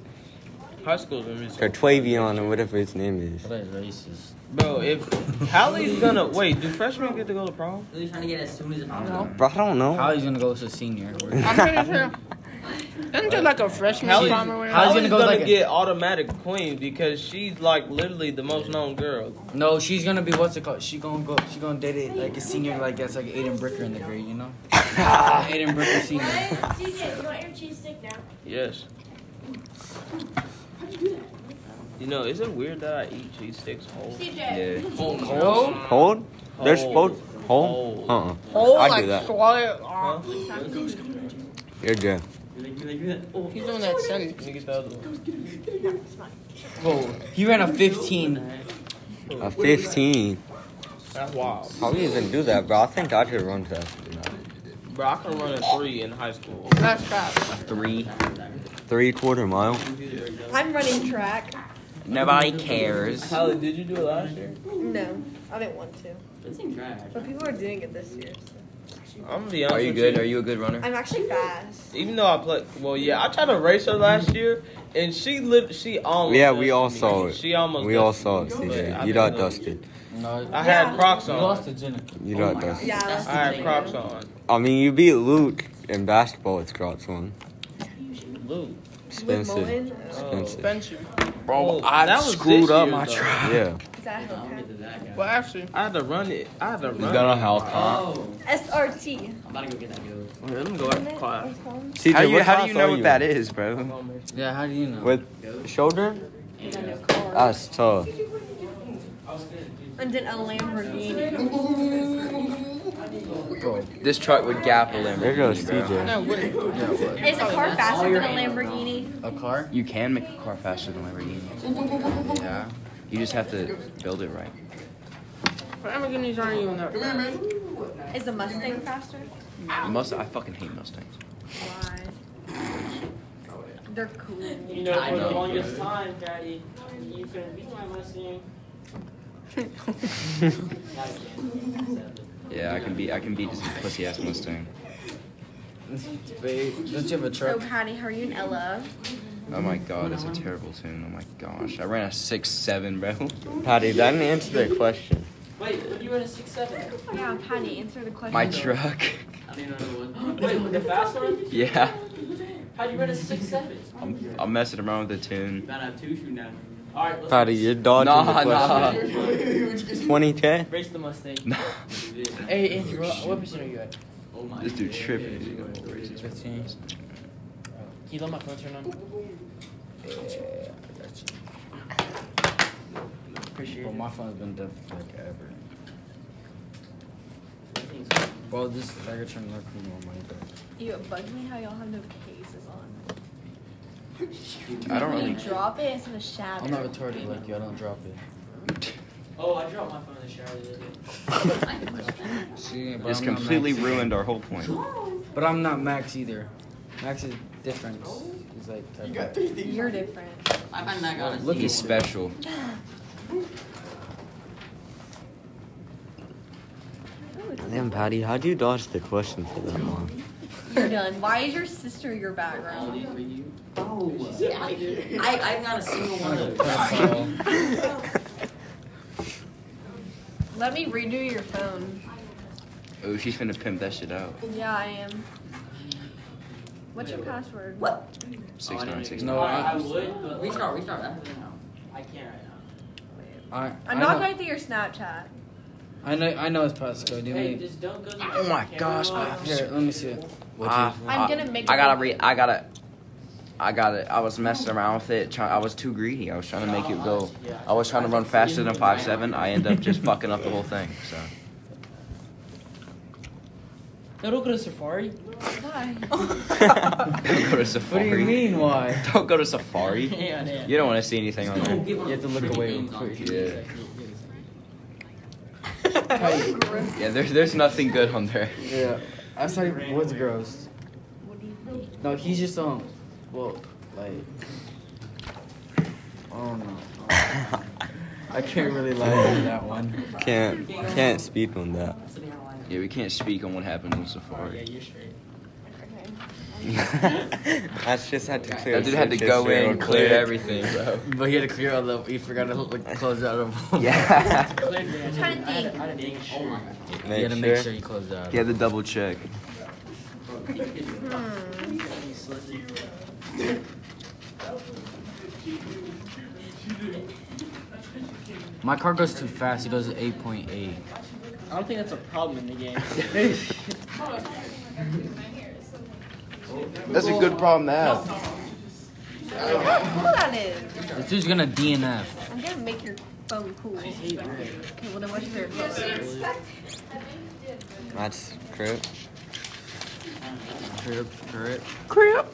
I: High school's gonna be so-
A: Tertwavion or whatever his name is.
E: That racist.
I: Bro, if Hallie's gonna wait, do freshmen get to go to prom?
N: Who are you trying to get as soon as possible?
A: Bro, I don't know.
E: Hallie's gonna go as a senior.
C: I'm pretty sure. Isn't there like a freshman
I: Hell yeah.
C: prom or whatever?
E: Hell
I: Hallie's
E: Hallie's
I: gonna,
E: gonna go like a-
I: get automatic queen because she's like literally the most known girl.
E: No, she's gonna be what's it called? She gonna go. She gonna date it like a senior, like that's like Aiden Bricker in the grade, you know? Aiden Bricker senior.
R: CJ, you want your cheese stick now?
I: Yes. You know, is it weird that I eat cheese sticks whole?
C: CJ.
A: Hold? They're supposed. Hold?
I: Hold.
A: Uh uh
C: Oh,
A: I
C: like
A: do that.
C: swallow it off.
A: You're good.
C: He's doing that sentence.
I: Let me get the other one.
E: Oh, he ran a 15.
A: Uh-uh. A 15.
I: That's wild.
A: How do you even do that, bro? I think I could run faster than that.
I: Bro, I can run a three in high school.
C: That's fast.
B: Three.
A: Three quarter mile?
R: I'm running track.
B: Nobody cares.
I: Hallie, did you do it last year?
R: No, I didn't want to. But people are doing it this year. so.
I: I'm gonna be honest
B: Are you
I: with
B: good? Are you a good runner?
R: I'm actually fast.
I: Even though I played, well, yeah, I tried to race her last year, and she lit. She almost.
A: Yeah, we
I: dusted
A: all
I: me.
A: saw it.
I: She almost.
A: We all
I: dusted
A: saw
I: me,
A: it,
I: but I
A: CJ. You
I: didn't
A: got
I: know.
A: dusted.
E: No,
I: I
R: Yeah.
I: had Crocs
E: you
I: on.
E: lost to Jenica.
A: You got dusted.
R: Yeah, that's
I: I had Crocs on.
A: I mean, you beat Luke in basketball. It's Crocs one.
I: Blue.
R: With
A: Spencer.
R: Mullen? Oh,
A: Spencer.
C: Bench you.
B: Oh,
I: Bro, I that was screwed up my truck.
A: Yeah.
R: exactly. okay.
C: Well, actually,
I: I had to run it. I had to run.
B: health huh?
J: Oh.
R: SRT.
N: I'm about to go get that girl.
I: it. Oh, Let me go back to class.
A: CJ,
B: How do you,
A: what
B: how do
A: class
B: you know
A: are
B: what
A: you
B: that
A: in?
B: is, bro?
E: Yeah, how do you know?
A: With shoulder? That's tough.
R: I'm in a Lamborghini.
B: This truck would gap a limb.
A: There goes CJ.
C: no, wait.
R: Is a car faster than a Lamborghini?
E: A car?
B: You can make a car faster than Lamborghini. Yeah. You just have to build it right.
C: What Lamborghinis are you in there?
R: Is a Mustang faster?
B: Must I fucking hate Mustangs.
R: Why? They're cool.
J: You know, for
B: know.
J: the longest time, Daddy, you couldn't beat my Mustang.
B: Yeah, I can be I can beat this pussy ass Mustang.
E: Babe, don't you have a
R: So
E: truck?
R: Patty, how are you in Ella?
B: Oh my god, that's a terrible tune. Oh my gosh. I ran a six seven, bro.
A: Patty, that didn't answer that question.
J: Wait, what do you run a six seven?
R: Yeah, Patty, answer the question.
B: My truck.
J: I mean, another one. Wait, with the fast one?
B: Yeah.
J: How do you run a six seven?
B: I'm, I'm messing around with the tune.
J: Gotta have two shoot now. All right, let's
A: Patty, you're dodging
B: Nah,
A: the
B: nah.
A: question. 2010?
J: race the Mustang.
E: Hey, Andrew, what, what percent are you at?
J: Oh my.
B: This dude tripping. He's gonna go crazy.
E: 15.
J: Can you let my phone turn on? Appreciate
E: Well,
J: it.
E: my phone's been dead for like ever. Well, this I gotta turn left me on my bed.
R: You it bugs me how y'all have no cases on.
B: I don't
R: When
B: really
R: you drop it, it's gonna shatter.
E: I'm not retarded like you. I don't drop it.
J: Oh, I dropped my phone in the shower the other day.
E: See, but
B: It's
E: I'm not
B: completely
E: Max.
B: ruined our whole point.
E: But I'm not Max either. Max is different. He's like. You got three.
R: You're different.
N: I find that got
E: Look
B: He's special.
A: Damn, Patty, how'd you dodge the question for that long?
R: You're done. Why is your sister your background?
S: No. I, I'm not a single one of them.
R: Let me redo your phone.
B: Oh, she's gonna pimp that shit out.
R: Yeah, I am. What's your password?
S: What?
K: Oh,
B: Six nine six
E: No,
B: nine.
E: I-
S: I would, but. Restart, restart. That's now. I can't right now.
E: I,
R: I'm
E: I
R: not
E: know,
R: going through your Snapchat.
E: I know. I know it's Pasco. Do
S: Hey,
E: me.
S: just don't go.
E: Oh my gosh! I Here, let me see it.
B: Ah,
R: I'm
B: ah,
R: gonna make
B: I
R: a
B: gotta
R: video.
B: re. I gotta. I got it. I was messing around with it. Try, I was too greedy. I was trying to make it go. I was trying to run faster than five seven. I end up just fucking up the whole thing. So
K: It'll go to Safari.
R: Why?
B: don't go to
K: What
B: Safari.
K: do you mean? Why?
B: Don't go to Safari.
S: Yeah, yeah.
B: You don't want to see anything on there.
S: You
K: have to look away real quick.
B: Yeah. Yeah. There's there's nothing good on there.
K: Yeah. That's like what's gross. No, he's just um. Well, like. I don't know. I can't really lie on that one.
A: Can't can't speak on that.
B: Yeah. We can't speak on what happened on Safari.
A: I just had to clear.
B: That dude had to
A: searches
B: go
A: real
B: in, clear
A: quick.
B: everything, bro.
E: But he had to clear out the. He forgot to like, close out of.
B: Yeah.
R: I'm trying to think.
S: Oh my god.
E: You had to make sure you closed out.
B: He had to double check.
E: Hmm. My car goes too fast. It goes to eight point eight.
T: I don't think that's a problem in the game.
B: That's a good problem to have.
R: Look how cool that is.
E: This dude's gonna DNF.
R: I'm gonna make your phone cool. Okay, well then what's your password?
A: That's crap.
E: Crip, crip.
C: Crap.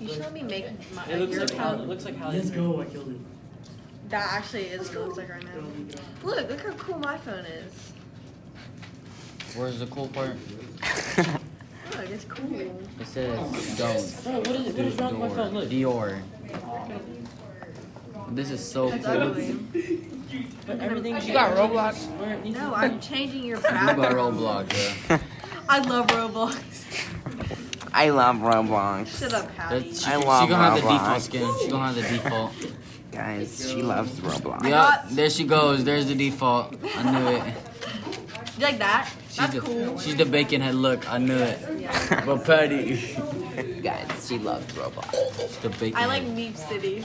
R: You should let me make my
S: It looks
R: your
S: like how it
R: phone.
S: looks like how Let's go. I killed him.
R: That actually is what it looks like right now. Look, look how cool my phone is.
E: Where's the cool part?
R: Look, it's cool.
E: It says don't.
T: Bro, what is it? What is wrong with my phone?
E: Dior.
T: Look.
E: Dior. This is so
R: That's
E: cool.
R: ugly.
T: But everything
R: Okay.
T: you got Roblox. Where it needs
R: No,
T: to-
R: I'm changing your
E: You got
R: background.
E: Roblox, bro.
R: I love Roblox.
A: I love Roblox.
R: Shut up, Hattie.
E: That's- she,
A: I
E: she
A: love
E: gonna have the
A: Roblox.
E: default skin. She gonna have the default.
A: Guys, she loves Roblox.
E: Yeah, there she goes. There's the default. I knew it.
R: You like that?
E: She's
R: That's
E: the,
R: cool.
E: she's the bacon head. Look, I knew it.
R: Yeah.
E: But Patty.
A: Guys, she loves Roblox.
E: She's the bacon.
R: I like
E: head.
R: Meep City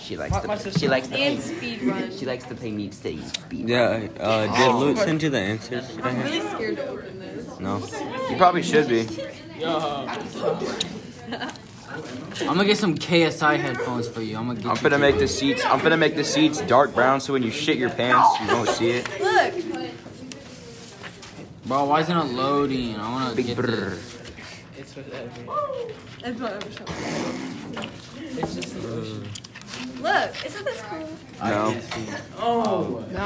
A: She likes to. She likes
R: and Speedrun.
A: likes to play Neat City. Yeah. Uh, did Luke send you the answers? I
R: I'm
A: had?
R: really scared to open this.
A: No.
B: You probably should be.
E: I'm gonna get some KSI headphones for you. I'm gonna get.
B: I'm
E: you
B: finna
E: two.
B: make the seats. I'm finna make the seats dark brown so when you shit your pants, you won't see it.
R: Look,
E: Bro, why isn't it loading? I wanna
B: Big
E: get
B: brr.
E: this.
T: It's for that.
R: that's what I'm showing.
T: It's just the ocean.
R: Look, isn't this cool?
B: No.
T: Oh.
A: No.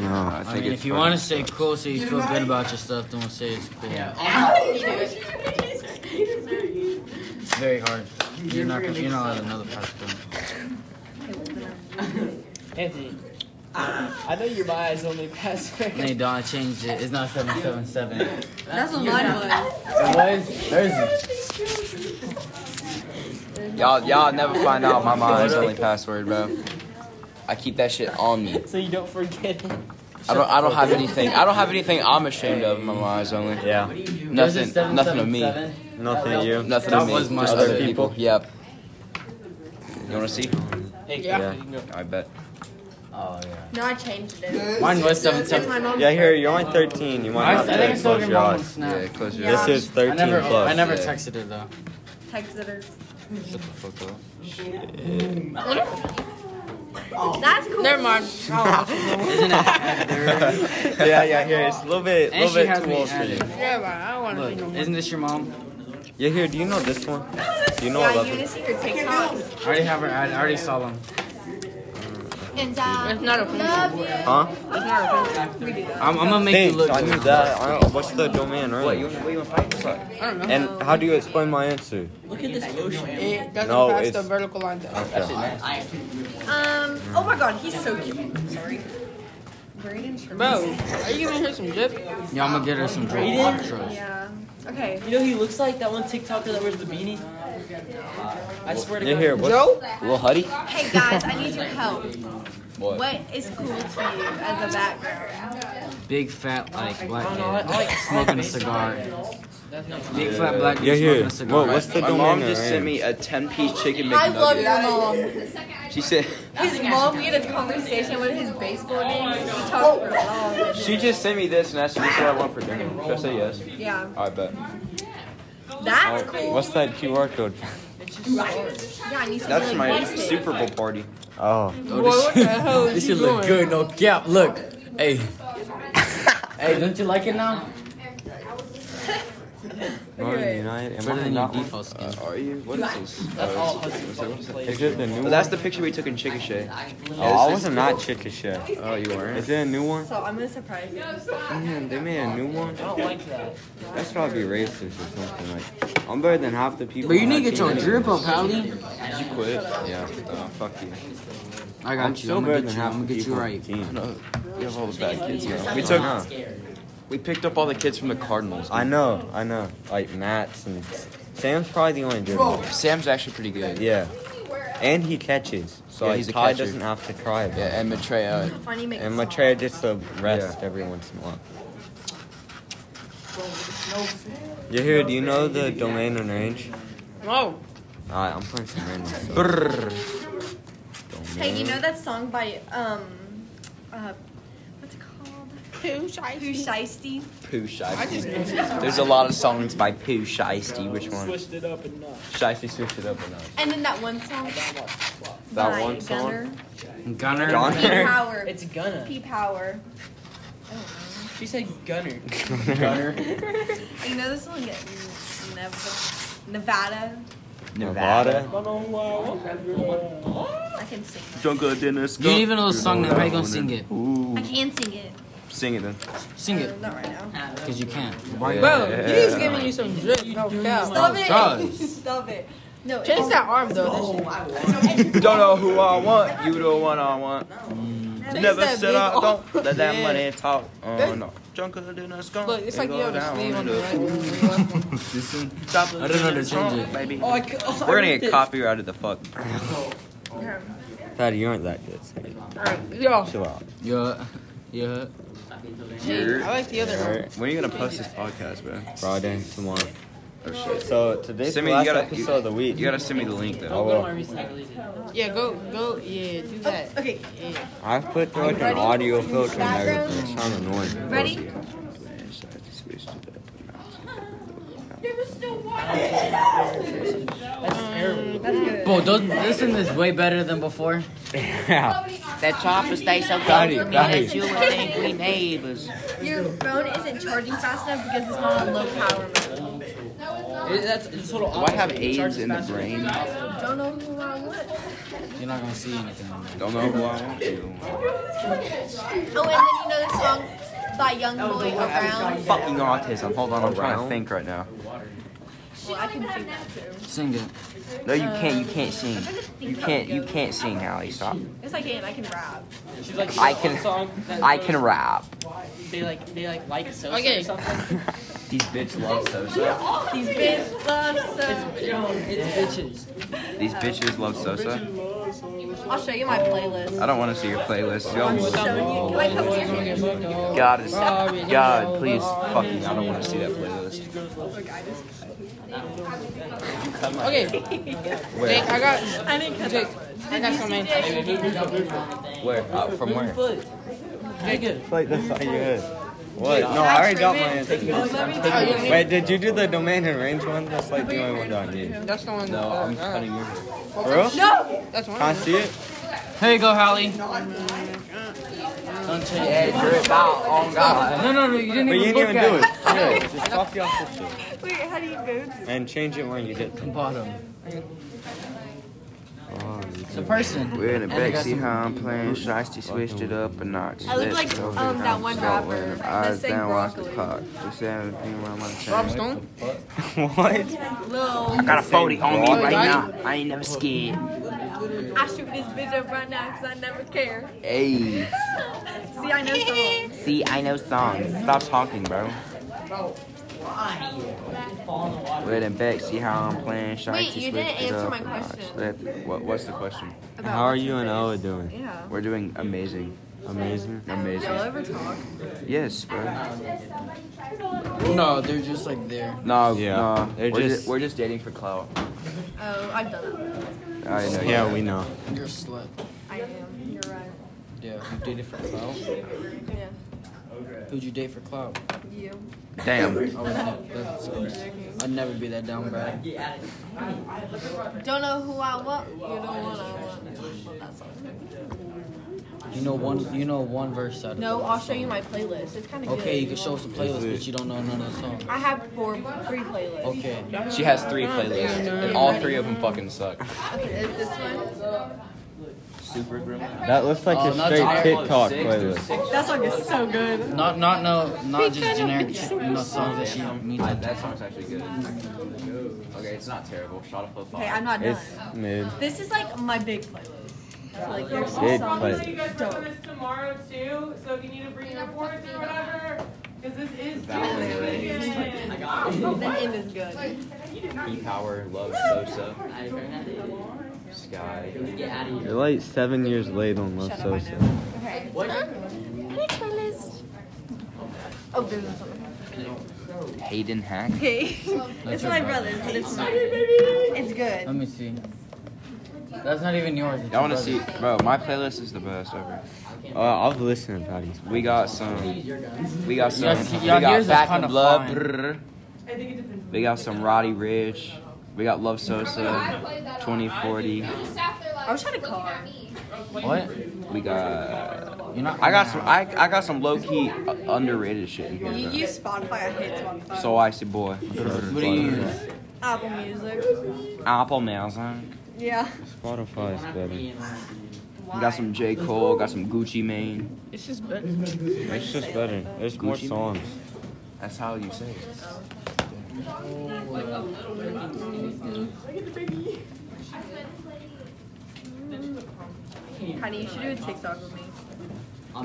B: I
E: I
B: think
E: mean,
B: it's
E: if you
B: fine.
E: want to stay cool so you feel good about yourself, then we'll say it's cool. It's very hard. You're not gonna. You're not allowed another password.
T: Anthony. I know your eyes only password.
E: Nay, Don, I changed it. It's not seven seven seven.
R: That's what mine was.
E: There's.
B: Y'all, y'all never find out my mom's only password, bro. I keep that shit on me.
T: So you don't forget it.
B: I don't. I don't have anything. I don't have anything I'm ashamed of. in My mom's only.
A: Yeah.
B: Nothing. Nothing of me.
A: Nothing to you.
B: Nothing
E: That
B: of me.
E: was my
B: Just
E: other
B: other people. Yep. You wanna see?
T: Hey,
A: Yeah.
T: You can go.
B: I bet.
E: Oh yeah.
R: No, I changed it.
E: Mine was seven
R: It's
E: seven.
R: my mom's.
A: Yeah, here you're only 13. You might
E: I, I
A: not
E: think I
A: close
E: saw your
A: your
E: mom on
A: eyes.
B: Yeah.
E: Snap.
B: Close your.
A: This is
E: I
A: 13
E: never.
A: plus.
E: I never
B: yeah.
E: texted her though.
R: Text that are.
E: Shut the fuck up.
R: That's cool. Never mind.
E: Isn't it?
A: yeah, yeah. Here it's a little bit,
E: and
A: little
E: she
A: bit
E: has
A: too
E: me
A: old for you.
E: added. Look, isn't this your mom?
A: Yeah, here. Do you know this one? Do you know I
R: Yeah,
A: love
R: you
A: it?
R: just see your TikToks.
E: I already have her added. I already saw them.
R: And I it's not love you.
A: Huh?
R: We do that.
E: I'm, I'm gonna make
A: Thanks.
E: you look.
A: I
E: good.
A: knew that. I don't, what's the domain, right?
B: What you wanna? What you wanna fight?
A: And how do you explain my answer?
T: Look at this ocean.
D: It doesn't
A: Eh, No,
D: pass
A: it's-
D: the vertical line.
A: Okay.
R: Um. Oh my God, he's so cute. Sorry. Braden
C: Bro, are you gonna hear some drip?
E: Yeah, I'm gonna get her some drink.
J: Raiden?
R: Yeah. Okay.
J: You know he looks like that one TikToker that wears the beanie. I swear to
B: You
J: God.
B: hear what?
R: Joe?
B: Lil Huddy?
R: Hey guys, I need your help.
B: What?
R: What is cool to you as a background?
E: Big fat like black man smoking a cigar.
B: Yeah.
E: Big fat black
A: Yeah,
E: dude
A: here.
E: smoking a cigar.
A: Whoa, what's the
B: My mom
A: domain
B: just
A: around?
B: sent me a 10 piece chicken
R: I love
B: McNugget.
R: your mom.
B: She said,
R: His mom, we had a conversation with his baseball
C: Oh
R: game. We talked for long.
B: she just sent me this and asked me what I want for dinner. Should I say yes?
R: Yeah.
B: I bet.
R: That's
A: Oh,
R: cool.
A: What's that QR code?
R: Right? Yeah, I need to
B: That's
R: really
B: my
R: post it.
B: Super Bowl party.
A: Oh.
C: Boy, what the hell is
U: This
C: you
U: shit look
C: doing?
U: good, no cap. Look, hey, hey, don't you like it now?
A: Northern United? Am
E: Better
A: I
E: than your
A: not one?
E: default skin.
A: Uh,
B: Are you? What is this?
J: That's
B: Oh,
J: all
B: is- what's that- what's that?
A: Is it the new
B: Oh,
A: one?
B: that's the picture we took in Chickasha.
A: Oh, I wasn't not chicken shit.
B: Oh, you weren't?
A: Is it a new one?
R: So I'm gonna surprise you.
A: Man, they made a new one?
J: I don't like that.
A: That's probably racist or something. Like, I'm better than half the people.
E: But you
A: on
E: need
A: that
E: to get your
A: team.
E: drip up, Hallie.
B: Did you quit? Yeah. Oh, fuck you.
E: I
A: I'm
E: got you.
A: still
E: I'm
A: better than
E: gonna get you.
A: half
E: I'm gonna
A: the
E: get
A: people
E: you
A: on the
E: right.
A: team.
B: No, you have all those bad kids. You know. We
A: I
B: took,
A: know.
B: we picked up all the kids from the Cardinals.
A: I know, I know. Like Matt's and Sam's probably the only good one.
B: Sam's actually pretty good.
A: Yeah. And he catches. So
B: Yeah,
A: like,
B: he's a
A: Ty
B: catcher.
A: doesn't have to cry about
B: Yeah, uh, and Maitreya.
R: Funny
A: it.
R: makes
A: And
R: songs.
A: Matrea just a rest every once in a while. You hear, do you know the domain and range?
C: No.
A: Alright, I'm playing some random stuff.
R: Hey, you know that song by um, uh, what's it called?
C: Who
R: Who Shiesty?
B: Pooh Shiesty. There's a lot of songs by Pooh Shiesty. Which one?
V: Switched it up and not.
B: Shiesty switched it up a notch.
R: And then that one song.
A: That
R: by
A: one song?
E: Gunner.
R: Gunner. P
B: Gunner?
R: Power.
J: It's Gunna.
R: P Power.
J: She said Gunner.
R: You know this song? Get Nev- Nevada.
A: Nevada.
R: I can sing. It.
B: Don't go to dinner. Let's
E: You
B: go.
E: even know the song name. How you gonna sing it?
R: I can sing it.
B: Sing it then.
E: Sing it,
R: Uh, Not right now.
E: cause you can't.
C: Bro,
A: Eh.
C: he's giving you some drip. No cap.
R: Stop it!
E: does.
R: Stop it. No.
C: Change
R: it's-
C: that arm though. That shit-
B: Don't know who I want. You the one I want.
C: Change
B: Never
C: that
B: said
C: big
B: I
C: arm.
B: don't. Let that
C: Yeah.
B: money talk. Oh
C: That's-
B: no. Drunk of dinner. Let's go.
C: Look, it's like
B: Go
C: you have a
B: down
C: sleeve on the
B: to
C: right one and the left one.
B: This one. Drop of
E: I don't know
B: dinner's
E: to change
B: on, Baby.
J: Oh, I c- oh, I
B: We're gonna
J: ripped
B: get
J: it.
B: copyrighted the fuck.
A: Patty, you aren't that good. Sorry.
C: Alright, Yo,
A: Chill out.
E: Yeah, yeah.
C: I like the other one.
A: Alright.
B: When are you gonna post this podcast, bro?
A: Friday, tomorrow.
B: Oh shit.
A: So today's
B: Send
A: the
B: me- you
A: last
B: gotta-
A: episode of the week. Oh,
B: You gotta send me the link
A: I
B: though.
A: will.
C: Yeah, go, go, yeah, do that.
R: Okay.
A: I put like an
R: Ready?
A: audio filter and
R: Background?
A: everything. It sounds annoying.
R: Ready? That's good.
E: Bro, those, listen to this way better than before.
A: yeah.
W: That chopper stays so
A: Got
W: good
A: it,
W: to me
A: got
W: that
A: it.
W: you would think we neighbors.
R: Your phone isn't charging fast enough because it's not on low power mode.
J: It- that's it's
E: Oh.
J: total
B: Do I have AIDS in the brain?
R: Don't know who I want.
E: You're not gonna see anything. on
B: Don't know who I want to.
R: Oh, and then you know the song by Young Boy around.
B: Fucking autism. Hold on, I'm trying to
A: Around?
B: think right now.
R: Well, I can sing that too.
E: that. Sing it.
B: No, you can't. You can't sing. You can't. You can't sing, Allie. Stop.
R: Yes, I can. I can rap.
J: She's like,
B: I
J: you know,
B: can-
J: one Song that
B: I
J: goes-
B: can rap.
J: They like, they like, like so
C: Okay.
J: or something.
B: These bitches love Sosa.
R: These bitches love so.
J: It's bitches.
B: These bitches love Sosa.
R: I'll show you my playlist.
B: I don't want to see your playlist.
R: I'm
B: Yo,
R: showing you. Can I come here?
B: God is. God, please, fucking. I don't want to see that playlist.
C: Okay, Jake,
B: Where?
C: I got, I didn't catch Jake, I got something.
B: Where? Uh, from where?
J: Foot. Nigga.
A: Like that's not your head. What? No, I already got my answer.
C: Oh, you mean-
A: Wait, did you do the domain and range one? That's like the only one that I did.
C: That's the one.
B: No,
C: uh,
B: I'm
C: uh,
B: cutting you.
A: For real? Can
R: No.
C: That's one.
A: I see it?
E: Here you go, Hallie.
J: Don't change it.
B: Yeah, drip out on God.
E: No, no, no. You didn't
A: But you
E: even
A: didn't even
E: look at
A: do it. Yeah, just copy off this shit.
R: Wait, how do you go?
A: And change it when you did.
E: The bottom.
A: Oh, you
E: The person.
B: We're in the
E: And I got
B: backseat,
E: some-
B: how I'm playing. Shiesty switched it up a notch.
R: I look
B: Let's
R: like,
B: go.
R: um, that one
B: Salt
R: rapper
B: and
R: that
B: eyes
R: sang
B: down, watch the
R: broccoli.
B: clock. Just having a thing around my
C: Rob
B: time.
C: Stone.
A: what?
R: Lil.
B: Got a 40 on me
C: right now.
B: I ain't never scared.
R: I shoot this bitch up right now because I never care.
B: Hey.
R: See, I know songs.
B: See, I know songs. Stop talking, bro.
S: Bro, why?
B: Red and back. See how I'm playing. Sharky
R: Wait, you didn't
B: switches
R: answer
B: up
R: my
B: a notch.
R: question.
B: Let- what, what's the question?
R: About How are what's
A: you and Ella doing?
R: Yeah.
B: We're doing amazing.
A: Amazing?
B: Amazing.
R: Y'all ever talk?
B: Yes, bro.
E: No, they're just like there.
B: No,
A: Yeah.
B: no.
A: They're
B: we're, just,
A: just-
B: we're just dating for clout.
R: Oh, I've done it.
B: I know.
A: Yeah, we know.
E: You're a slut.
R: I am. You're right.
E: Yeah, you dated for clout.
R: Yeah.
E: Who'd you date for clout?
R: You.
B: Damn.
E: I would never. That's, I'd never be that down bad.
R: Don't know who I want. You don't want I want. Well, that's all.
E: You know one. You know one verse out of
R: No,
E: the
R: I'll
E: song.
R: show you my playlist. It's kind of good.
E: Okay, you can show us the playlist, but you don't know none of the songs.
R: I have four, three playlists.
E: Okay.
B: She has three playlists, and all three of them fucking suck.
R: Okay, is this one.
B: Super
A: That looks like
E: Oh,
A: a
E: not
A: straight
E: Tyler.
A: TikTok
B: Six to
A: playlist.
R: That song is so good.
E: Not not no not just generic you know, songs that she needs.
B: I, that song's actually good. Okay, it's not terrible. Shot a foot.
R: Okay, I'm not done.
A: It's mid.
R: This is like my big playlist. So, like there's
A: Big
R: some songs.
A: playlist.
J: You guys work on this tomorrow too, so if you need to bring your reports or whatever, because this is Tuesday.
R: The end is good.
B: E Power, Love, Sosa, Sky.
A: You're like seven years late on Love
R: Shut up, I
A: Sosa.
R: know. Okay. Next playlist. Oh, there's this one.
B: Hayden Hack.
R: Okay. it's
E: your brother.
R: my
E: Um,
R: brother's, but it's mine. It's
E: Let
R: good.
E: me see. That's not even yours. it's
B: Y'all want to
E: your
B: see,
E: brother's.
B: bro? My playlist is the best ever.
A: Uh, I've listened to Patty's.
B: We got some. We got some.
E: Yes,
B: we
E: y'all
B: got
E: ears is
B: Back in
E: kinda
B: Blood.
E: fine.
B: brrr. We got some Roddy Rich. We got Love Sosa, 2040.
R: I was trying to call her.
E: What?
B: We got.
E: You're not.
B: I got some. I, I got some low key underrated shit in
R: You
B: here. Bro.
R: use Spotify. I hate Spotify.
B: So icy boy.
E: What do you use?
R: Apple Music.
B: Apple Music.
R: Yeah.
A: Spotify is better.
R: Why?
B: Got some J Cole. Got some Gucci Mane.
T: It's just better.
A: It's just better. There's more
B: Gucci Mane.
A: songs.
B: That's how you say it.
R: Honey, you should do a TikTok with me.
B: I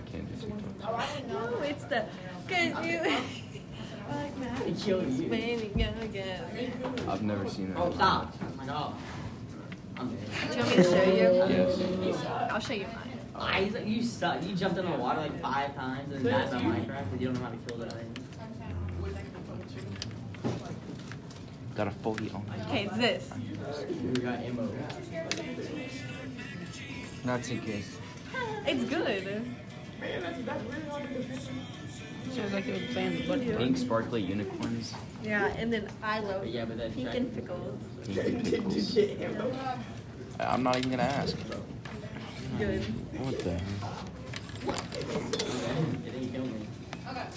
B: can't do TikTok.
R: No, it's the. Cause you. like that. Baby, go again.
B: I've never seen that.
R: Do you want me to show you?
B: Yes.
R: I'll show you mine.
S: You suck. You jumped in the water like five times and died on Minecraft, but you don't know how to kill that thing.
B: Got a fully on. my-
R: Okay, it's this.
S: We got ammo.
E: Not to kiss.
R: It's good.
T: Sounds like it was playing the buddy.
B: Pink sparkly unicorns.
R: Yeah, and then I love
S: But yeah, but that
R: pink and pickles.
B: Pink pickles. I'm not even gonna ask.
R: Good.
A: What the heck?
S: it didn't kill me. Okay.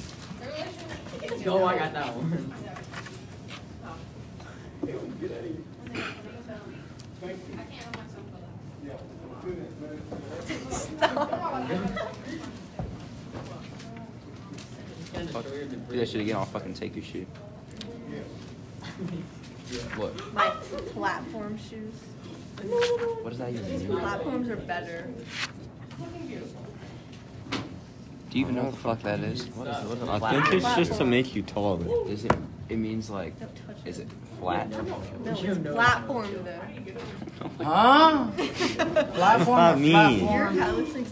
S: Go, I got that one.
B: Fuck. Do that shit again. I'll fucking take your shit. What?
R: My platform shoes.
B: What does that even mean?
R: Platforms are better.
B: Do you even know what the fuck that is? What is what is a
A: I think it's just to make you taller.
B: Is it? It means like.
R: Don't touch it.
B: Is it flat?
R: No, it's platform though.
E: Huh? Platform.
A: not
E: or
A: me.
R: Your
E: platform?
R: hat looks like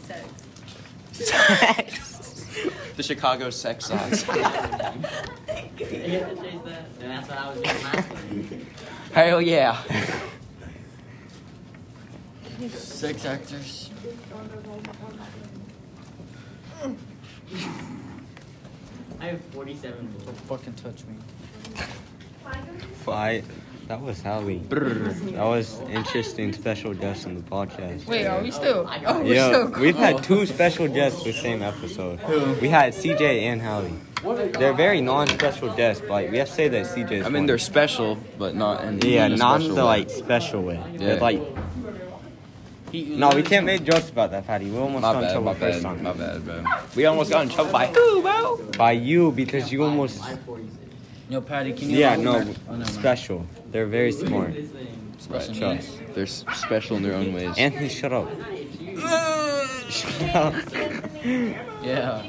R: sex.
B: The Chicago sex size.
S: You have to chase that. And that's what I was doing last time.
B: Hell yeah.
E: Six actors.
S: I have 47 bullets.
E: Don't fucking touch me.
A: Fi That was how we. That was interesting special guests on the podcast.
C: Wait, are we still? Oh, we're
A: Yeah,
C: still.
A: we've had two special guests the same episode. We had CJ and Hallie. They're very non-special guests, but like, we have to say that CJ. Is
B: I mean,
A: one.
B: they're special, but not in
A: yeah,
B: in a
A: non
B: special
A: the
B: way.
A: like special way. They're,
B: Yeah.
A: like
E: He,
A: no, we can't make jokes about that, Patty. We almost
B: My
A: got in
B: bad,
A: trouble
B: my
A: first
B: bad,
A: time
B: my bad, bro. We almost got in trouble by who, bro?
A: by you because you almost
S: I have 46.
E: Yo, Patty, can you?
A: yeah
E: look
A: no
E: back- Oh, never mind.
A: special. They're very smart.
S: This thing.
A: Special
B: Right, shots. They're s- special in their own ways.
A: Anthony, shut up. shut up.
E: Yeah.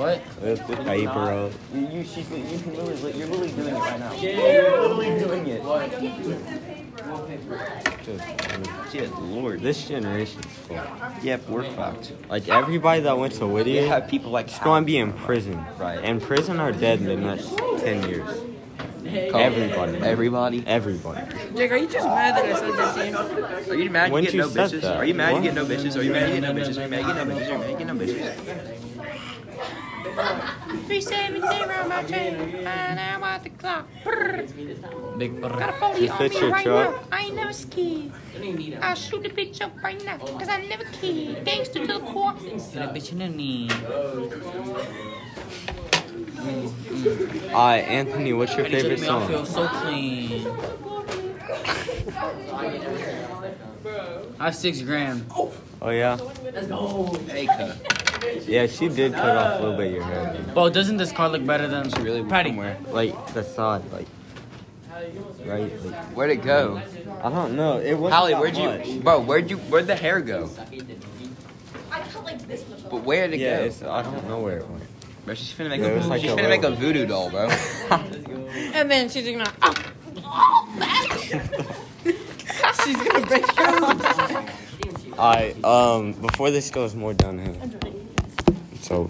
E: What?
A: Lift the paper up.
E: You, she's, you can literally, you're literally doing it right now.
A: doing it.
E: What?
A: Good lord, this generation's fucked. Yep, we're fucked. Like everybody that went to Whittier,
B: Yeah, people like
A: it's gonna be in prison. Right. In prison or dead in the next ten years. Everybody.
B: Everybody.
A: Everybody.
C: Jake, are you just mad that I said that to you?
B: Are you mad you
A: When
B: get
A: you
B: no
A: said
B: bitches?
A: that.
B: Are you mad
A: What?
B: you get no bitches? Are you mad you get no bitches? Are you mad you get no bitches? Are you mad you get no bitches?
R: 370 on my chain. Find out what the clock. Brrr.
E: Big
R: Got a 40
A: You
R: on
A: fit
R: me
A: your
R: right
A: truck?
R: now. I ain't never ski. I'll shoot the bitch up right now. Cause I never key. Gangster to the core.
E: bitch in the knee.
A: Uh, Anthony, what's your favorite
E: I
A: song?
E: feel so clean. I have six grand.
A: Oh yeah. Yeah, she did cut off a little bit of your hair.
E: Well, doesn't this car look better than really Patty?
A: Like the side, like right. Like,
B: Where'd it go?
A: I don't know. It wasn't
B: Holly,
A: that
B: where'd
A: much.
B: you, bro? Where'd you, where'd the hair go?
R: I cut like this much.
B: But where'd it
A: Yeah,
B: go?
A: it's, I don't know where it went.
B: Bro, she's finna make
A: Yeah, it
B: a,
A: was like
B: she's
A: a
B: finna make a
A: little-
B: voodoo doll, bro.
C: And then she's gonna. Oh, she's gonna break your arm.
A: Alright, um, before this goes more downhill,